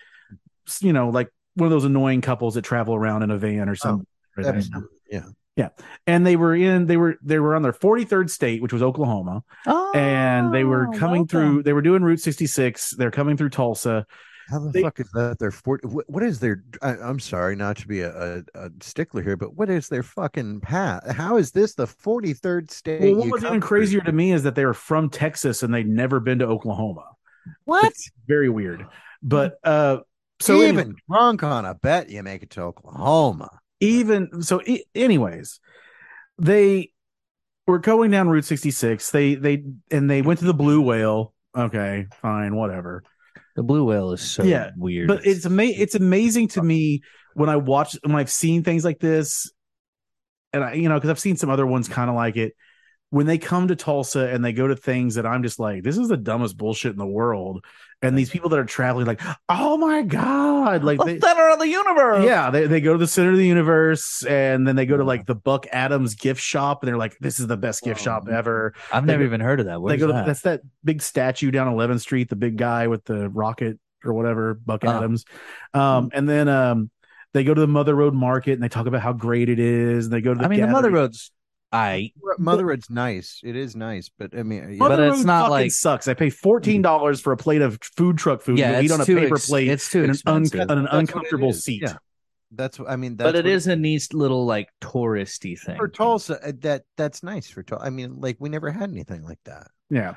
S2: s- you know like one of those annoying couples that travel around in a van or something
S4: Absolutely. Yeah.
S2: and they were in they were they were on their 43rd state which was oklahoma
S3: Oh,
S2: and they were coming through
S3: welcome.
S2: they were doing route 66 they're coming through tulsa
S4: How the
S2: They-
S4: fuck is that? Their forty. What, what is their? I, I'm sorry, not to be a, a, a stickler here, but what is their fucking path? How is this the 43rd state?
S2: well, what
S4: you
S2: was
S4: come
S2: even
S4: through?
S2: crazier to me is that they were from texas and they'd never been to oklahoma
S3: What?
S2: very weird but uh so
S4: even
S2: anyway-
S4: drunk on a bet, you make it to Oklahoma.
S2: even so i- anyways they were going down route 66 they they and they went to the blue whale okay fine whatever
S3: The blue whale is so
S2: Yeah,
S3: weird.
S2: but it's ama- it's amazing to me when i watch when i've seen things like this and i you know because i've seen some other ones kind of like it when they come to tulsa and they go to things that i'm just like this is the dumbest bullshit in the world and these people that are traveling like oh my god like they,
S3: center of the universe.
S2: yeah, they, they go to the center of the universe and then they go to like the Buck Adams gift shop and they're like, this is the best gift shop
S3: Oh.
S2: ever.
S3: I've
S2: They
S3: never
S2: go-
S3: even heard of that. Where's
S2: they go to,
S3: that?
S2: that's that big statue down 11th Street, the big guy with the rocket or whatever, Buck
S3: Oh.
S2: Adams.
S3: Mm-hmm.
S2: Um, and then um, they go to the Mother Road Market and they talk about how great it is. And they go to the
S3: I mean, the
S2: gathering.
S3: Mother Road's I.
S4: Mother Road's nice. It is nice, but I mean, yeah,
S2: Mother
S3: but it's
S2: Road
S3: not
S2: fucking
S3: like-
S2: sucks. I pay fourteen dollars for a plate of food truck food.
S3: Yeah,
S2: you eat
S3: it's
S2: on a
S3: too
S2: paper
S3: ex-
S2: plate
S3: It's too
S2: in an, un-
S3: expensive.
S2: on an
S4: That's what it
S2: uncomfortable
S4: is.
S2: seat.
S4: Yeah. that's what I mean. That's
S3: but it
S4: what-
S3: is a nice little like touristy thing.
S4: for Tulsa. uh, That that's nice for Tulsa. I mean, like we never had anything like that.
S2: Yeah.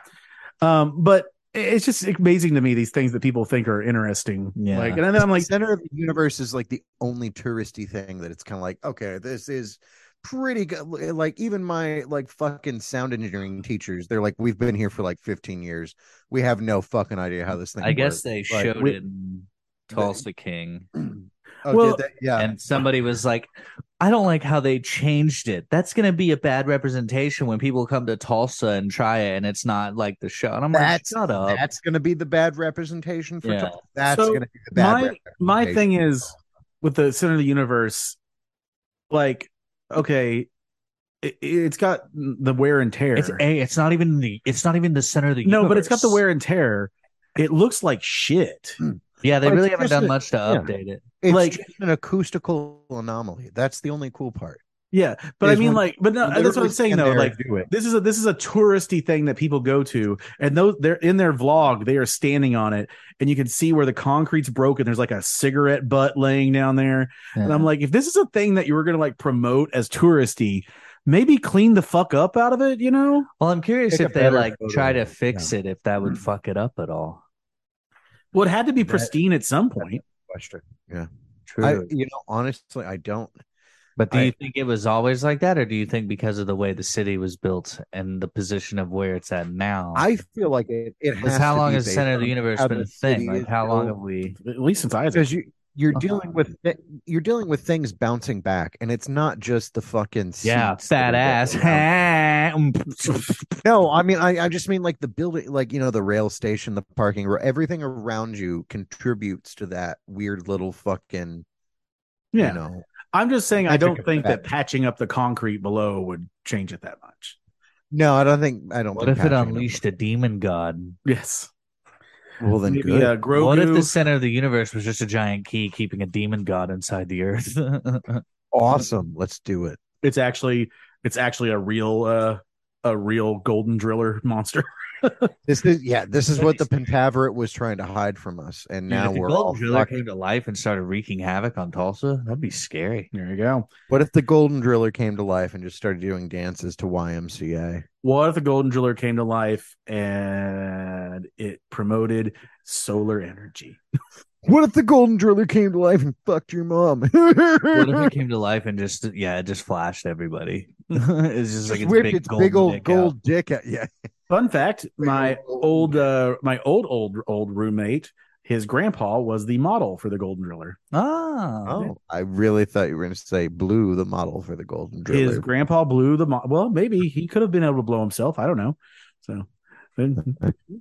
S2: Um, but it's just amazing to me these things that people think are interesting.
S3: Yeah.
S2: Like, and then I'm like,
S4: center of the universe is like the only touristy thing that it's kind of like okay this is pretty good like even my like fucking sound engineering teachers they're like we've been here for like 15 years we have no fucking idea how this thing
S3: I guess
S4: works."
S3: they
S4: Like,
S3: showed
S4: we-
S3: it in Tulsa King,
S4: oh,
S2: Well-
S4: did they? yeah
S3: and somebody was like, "I don't like how they changed it. That's going to be a bad representation when people come to Tulsa and try it, and it's not like the show." And I'm
S4: That's-
S3: like, "Shut up."
S4: that's going to be the bad representation for
S3: Yeah.
S4: Tulsa. that's
S2: So
S4: going to be the bad
S2: my- my
S4: representation
S2: thing
S4: for
S2: is-
S4: Tulsa.
S2: with the center of the universe, like, okay, it, it's got the wear and tear.
S3: It's a. It's not even the. It's not even the center of the.
S2: no, but it's got the
S3: universe.
S2: wear and tear. It looks like shit.
S3: Yeah, they
S4: But
S3: really
S4: it's
S3: haven't
S4: just
S3: done
S4: a-
S3: much to
S4: yeah.
S3: update it.
S4: it's
S2: like-
S4: just an acoustical anomaly that's the only cool part
S2: Yeah, but I
S4: Is
S2: mean,
S4: when-
S2: like, but no, that's what I'm
S4: Literally
S2: saying
S4: stand
S2: though.
S4: there
S2: Like,
S4: and do it
S2: this is a this is a touristy thing that people go to and those they're in their vlog they are standing on it and you can see where the concrete's broken there's like a cigarette butt laying down there and i'm like if this is a thing that you were going to like promote as touristy maybe clean the fuck up out of it you know
S3: Well, I'm curious
S4: Take a
S3: if they
S4: better
S3: like
S4: photo
S3: try
S4: of
S3: to
S4: it, Mm-hmm.
S3: fix it, if that would fuck it up at all.
S2: well it had to be
S4: That-
S2: pristine at some point
S4: question
S3: True.
S4: I, you know honestly i don't
S3: but do
S4: I-
S3: you think it was always like that, or do you think because of the way the city was built and the position of where it's at now?
S4: I feel like it. It
S3: because
S4: has
S3: how
S4: to
S3: long
S4: be
S3: has
S4: based
S3: Center of the
S4: on
S3: Universe
S4: how
S3: been a
S4: the
S3: thing?
S4: city
S3: Like
S4: is
S3: how long
S4: built.
S3: have we?
S2: at least since i
S4: because you you're
S3: Uh-huh.
S4: dealing with thi- you're dealing with things bouncing back, and it's not just the fucking
S3: Yeah,
S4: seats that
S3: fat
S4: are
S3: ass.
S4: built around. no, I mean I I just mean like the building, like you know the rail station, the parking, ro- everything around you contributes to that weird little fucking
S2: yeah
S4: you know
S2: i'm just saying i
S4: Magic
S2: don't
S4: of
S2: think that
S4: fact.
S2: patching up the concrete below would change it that much
S4: no I don't think I don't.
S3: what
S4: think
S3: if it
S4: patching
S3: unleashed a demon god?
S2: yes
S4: Well then,
S2: maybe
S4: good.
S2: uh, grogu
S3: What if the center of the universe was just a giant key keeping a demon god inside the earth?
S4: awesome. Let's do it.
S2: it's actually it's actually a real uh a real golden driller monster
S4: This is yeah. This is what the Pentaveret was trying to hide from us, and
S3: Dude,
S4: now
S3: if the
S4: we're
S3: Golden
S4: all
S3: Driller
S4: fucked.
S3: came to life and started wreaking havoc on Tulsa, that'd be scary.
S2: there you go
S4: What if the Golden Driller came to life and just started doing dances to YMCA?
S2: what if the golden driller came to life and it promoted solar energy
S4: What if the Golden Driller came to life and fucked your mom?
S3: What if it came to life and just yeah, it just flashed everybody? it's just like
S4: Just
S3: its
S4: whipped
S3: big,
S4: its
S3: golden
S4: big old
S3: dick out.
S4: gold dick out. Yeah,
S2: Fun fact: my old, uh, my old, old, old roommate, his grandpa was the model for the Golden Driller.
S3: Oh,
S4: Oh, I really thought you were going to say Blue, the model for the Golden
S2: His
S4: Driller.
S2: grandpa blew the mo- well. Maybe he could have been able to blow himself. I don't know. So,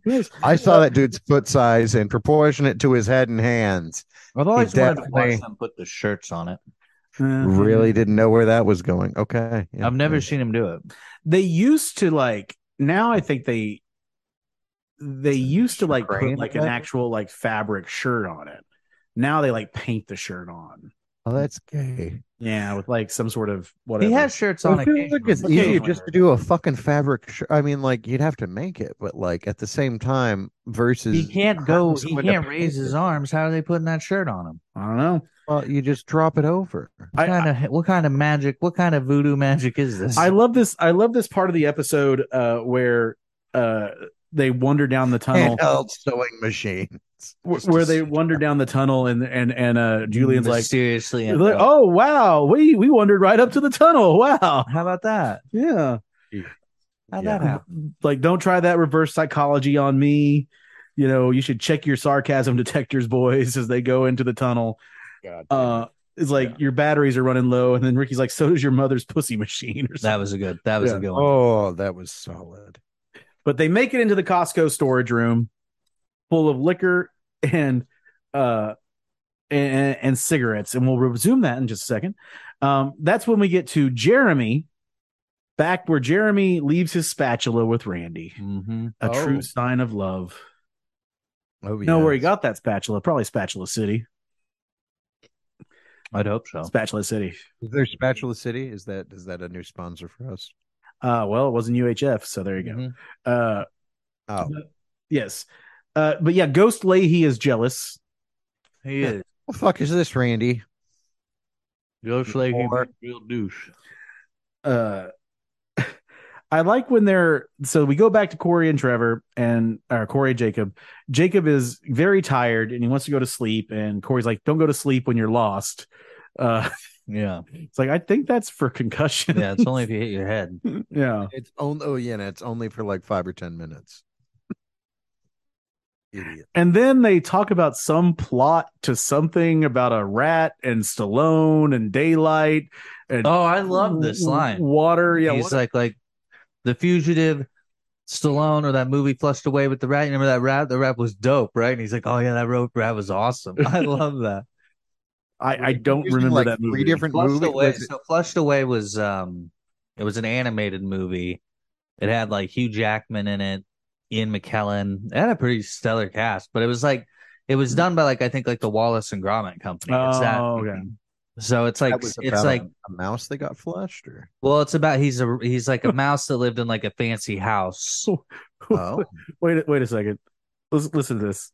S2: yes.
S4: I saw that dude's foot size and proportionate to his head and hands.
S3: I've always
S4: He
S3: wanted to watch
S4: definitely-
S3: them put the shirts on it.
S2: Uh,
S4: Really didn't know where that was going. Okay, yeah,
S3: I've never
S4: yeah.
S3: seen him do it.
S2: They used to like. Now I think they they used to like put
S4: Crane
S2: like an
S4: effect?
S2: actual like fabric shirt on it. Now they like paint the shirt on.
S4: Oh, that's gay.
S2: Yeah, with like some sort of whatever.
S3: He has shirts
S4: So
S3: on.
S4: I feel like
S3: occasionally.
S4: it's easier just to do a fucking fabric. Sh- I mean, like you'd have to make it, but like at the same time, versus
S3: He can't go.
S4: having
S3: He
S4: someone to
S3: can't
S4: paint
S3: raise his
S4: it.
S3: arms. How are they putting that shirt on him?
S2: I don't know.
S4: Well, you just drop it over.
S2: I-
S3: What kind of what kind of magic? What kind of voodoo magic is this?
S2: I love this. I love this part of the episode uh, where uh, they wander down the
S4: Oh.
S2: tunnel.
S4: Handheld sewing machine.
S2: wh- where they wander down the tunnel, and and and uh, Julian's like,
S3: seriously.
S2: They're like,
S3: oh,
S2: oh wow, we we wandered right up to the tunnel. Wow,
S3: how about that?
S2: yeah.
S3: How'd
S4: oh. Yeah.
S3: that happen?
S2: Like, don't try that reverse psychology on me. You know, you should check your sarcasm detectors, boys, as they go into the tunnel.
S4: God damn
S2: Uh, it's like your batteries are running low, and then Ricky's like, "So does your mother's pussy machine." Or something.
S3: That was a good. That was
S2: Yeah.
S3: a good one.
S4: Oh, that was solid.
S2: but they make it into the Costco storage room, full of liquor and uh and, and cigarettes, and we'll resume that in just a second. Um, that's when we get to Jeremy, back where Jeremy leaves his spatula with Randy,
S3: Mm-hmm.
S2: a
S4: Oh.
S2: true sign of love.
S4: Oh,
S2: You Know where he
S4: yes.
S2: got that spatula? Probably Spatula City,
S3: I'd hope so.
S2: Spatula City.
S4: Is there Spatula City? Is that is that a new sponsor for us?
S2: Uh, well, it wasn't UHF, so there you go.
S4: Mm-hmm.
S3: Mhm.
S2: Uh,
S4: Oh,
S2: yes, uh, but yeah, Ghost Leahy is jealous.
S3: He is.
S4: what the fuck is this, Randy?
S3: Looks like he's
S4: Or-
S3: a real douche.
S2: uh I like when they're so we go back to Corey and Trevor and or Corey and Jacob. Jacob is very tired and he wants to go to sleep, and Corey's like, "Don't go to sleep when you're lost." Uh,
S3: Yeah.
S2: it's like I think that's for concussion.
S3: Yeah. It's only if you hit your head.
S2: yeah.
S4: It's only oh yeah, and it's only for like five or ten minutes. Idiot.
S2: And then they talk about some plot to something about a rat and Stallone and daylight and
S3: Oh, I love this line.
S2: Water, yeah.
S3: he's
S2: what-
S3: like like the fugitive Stallone or that movie Flushed Away with the Rat. You remember that rat? The rat was dope, right? And he's like, Oh yeah, that rope rat was awesome. I love that.
S2: I, I don't
S4: Using,
S2: remember
S4: like,
S2: that movie.
S4: Three different
S3: Flushed
S4: movies.
S3: Away. So Flushed Away was um it was an animated movie. It had like Hugh Jackman in it, Ian McKellen. It had a pretty stellar cast, but it was like it was done by like I think like the Wallace and Gromit company. It's that.
S2: Oh, okay.
S3: So it's like
S4: That was
S3: it's
S4: about
S3: like
S4: a, a mouse that got flushed, or
S3: well, it's about he's a he's like a mouse that lived in like a fancy house.
S4: oh,
S2: Wait, a- wait a second. Listen, listen to this.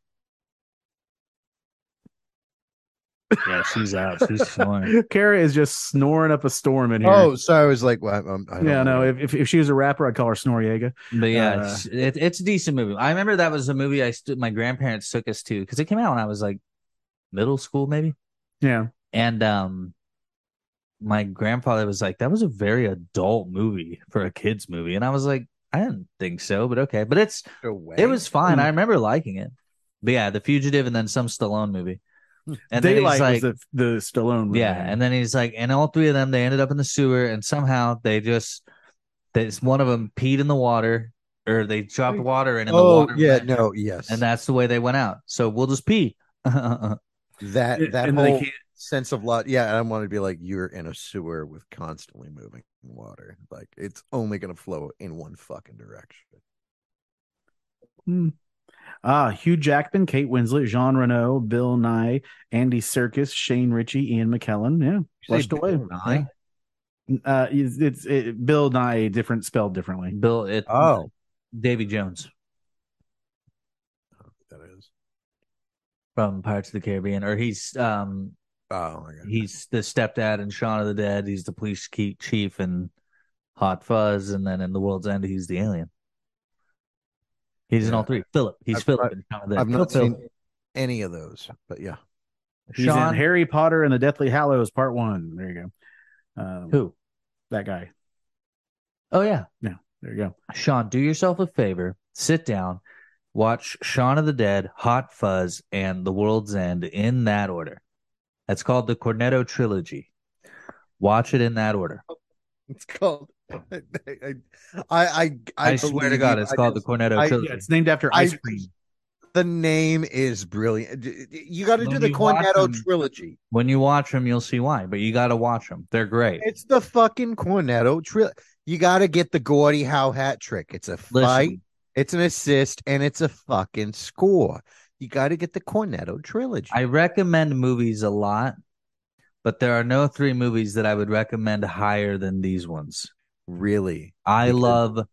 S3: Yeah, she's out. She's snoring.
S2: Kara is just snoring up a storm in here.
S4: oh, so I was like, well, I'm, I'm, I
S2: yeah,
S4: don't
S2: no.
S4: know.
S2: If, if if she was a rapper, I'd call her Snoriega.
S3: But yeah,
S2: Uh,
S3: it's- it, it's a decent movie. I remember that was a movie I stood my grandparents took us to because it came out when I was like middle school maybe,
S2: Yeah,
S3: and um, my grandfather was like, "That was a very adult movie for a kids movie," and I was like, "I didn't think so," but okay, but it's it was fine.
S2: Mm.
S3: I remember liking it. But yeah, The Fugitive and then some Stallone movie, and then he's
S2: Daylight
S3: like,
S2: was the the Stallone. movie.
S3: Yeah, and then he's like, and all three of them, they ended up in the sewer, and somehow they just, there's one of them peed in the water, or they dropped water in, and the
S4: Oh
S3: water
S4: yeah,
S3: went,
S4: no, yes,
S3: and
S4: and that
S3: that's the way they went out. So we'll just pee.
S4: that,
S2: And-
S4: that
S2: and they
S4: whole
S2: can't-
S4: sense of lot. Yeah, I want to be like you're in a sewer with constantly moving water. Like it's only gonna flow in one fucking direction.
S2: Hmm. Ah, Hugh Jackman, Kate Winslet, Jean Reno, Bill Nye, Andy Serkis, Shane Ritchie, Ian McKellen. Yeah, flushed away.
S4: Nye?
S2: Yeah. Uh, it's, it's it, Bill Nye, different spelled differently.
S3: Bill, it,
S4: Oh.
S3: Davy Jones
S4: That is.
S3: from Pirates of the Caribbean, or he's um
S4: Oh my god.
S3: he's the stepdad in Shaun of the Dead. He's the police ke- chief in Hot Fuzz, and then in The World's End, he's the alien. He's in
S4: Yeah.
S3: all three. Philip, he's
S4: I've-
S3: Philip in Shaun of the Dead.
S4: I've
S3: Philip,
S4: not seen
S3: Philip.
S4: any of those, but yeah.
S2: He's
S3: Sean-
S2: in Harry Potter and the Deathly Hallows Part One. There you go. Um,
S3: Who?
S2: that guy?
S3: Oh yeah.
S2: Yeah. There you go.
S3: Sean, do yourself a favor. Sit down, watch Shaun of the Dead, Hot Fuzz, and The World's End in that order. That's called the Cornetto trilogy. Watch it in that order.
S4: It's called. I I I,
S3: I, swear to
S4: believe
S3: God,
S4: you.
S3: it's
S4: I
S3: called
S4: just-
S3: the Cornetto
S4: I-
S3: trilogy.
S2: Yeah, it's named after ice
S4: I-
S2: cream.
S4: The name is brilliant. D- d- You got to do
S3: When
S4: the
S3: you watch
S4: Cornetto
S3: them-
S4: trilogy.
S3: when you watch them, you'll see why. But you got to watch them; they're great.
S4: It's the fucking Cornetto trilogy. You got to get the Gordy Howe hat trick. It's a
S3: Listen,
S4: fight. It's an assist, and it's a fucking score. You got to get the Cornetto trilogy.
S3: I recommend movies a lot, but there are no three movies that I would recommend higher than these ones.
S4: really,
S3: I
S4: Because-
S3: love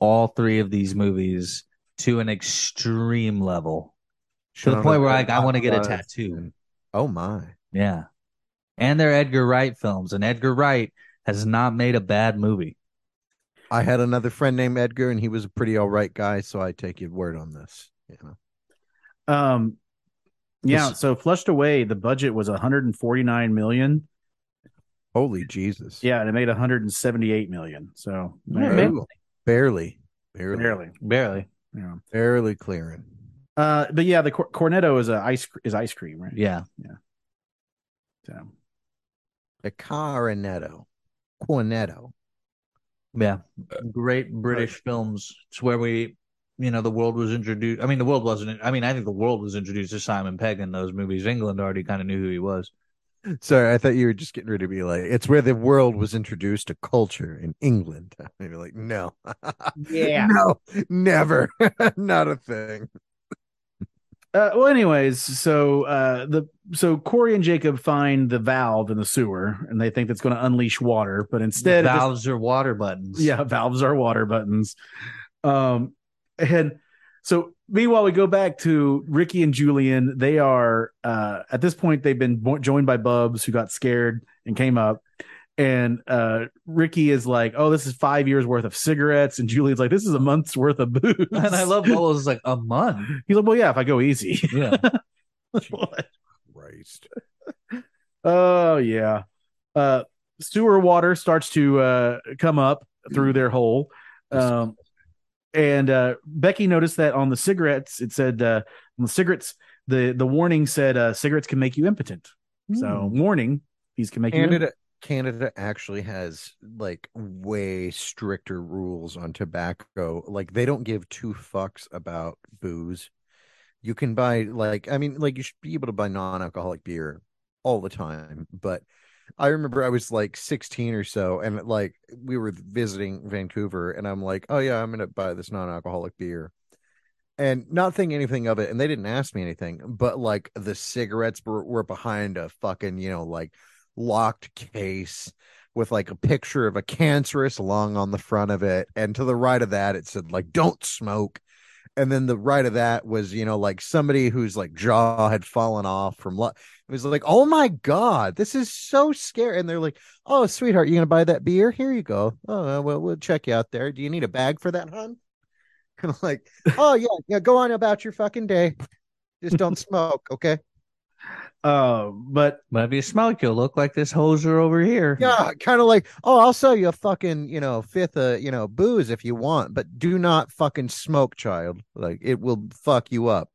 S3: all three of these movies to an extreme level to the
S4: Shaun
S3: point
S4: of
S3: where I,
S4: Dead,
S3: I
S4: Hot
S3: want to get a
S4: Fuzz,
S3: tattoo.
S4: Oh my!
S3: Yeah. And they're Edgar Wright films, and Edgar Wright has not made a bad movie.
S4: I had another friend named Edgar, and he was a pretty all right guy. So I take your word on this. You know,
S2: Um, yeah.
S3: This-
S2: so flushed away, the budget was 149 million.
S4: holy Jesus!
S2: Yeah, and it made 178 million. So
S3: Yeah,
S2: yeah,
S3: man.
S4: Barely, barely, barely, barely,
S2: barely.
S3: Barely.
S2: Yeah.
S4: clearing.
S2: Uh, but yeah, the cor- cornetto is a ice is ice cream, right?
S3: Yeah.
S2: So,
S4: The Coronetto, Cornetto.
S3: Yeah.
S4: Uh,
S3: Great British films. It's where we, you know, the world was introduced. I mean, the world wasn't. I mean, I think the world was introduced to Simon Pegg in those movies. England already kind of knew who he was.
S4: Sorry, I thought you were just getting ready to be like, it's where the world was introduced to culture in England. Maybe like, no,
S2: Yeah.
S4: no, never, not a thing.
S2: uh, well, anyways, so uh, the so Corey and Jacob find the valve in the sewer, and they think that's going to unleash water, but instead, it just-
S3: valves or water buttons.
S2: Yeah, valves are water buttons. Um, and so meanwhile, we go back to Ricky and Julian. They are uh, at this point they've been bo- joined by Bubs, who got scared and came up. And uh, Ricky is like, "Oh, this is five years worth of cigarettes," and Julian's like, "This is a month's worth of booze."
S3: And I love Bolo's like a month.
S2: He's like, "Well, yeah, if I go easy."
S3: Yeah.
S4: Christ.
S2: oh yeah. Uh, sewer water starts to uh, come up through their hole. Um, and uh, Becky noticed that on the cigarettes, it said uh, on the cigarettes, the the warning said uh, cigarettes can make you impotent. So warning, these can make you.
S4: Canada Canada actually has like way stricter rules on tobacco. Like they don't give two fucks about booze. You can buy like I mean like you should be able to buy non-alcoholic beer all the time, but I remember I was like 16 or so and like we were visiting Vancouver and I'm like, "Oh yeah, I'm going to buy this non-alcoholic beer." And not thinking anything of it and they didn't ask me anything, but like the cigarettes were, were behind a fucking, you know, like locked case with like a picture of a cancerous lung on the front of it and to the right of that it said like don't smoke and then the right of that was you know like somebody whose like jaw had fallen off from lo- it was like oh my god this is so scary and they're like oh sweetheart you gonna buy that beer here you go oh uh, well we'll check you out there do you need a bag for that hun and I'm like oh yeah yeah go on about your fucking day just don't smoke okay
S2: Uh, but
S3: But if you smoke, you'll look like this hoser over here.
S4: Yeah, kind of like, oh, I'll sell you a fucking, you know, fifth of, you know, booze if you want, but do not fucking smoke, child. Like it will fuck you up.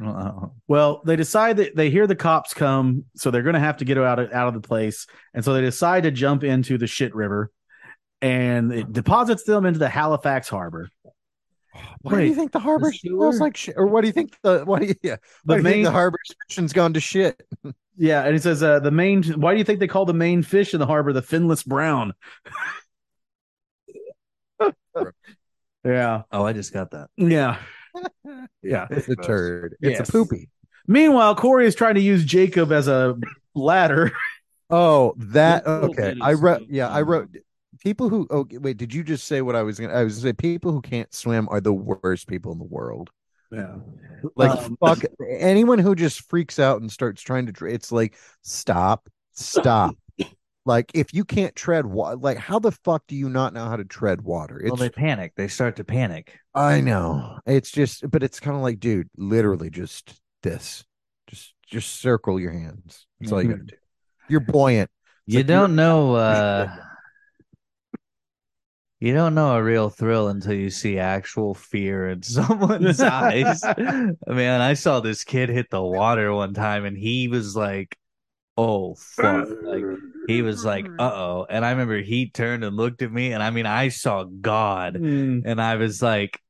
S3: Uh-uh.
S2: Well, they decide that they hear the cops come, so they're going to have to get out of, out of the place. And so they decide to jump into the shit river and it deposits them into the Halifax harbor.
S4: Why do you
S2: Wait,
S4: think the harbor
S3: sewer?
S4: smells like shit? Or what do you think the why do you, yeah,
S2: the
S4: why do you think
S2: main,
S4: the harbor expansion's gone to shit?
S2: yeah. And it says, uh, the main, why do you think they call the main fish in the harbor the finless brown? yeah.
S3: Oh, I just got that.
S2: Yeah. Yeah.
S4: It's a turd. It's
S2: Yes.
S4: a poopy.
S2: Meanwhile, Corey is trying to use Jacob as a ladder.
S4: Oh, that
S3: Little
S4: okay.
S3: bit
S4: I
S3: is
S4: wrote
S3: like,
S4: yeah, I
S3: um,
S4: wrote people who oh wait, did you just say what I was gonna I was gonna say people who can't swim are the worst people in the world.
S2: Yeah.
S4: Like
S2: Um,
S4: fuck anyone who just freaks out and starts trying to. dr- It's like stop, stop. like if you can't tread water, like how the fuck do you not know how to tread water? It's
S3: Well, they panic. They start to panic.
S4: I know it's just, but it's kind of like, dude, literally just this, just just circle your hands. That's all you gotta do. You're buoyant. It's
S3: You
S4: like,
S3: don't know. uh You don't know a real thrill until you see actual fear in someone's eyes. Man, I saw this kid hit the water one time and he was like, oh, fuck. Like, he was like, uh oh. And I remember he turned and looked at me. And I mean, I saw God.
S2: Mm.
S3: And I was like,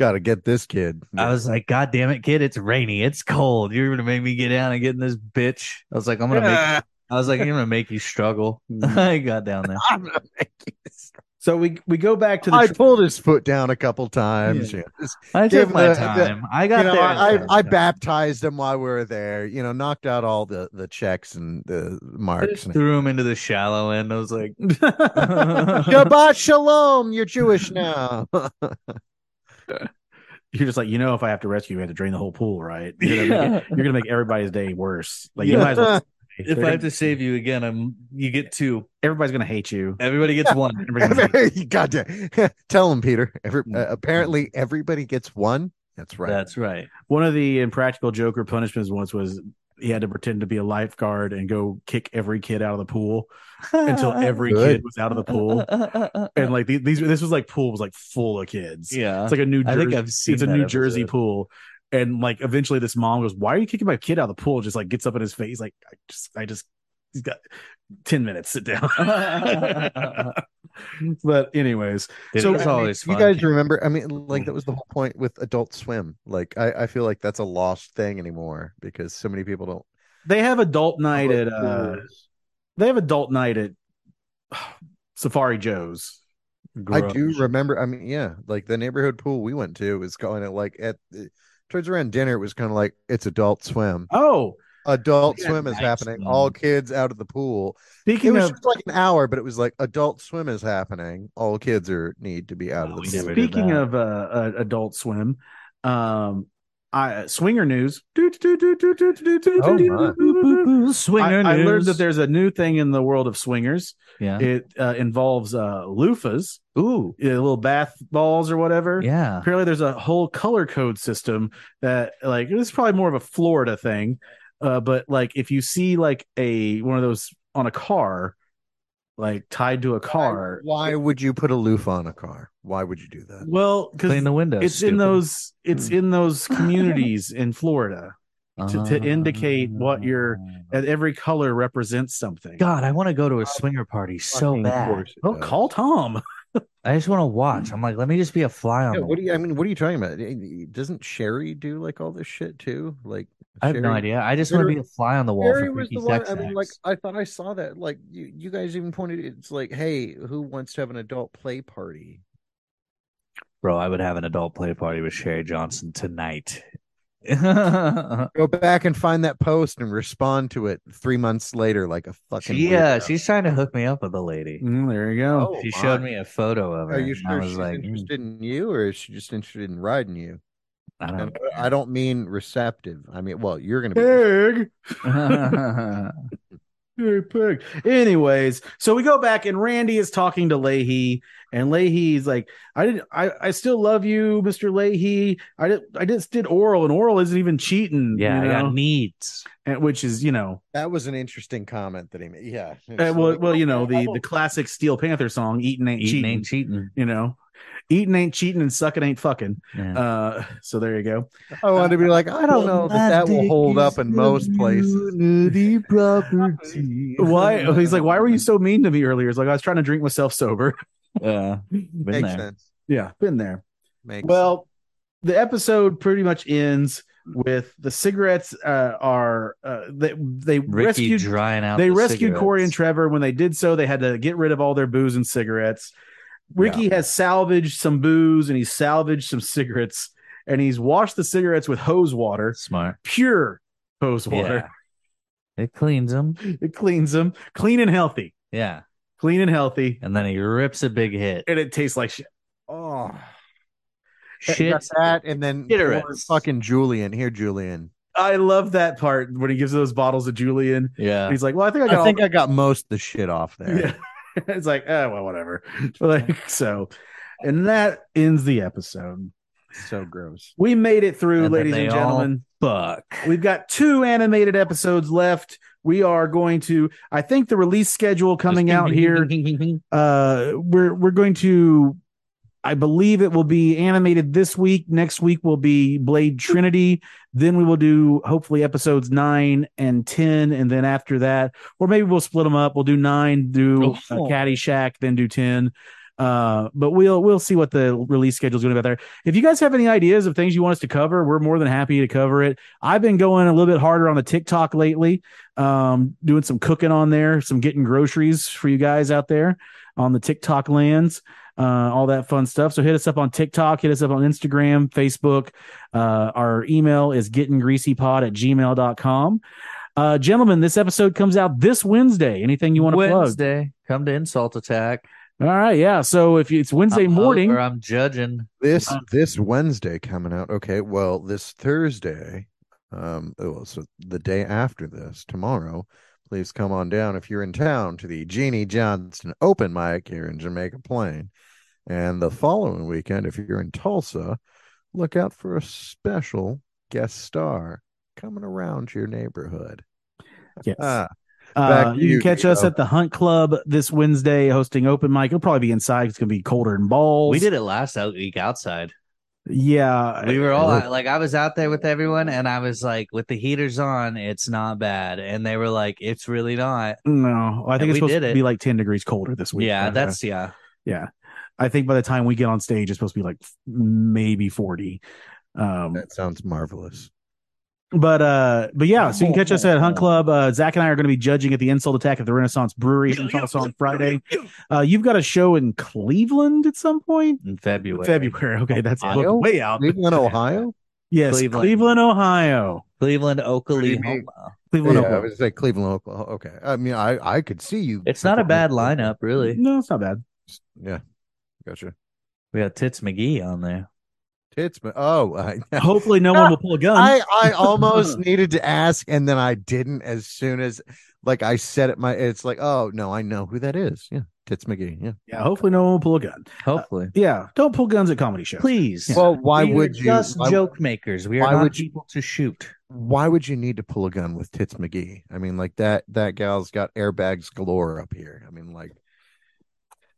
S4: Gotta get this kid.
S3: I was like, God damn it, kid. It's rainy. It's cold. You're going to make me get down and get in this bitch. I was like, I'm going to make, I was like, I'm going to make you struggle. I got down there.
S4: I'm gonna make you this-
S2: So we we go back to the
S4: I
S2: tr-
S4: pulled his foot down a couple times.
S2: Yeah.
S4: you know. Just-
S3: I
S4: Give
S3: took my
S4: the- the-
S3: time. I got
S4: you know,
S3: there.
S4: I,
S3: in
S4: I, I
S3: time.
S4: baptized him while we were there. You know, knocked out all the the checks and the
S3: I
S4: marks.
S3: just
S4: and-
S3: threw him into the shallow end. I was like,
S4: Shabbat shalom. You're Jewish now.
S2: you're just like you know if I have to rescue, you I have to drain the whole pool, right? You're gonna, make,
S3: Yeah.
S2: it- you're gonna make everybody's day worse. Like you
S3: Yeah.
S2: might as well.
S3: if I have to save you again, I'm you get two.
S2: everybody's gonna hate you.
S3: Everybody gets one.
S2: Everybody's gonna hate
S4: Goddamn. Tell him, Peter. Every,
S2: Mm.
S4: uh, apparently, everybody gets one. That's right.
S3: That's right.
S2: One of the impractical Joker punishments once was he had to pretend to be a lifeguard and go kick every kid out of the pool
S3: Uh,
S2: until every
S4: Good.
S2: kid was out of the pool. And like the, these, this was like pool was like full of kids.
S3: yeah.
S2: It's like a New
S3: I
S2: Jersey.
S3: think I've seen
S2: it's a
S3: that
S2: New Jersey
S3: episode.
S2: pool. And like eventually this mom goes, Why are you kicking my kid out of the pool? Just like gets up in his face, like I just I just he's got ten minutes, sit down. but anyways,
S3: Dude,
S2: So,
S3: it was
S2: I mean,
S3: always
S4: you
S3: fun.
S4: guys remember? I mean, like that was
S2: Mm.
S4: the whole point with Adult Swim. Like, I, I feel like that's a lost thing anymore because so many people don't.
S2: they have adult night at uh they have adult night at Safari Joe's.
S4: I
S2: Gross.
S4: do remember. I mean, yeah, like the neighborhood pool we went to was going to like at towards around dinner. It was kind of like it's Adult Swim.
S2: Oh,
S4: Adult
S2: Yeah,
S4: Swim is
S3: nice
S4: happening.
S3: one.
S4: All kids out of the pool. It
S2: speaking
S4: was
S2: of
S4: just like an hour, but it was like Adult Swim is happening. All kids are need to be out of
S3: Oh, we
S4: the
S3: never
S4: pool.
S3: did
S2: speaking
S3: that.
S2: of uh, uh, Adult Swim, um, I, swinger news. Do, do, do, do, do, do, do,
S4: Oh,
S2: do,
S4: my.
S2: do, do, do. I,
S3: Swinger
S2: I learned
S3: news.
S2: that there's a new thing in the world of swingers.
S3: yeah.
S2: It uh, involves uh, loofahs,
S3: Ooh.
S2: yeah, little bath balls or whatever.
S3: Yeah.
S2: Apparently, there's a whole color code system that, like, this is probably more of a Florida thing, uh, but like if you see like a one of those on a car, like tied to a car.
S4: Why would you put a loofah on a car? Why would you do that?
S2: Well, because
S3: Clean the windows.
S2: it's in
S3: stupid.
S2: those it's in those communities in Florida. to- to
S3: Ah.
S2: indicate what your- And every color represents something.
S3: God, I want to go to a swinger party so
S4: Fucking
S3: bad.
S4: course it
S2: Oh,
S4: does.
S2: call Tom.
S3: I just want to watch. I'm like, let me just be a fly on
S4: Yeah,
S3: the
S4: what do you? I mean, what are you talking about? Eh, Doesn't Sherry do like all this shit too? Like,
S3: I have no
S4: Sherry-
S3: idea. I just want to
S4: Sherry-
S3: be a fly on the wall
S4: Sherry
S3: for
S4: was the
S3: Freaky
S4: one.
S3: Sex
S4: I mean, like,
S3: Acts.
S4: I thought I saw that. Like, you, you guys even pointed. It's like, hey, who wants to have an adult play party?
S3: bro, I would have an adult play party with Sherry Johnson tonight. yeah,
S4: Go back and find that post and respond to it three months later, like a fucking weirdo.
S3: uh, she's trying to hook me up with a lady.
S2: Mm, there you go.
S4: Oh,
S3: she
S4: my.
S3: showed me a photo of her.
S4: Are you
S3: and I
S4: sure
S3: was
S4: she's
S3: like, mm,
S4: interested in you, or is she just interested in riding you?
S3: I
S4: And
S3: don't.
S4: I don't mean receptive. I mean, well, you're gonna be.
S2: Pig.
S3: know.
S2: Hey, pig. Anyways, so we go back and Randy is talking to Leahy, and Leahy's like, I didn't I, I still love you, Mr. Leahy. I did I just did oral, and oral isn't even cheating.
S3: yeah,
S2: you know?
S3: I got needs.
S2: And- which is, you know,
S4: That was an interesting comment that he made. Yeah.
S2: uh,
S4: It's
S2: well,
S4: like,
S2: well, you know,
S4: I
S2: the
S4: don't-
S2: the classic Steel Panther song, Eating Ain't
S3: Eating
S2: Cheating.
S3: ain't cheating.
S2: you know. Eating ain't cheating and sucking ain't fucking.
S3: Yeah.
S2: Uh, so there you go.
S4: I wanted to be like, I don't know that that will hold up in most places.
S2: Why? He's like, why were you so mean to me earlier? It's like I was trying to drink myself sober.
S3: Yeah, been
S4: Makes
S3: there.
S4: sense.
S2: Yeah, been there.
S4: Makes
S2: Well, the episode pretty much ends with the cigarettes uh, are uh, they they
S3: Ricky
S2: rescued
S3: drying out.
S2: they
S3: the
S2: rescued Corey and
S3: cigarettes.
S2: Trevor. When they did so, they had to get rid of all their booze and cigarettes. Ricky has salvaged some booze and he's salvaged some cigarettes and he's washed the cigarettes with hose water,
S3: Smart.
S2: pure hose water.
S3: Yeah. It cleans him.
S2: It cleans them, clean and healthy,
S3: Yeah.
S2: clean and healthy,
S3: And then he rips a big hit.
S2: and it tastes like shit.
S4: Oh,
S3: Shit.
S4: that, and then
S3: Shitterates.
S4: poor fucking Julian. Here, Julian.
S2: I love that part when he gives those bottles to Julian.
S3: Yeah.
S2: He's like, "Well, I think I got."
S4: I
S2: all
S4: think I got most of the shit off there.
S2: Yeah. it's like, oh well, whatever. Like so. And that ends the episode.
S4: So gross.
S2: We made it through,
S3: And then
S2: ladies
S3: they
S2: and
S3: all-
S2: gentlemen.
S3: Fuck.
S2: We've got two animated episodes left. We are going to I think the release schedule coming out here uh we're we're going to I believe it will be animated this week. Next week will be Blade Trinity. Then we will do hopefully episodes 9 and 10 and then after that or maybe we'll split them up. We'll do 9, do uh,
S3: Oh.
S2: Caddyshack, then do 10. Uh, but we'll we'll see what the release schedule is going to be out there. If you guys have any ideas of things you want us to cover, we're more than happy to cover it. I've been going a little bit harder on the TikTok lately, um, doing some cooking on there, some getting groceries for you guys out there on the TikTok lands, uh, all that fun stuff. So hit us up on TikTok, hit us up on Instagram, Facebook. Uh, our email is gettinggreasypod at gmail.com. Uh, gentlemen, this episode comes out this Wednesday. Anything you want to plug?
S3: Wednesday? Come to Insult Attack.
S2: All right, yeah. So if you, it's Wednesday
S3: I'm ho-
S2: morning,
S3: Or I'm judging.
S4: This
S2: Wow.
S4: this Wednesday coming out. Okay, well, this Thursday, um, well, so the day after this, tomorrow. Please come on down if you're in town to the Jeannie Johnston open mic here in Jamaica Plain. And the following weekend, if you're in Tulsa, look out for a special guest star coming around your neighborhood.
S2: yes.
S4: Ah, back
S2: Uh,
S4: to
S2: you
S4: you,
S2: can catch us
S4: Nico.
S2: at the Hunt Club this Wednesday, hosting open mic. It'll probably be inside. 'cause It's gonna be colder than balls.
S3: We did it last out- week outside.
S2: yeah.
S3: We were all
S4: I-
S3: like, I was out there with everyone, and I was like, with the heaters on, it's not bad. And they were like, it's really not.
S2: no, I think it's
S3: And we
S2: supposed
S3: did
S2: to
S3: it.
S2: be like ten degrees colder this week.
S3: yeah,
S2: Uh,
S3: that's yeah.
S2: I think by the time we get on stage, it's supposed to be like maybe forty. Um,
S4: that sounds marvelous.
S2: but uh, but yeah, so you can catch us at Hunt Club. Uh, Zach and I are going to be judging at the Insult Attack at the Renaissance Brewery in Tulsa on Friday. Uh, you've got a show in Cleveland at some point.
S3: In February.
S2: February. Okay, that's
S3: Ohio?
S2: booked way out.
S4: Cleveland, Ohio.
S2: Yes, Cleveland,
S3: Cleveland.
S2: Ohio.
S3: Cleveland,
S4: Pretty
S3: Oklahoma.
S2: Cleveland,
S4: yeah, I
S2: Ohio.
S4: was gonna say Cleveland, Oklahoma. Okay, I mean, I I could see you.
S3: It's not a bad
S4: performing.
S3: lineup, really.
S2: No, it's not bad.
S4: Yeah, gotcha. Mm-hmm.
S3: We got Tits McGee on there.
S4: Tits, but oh, I,
S2: Hopefully, no
S3: Ah,
S2: one will pull a gun.
S4: I I almost needed to ask, and then I didn't. As soon as like I said it, my it's like, oh no, I know who that is. Yeah, Tits McGee. Yeah.
S2: yeah, hopefully, no one will pull a gun.
S3: Hopefully.
S2: Yeah, don't pull guns at comedy shows.
S3: Please.
S4: Well, why
S3: We are
S4: would you?
S3: just
S4: why,
S3: joke makers. We
S4: why
S3: are not
S4: would you-
S3: people to shoot.
S4: why would you need to pull a gun with Tits McGee? I mean, like that that gal's got airbags galore up here. I mean, like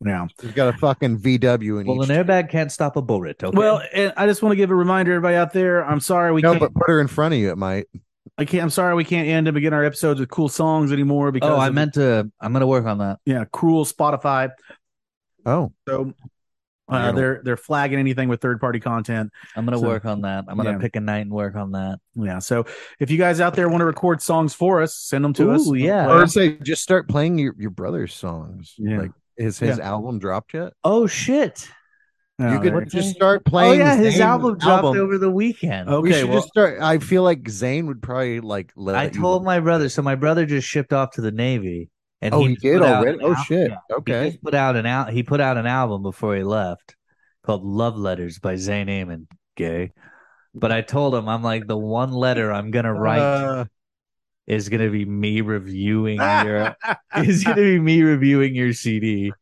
S2: Now,
S4: she's got a fucking VW in
S3: Well,
S4: each.
S3: an airbag can't stop a bullet. Okay?
S2: well, and I just want to give a reminder, everybody out there. I'm sorry we
S4: no,
S2: can't.
S4: but put her in front of you. It might.
S2: I can't. I'm sorry we can't end and begin our episodes with cool songs anymore because
S3: oh, I
S2: of-
S3: meant to. I'm gonna work on that.
S2: yeah, cruel Spotify.
S4: Oh,
S2: So uh,
S4: Yeah.
S2: they're they're flagging anything with third party content.
S3: I'm gonna
S2: So-
S3: work on that. I'm gonna
S2: Yeah.
S3: pick a night and work on that.
S2: Yeah. So if you guys out there want to record songs for us, send them to
S3: Ooh,
S2: us.
S3: yeah.
S2: Play
S4: or
S2: 'em.
S4: say just start playing your your brother's songs.
S2: Yeah.
S4: Like, has his album dropped yet?
S3: Oh shit!
S2: Oh,
S4: you
S2: there
S4: could
S2: you
S4: just
S3: go.
S4: start playing.
S3: oh yeah, his
S4: Zayn's
S3: album dropped over the weekend.
S2: go.
S4: we
S2: Okay.
S4: should
S2: Well,
S4: just start. I feel like Zane would probably like. Let
S3: I
S4: you-
S3: told my brother. So my brother just shipped off to the Navy, and
S4: Oh,
S3: he,
S4: he
S3: just
S4: did
S3: put out
S4: already.
S3: an
S4: Oh
S3: al-
S4: shit.
S3: yeah. He
S4: Okay.
S3: just put out an out. he put out an album before he left called "Love Letters" by Zayn Amon. Gay. But I told him, I'm like the one letter I'm gonna write
S4: Uh,
S3: is gonna be me reviewing your is gonna be me reviewing your CD.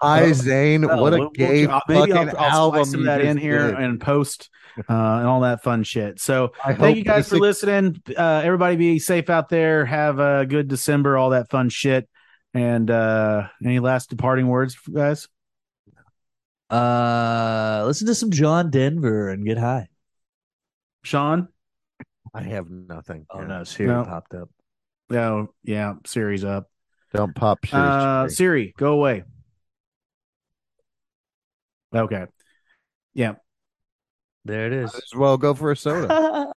S4: hi Zane.
S2: Oh,
S4: what a
S2: we'll- we'll-
S4: gay
S2: I'll-
S4: fucking
S2: I'll, I'll
S4: album
S2: splice
S4: you
S2: that in
S4: just
S2: here
S4: did.
S2: and post uh, and all that fun shit. So
S4: I hope
S2: thank you guys
S4: this
S2: for listening. Uh, everybody be safe out there. Have a good December, all that fun shit. And uh, any last departing words, guys?
S3: Uh listen to some John Denver and get high.
S2: Sean?
S4: I have nothing.
S3: Oh
S4: Yeah.
S3: no, Siri
S2: No.
S3: popped up.
S2: Oh, yeah. Siri's up.
S4: Don't pop shit.
S2: Uh, Siri, go away. Okay. Yeah.
S3: There it is.
S4: as well go for a soda.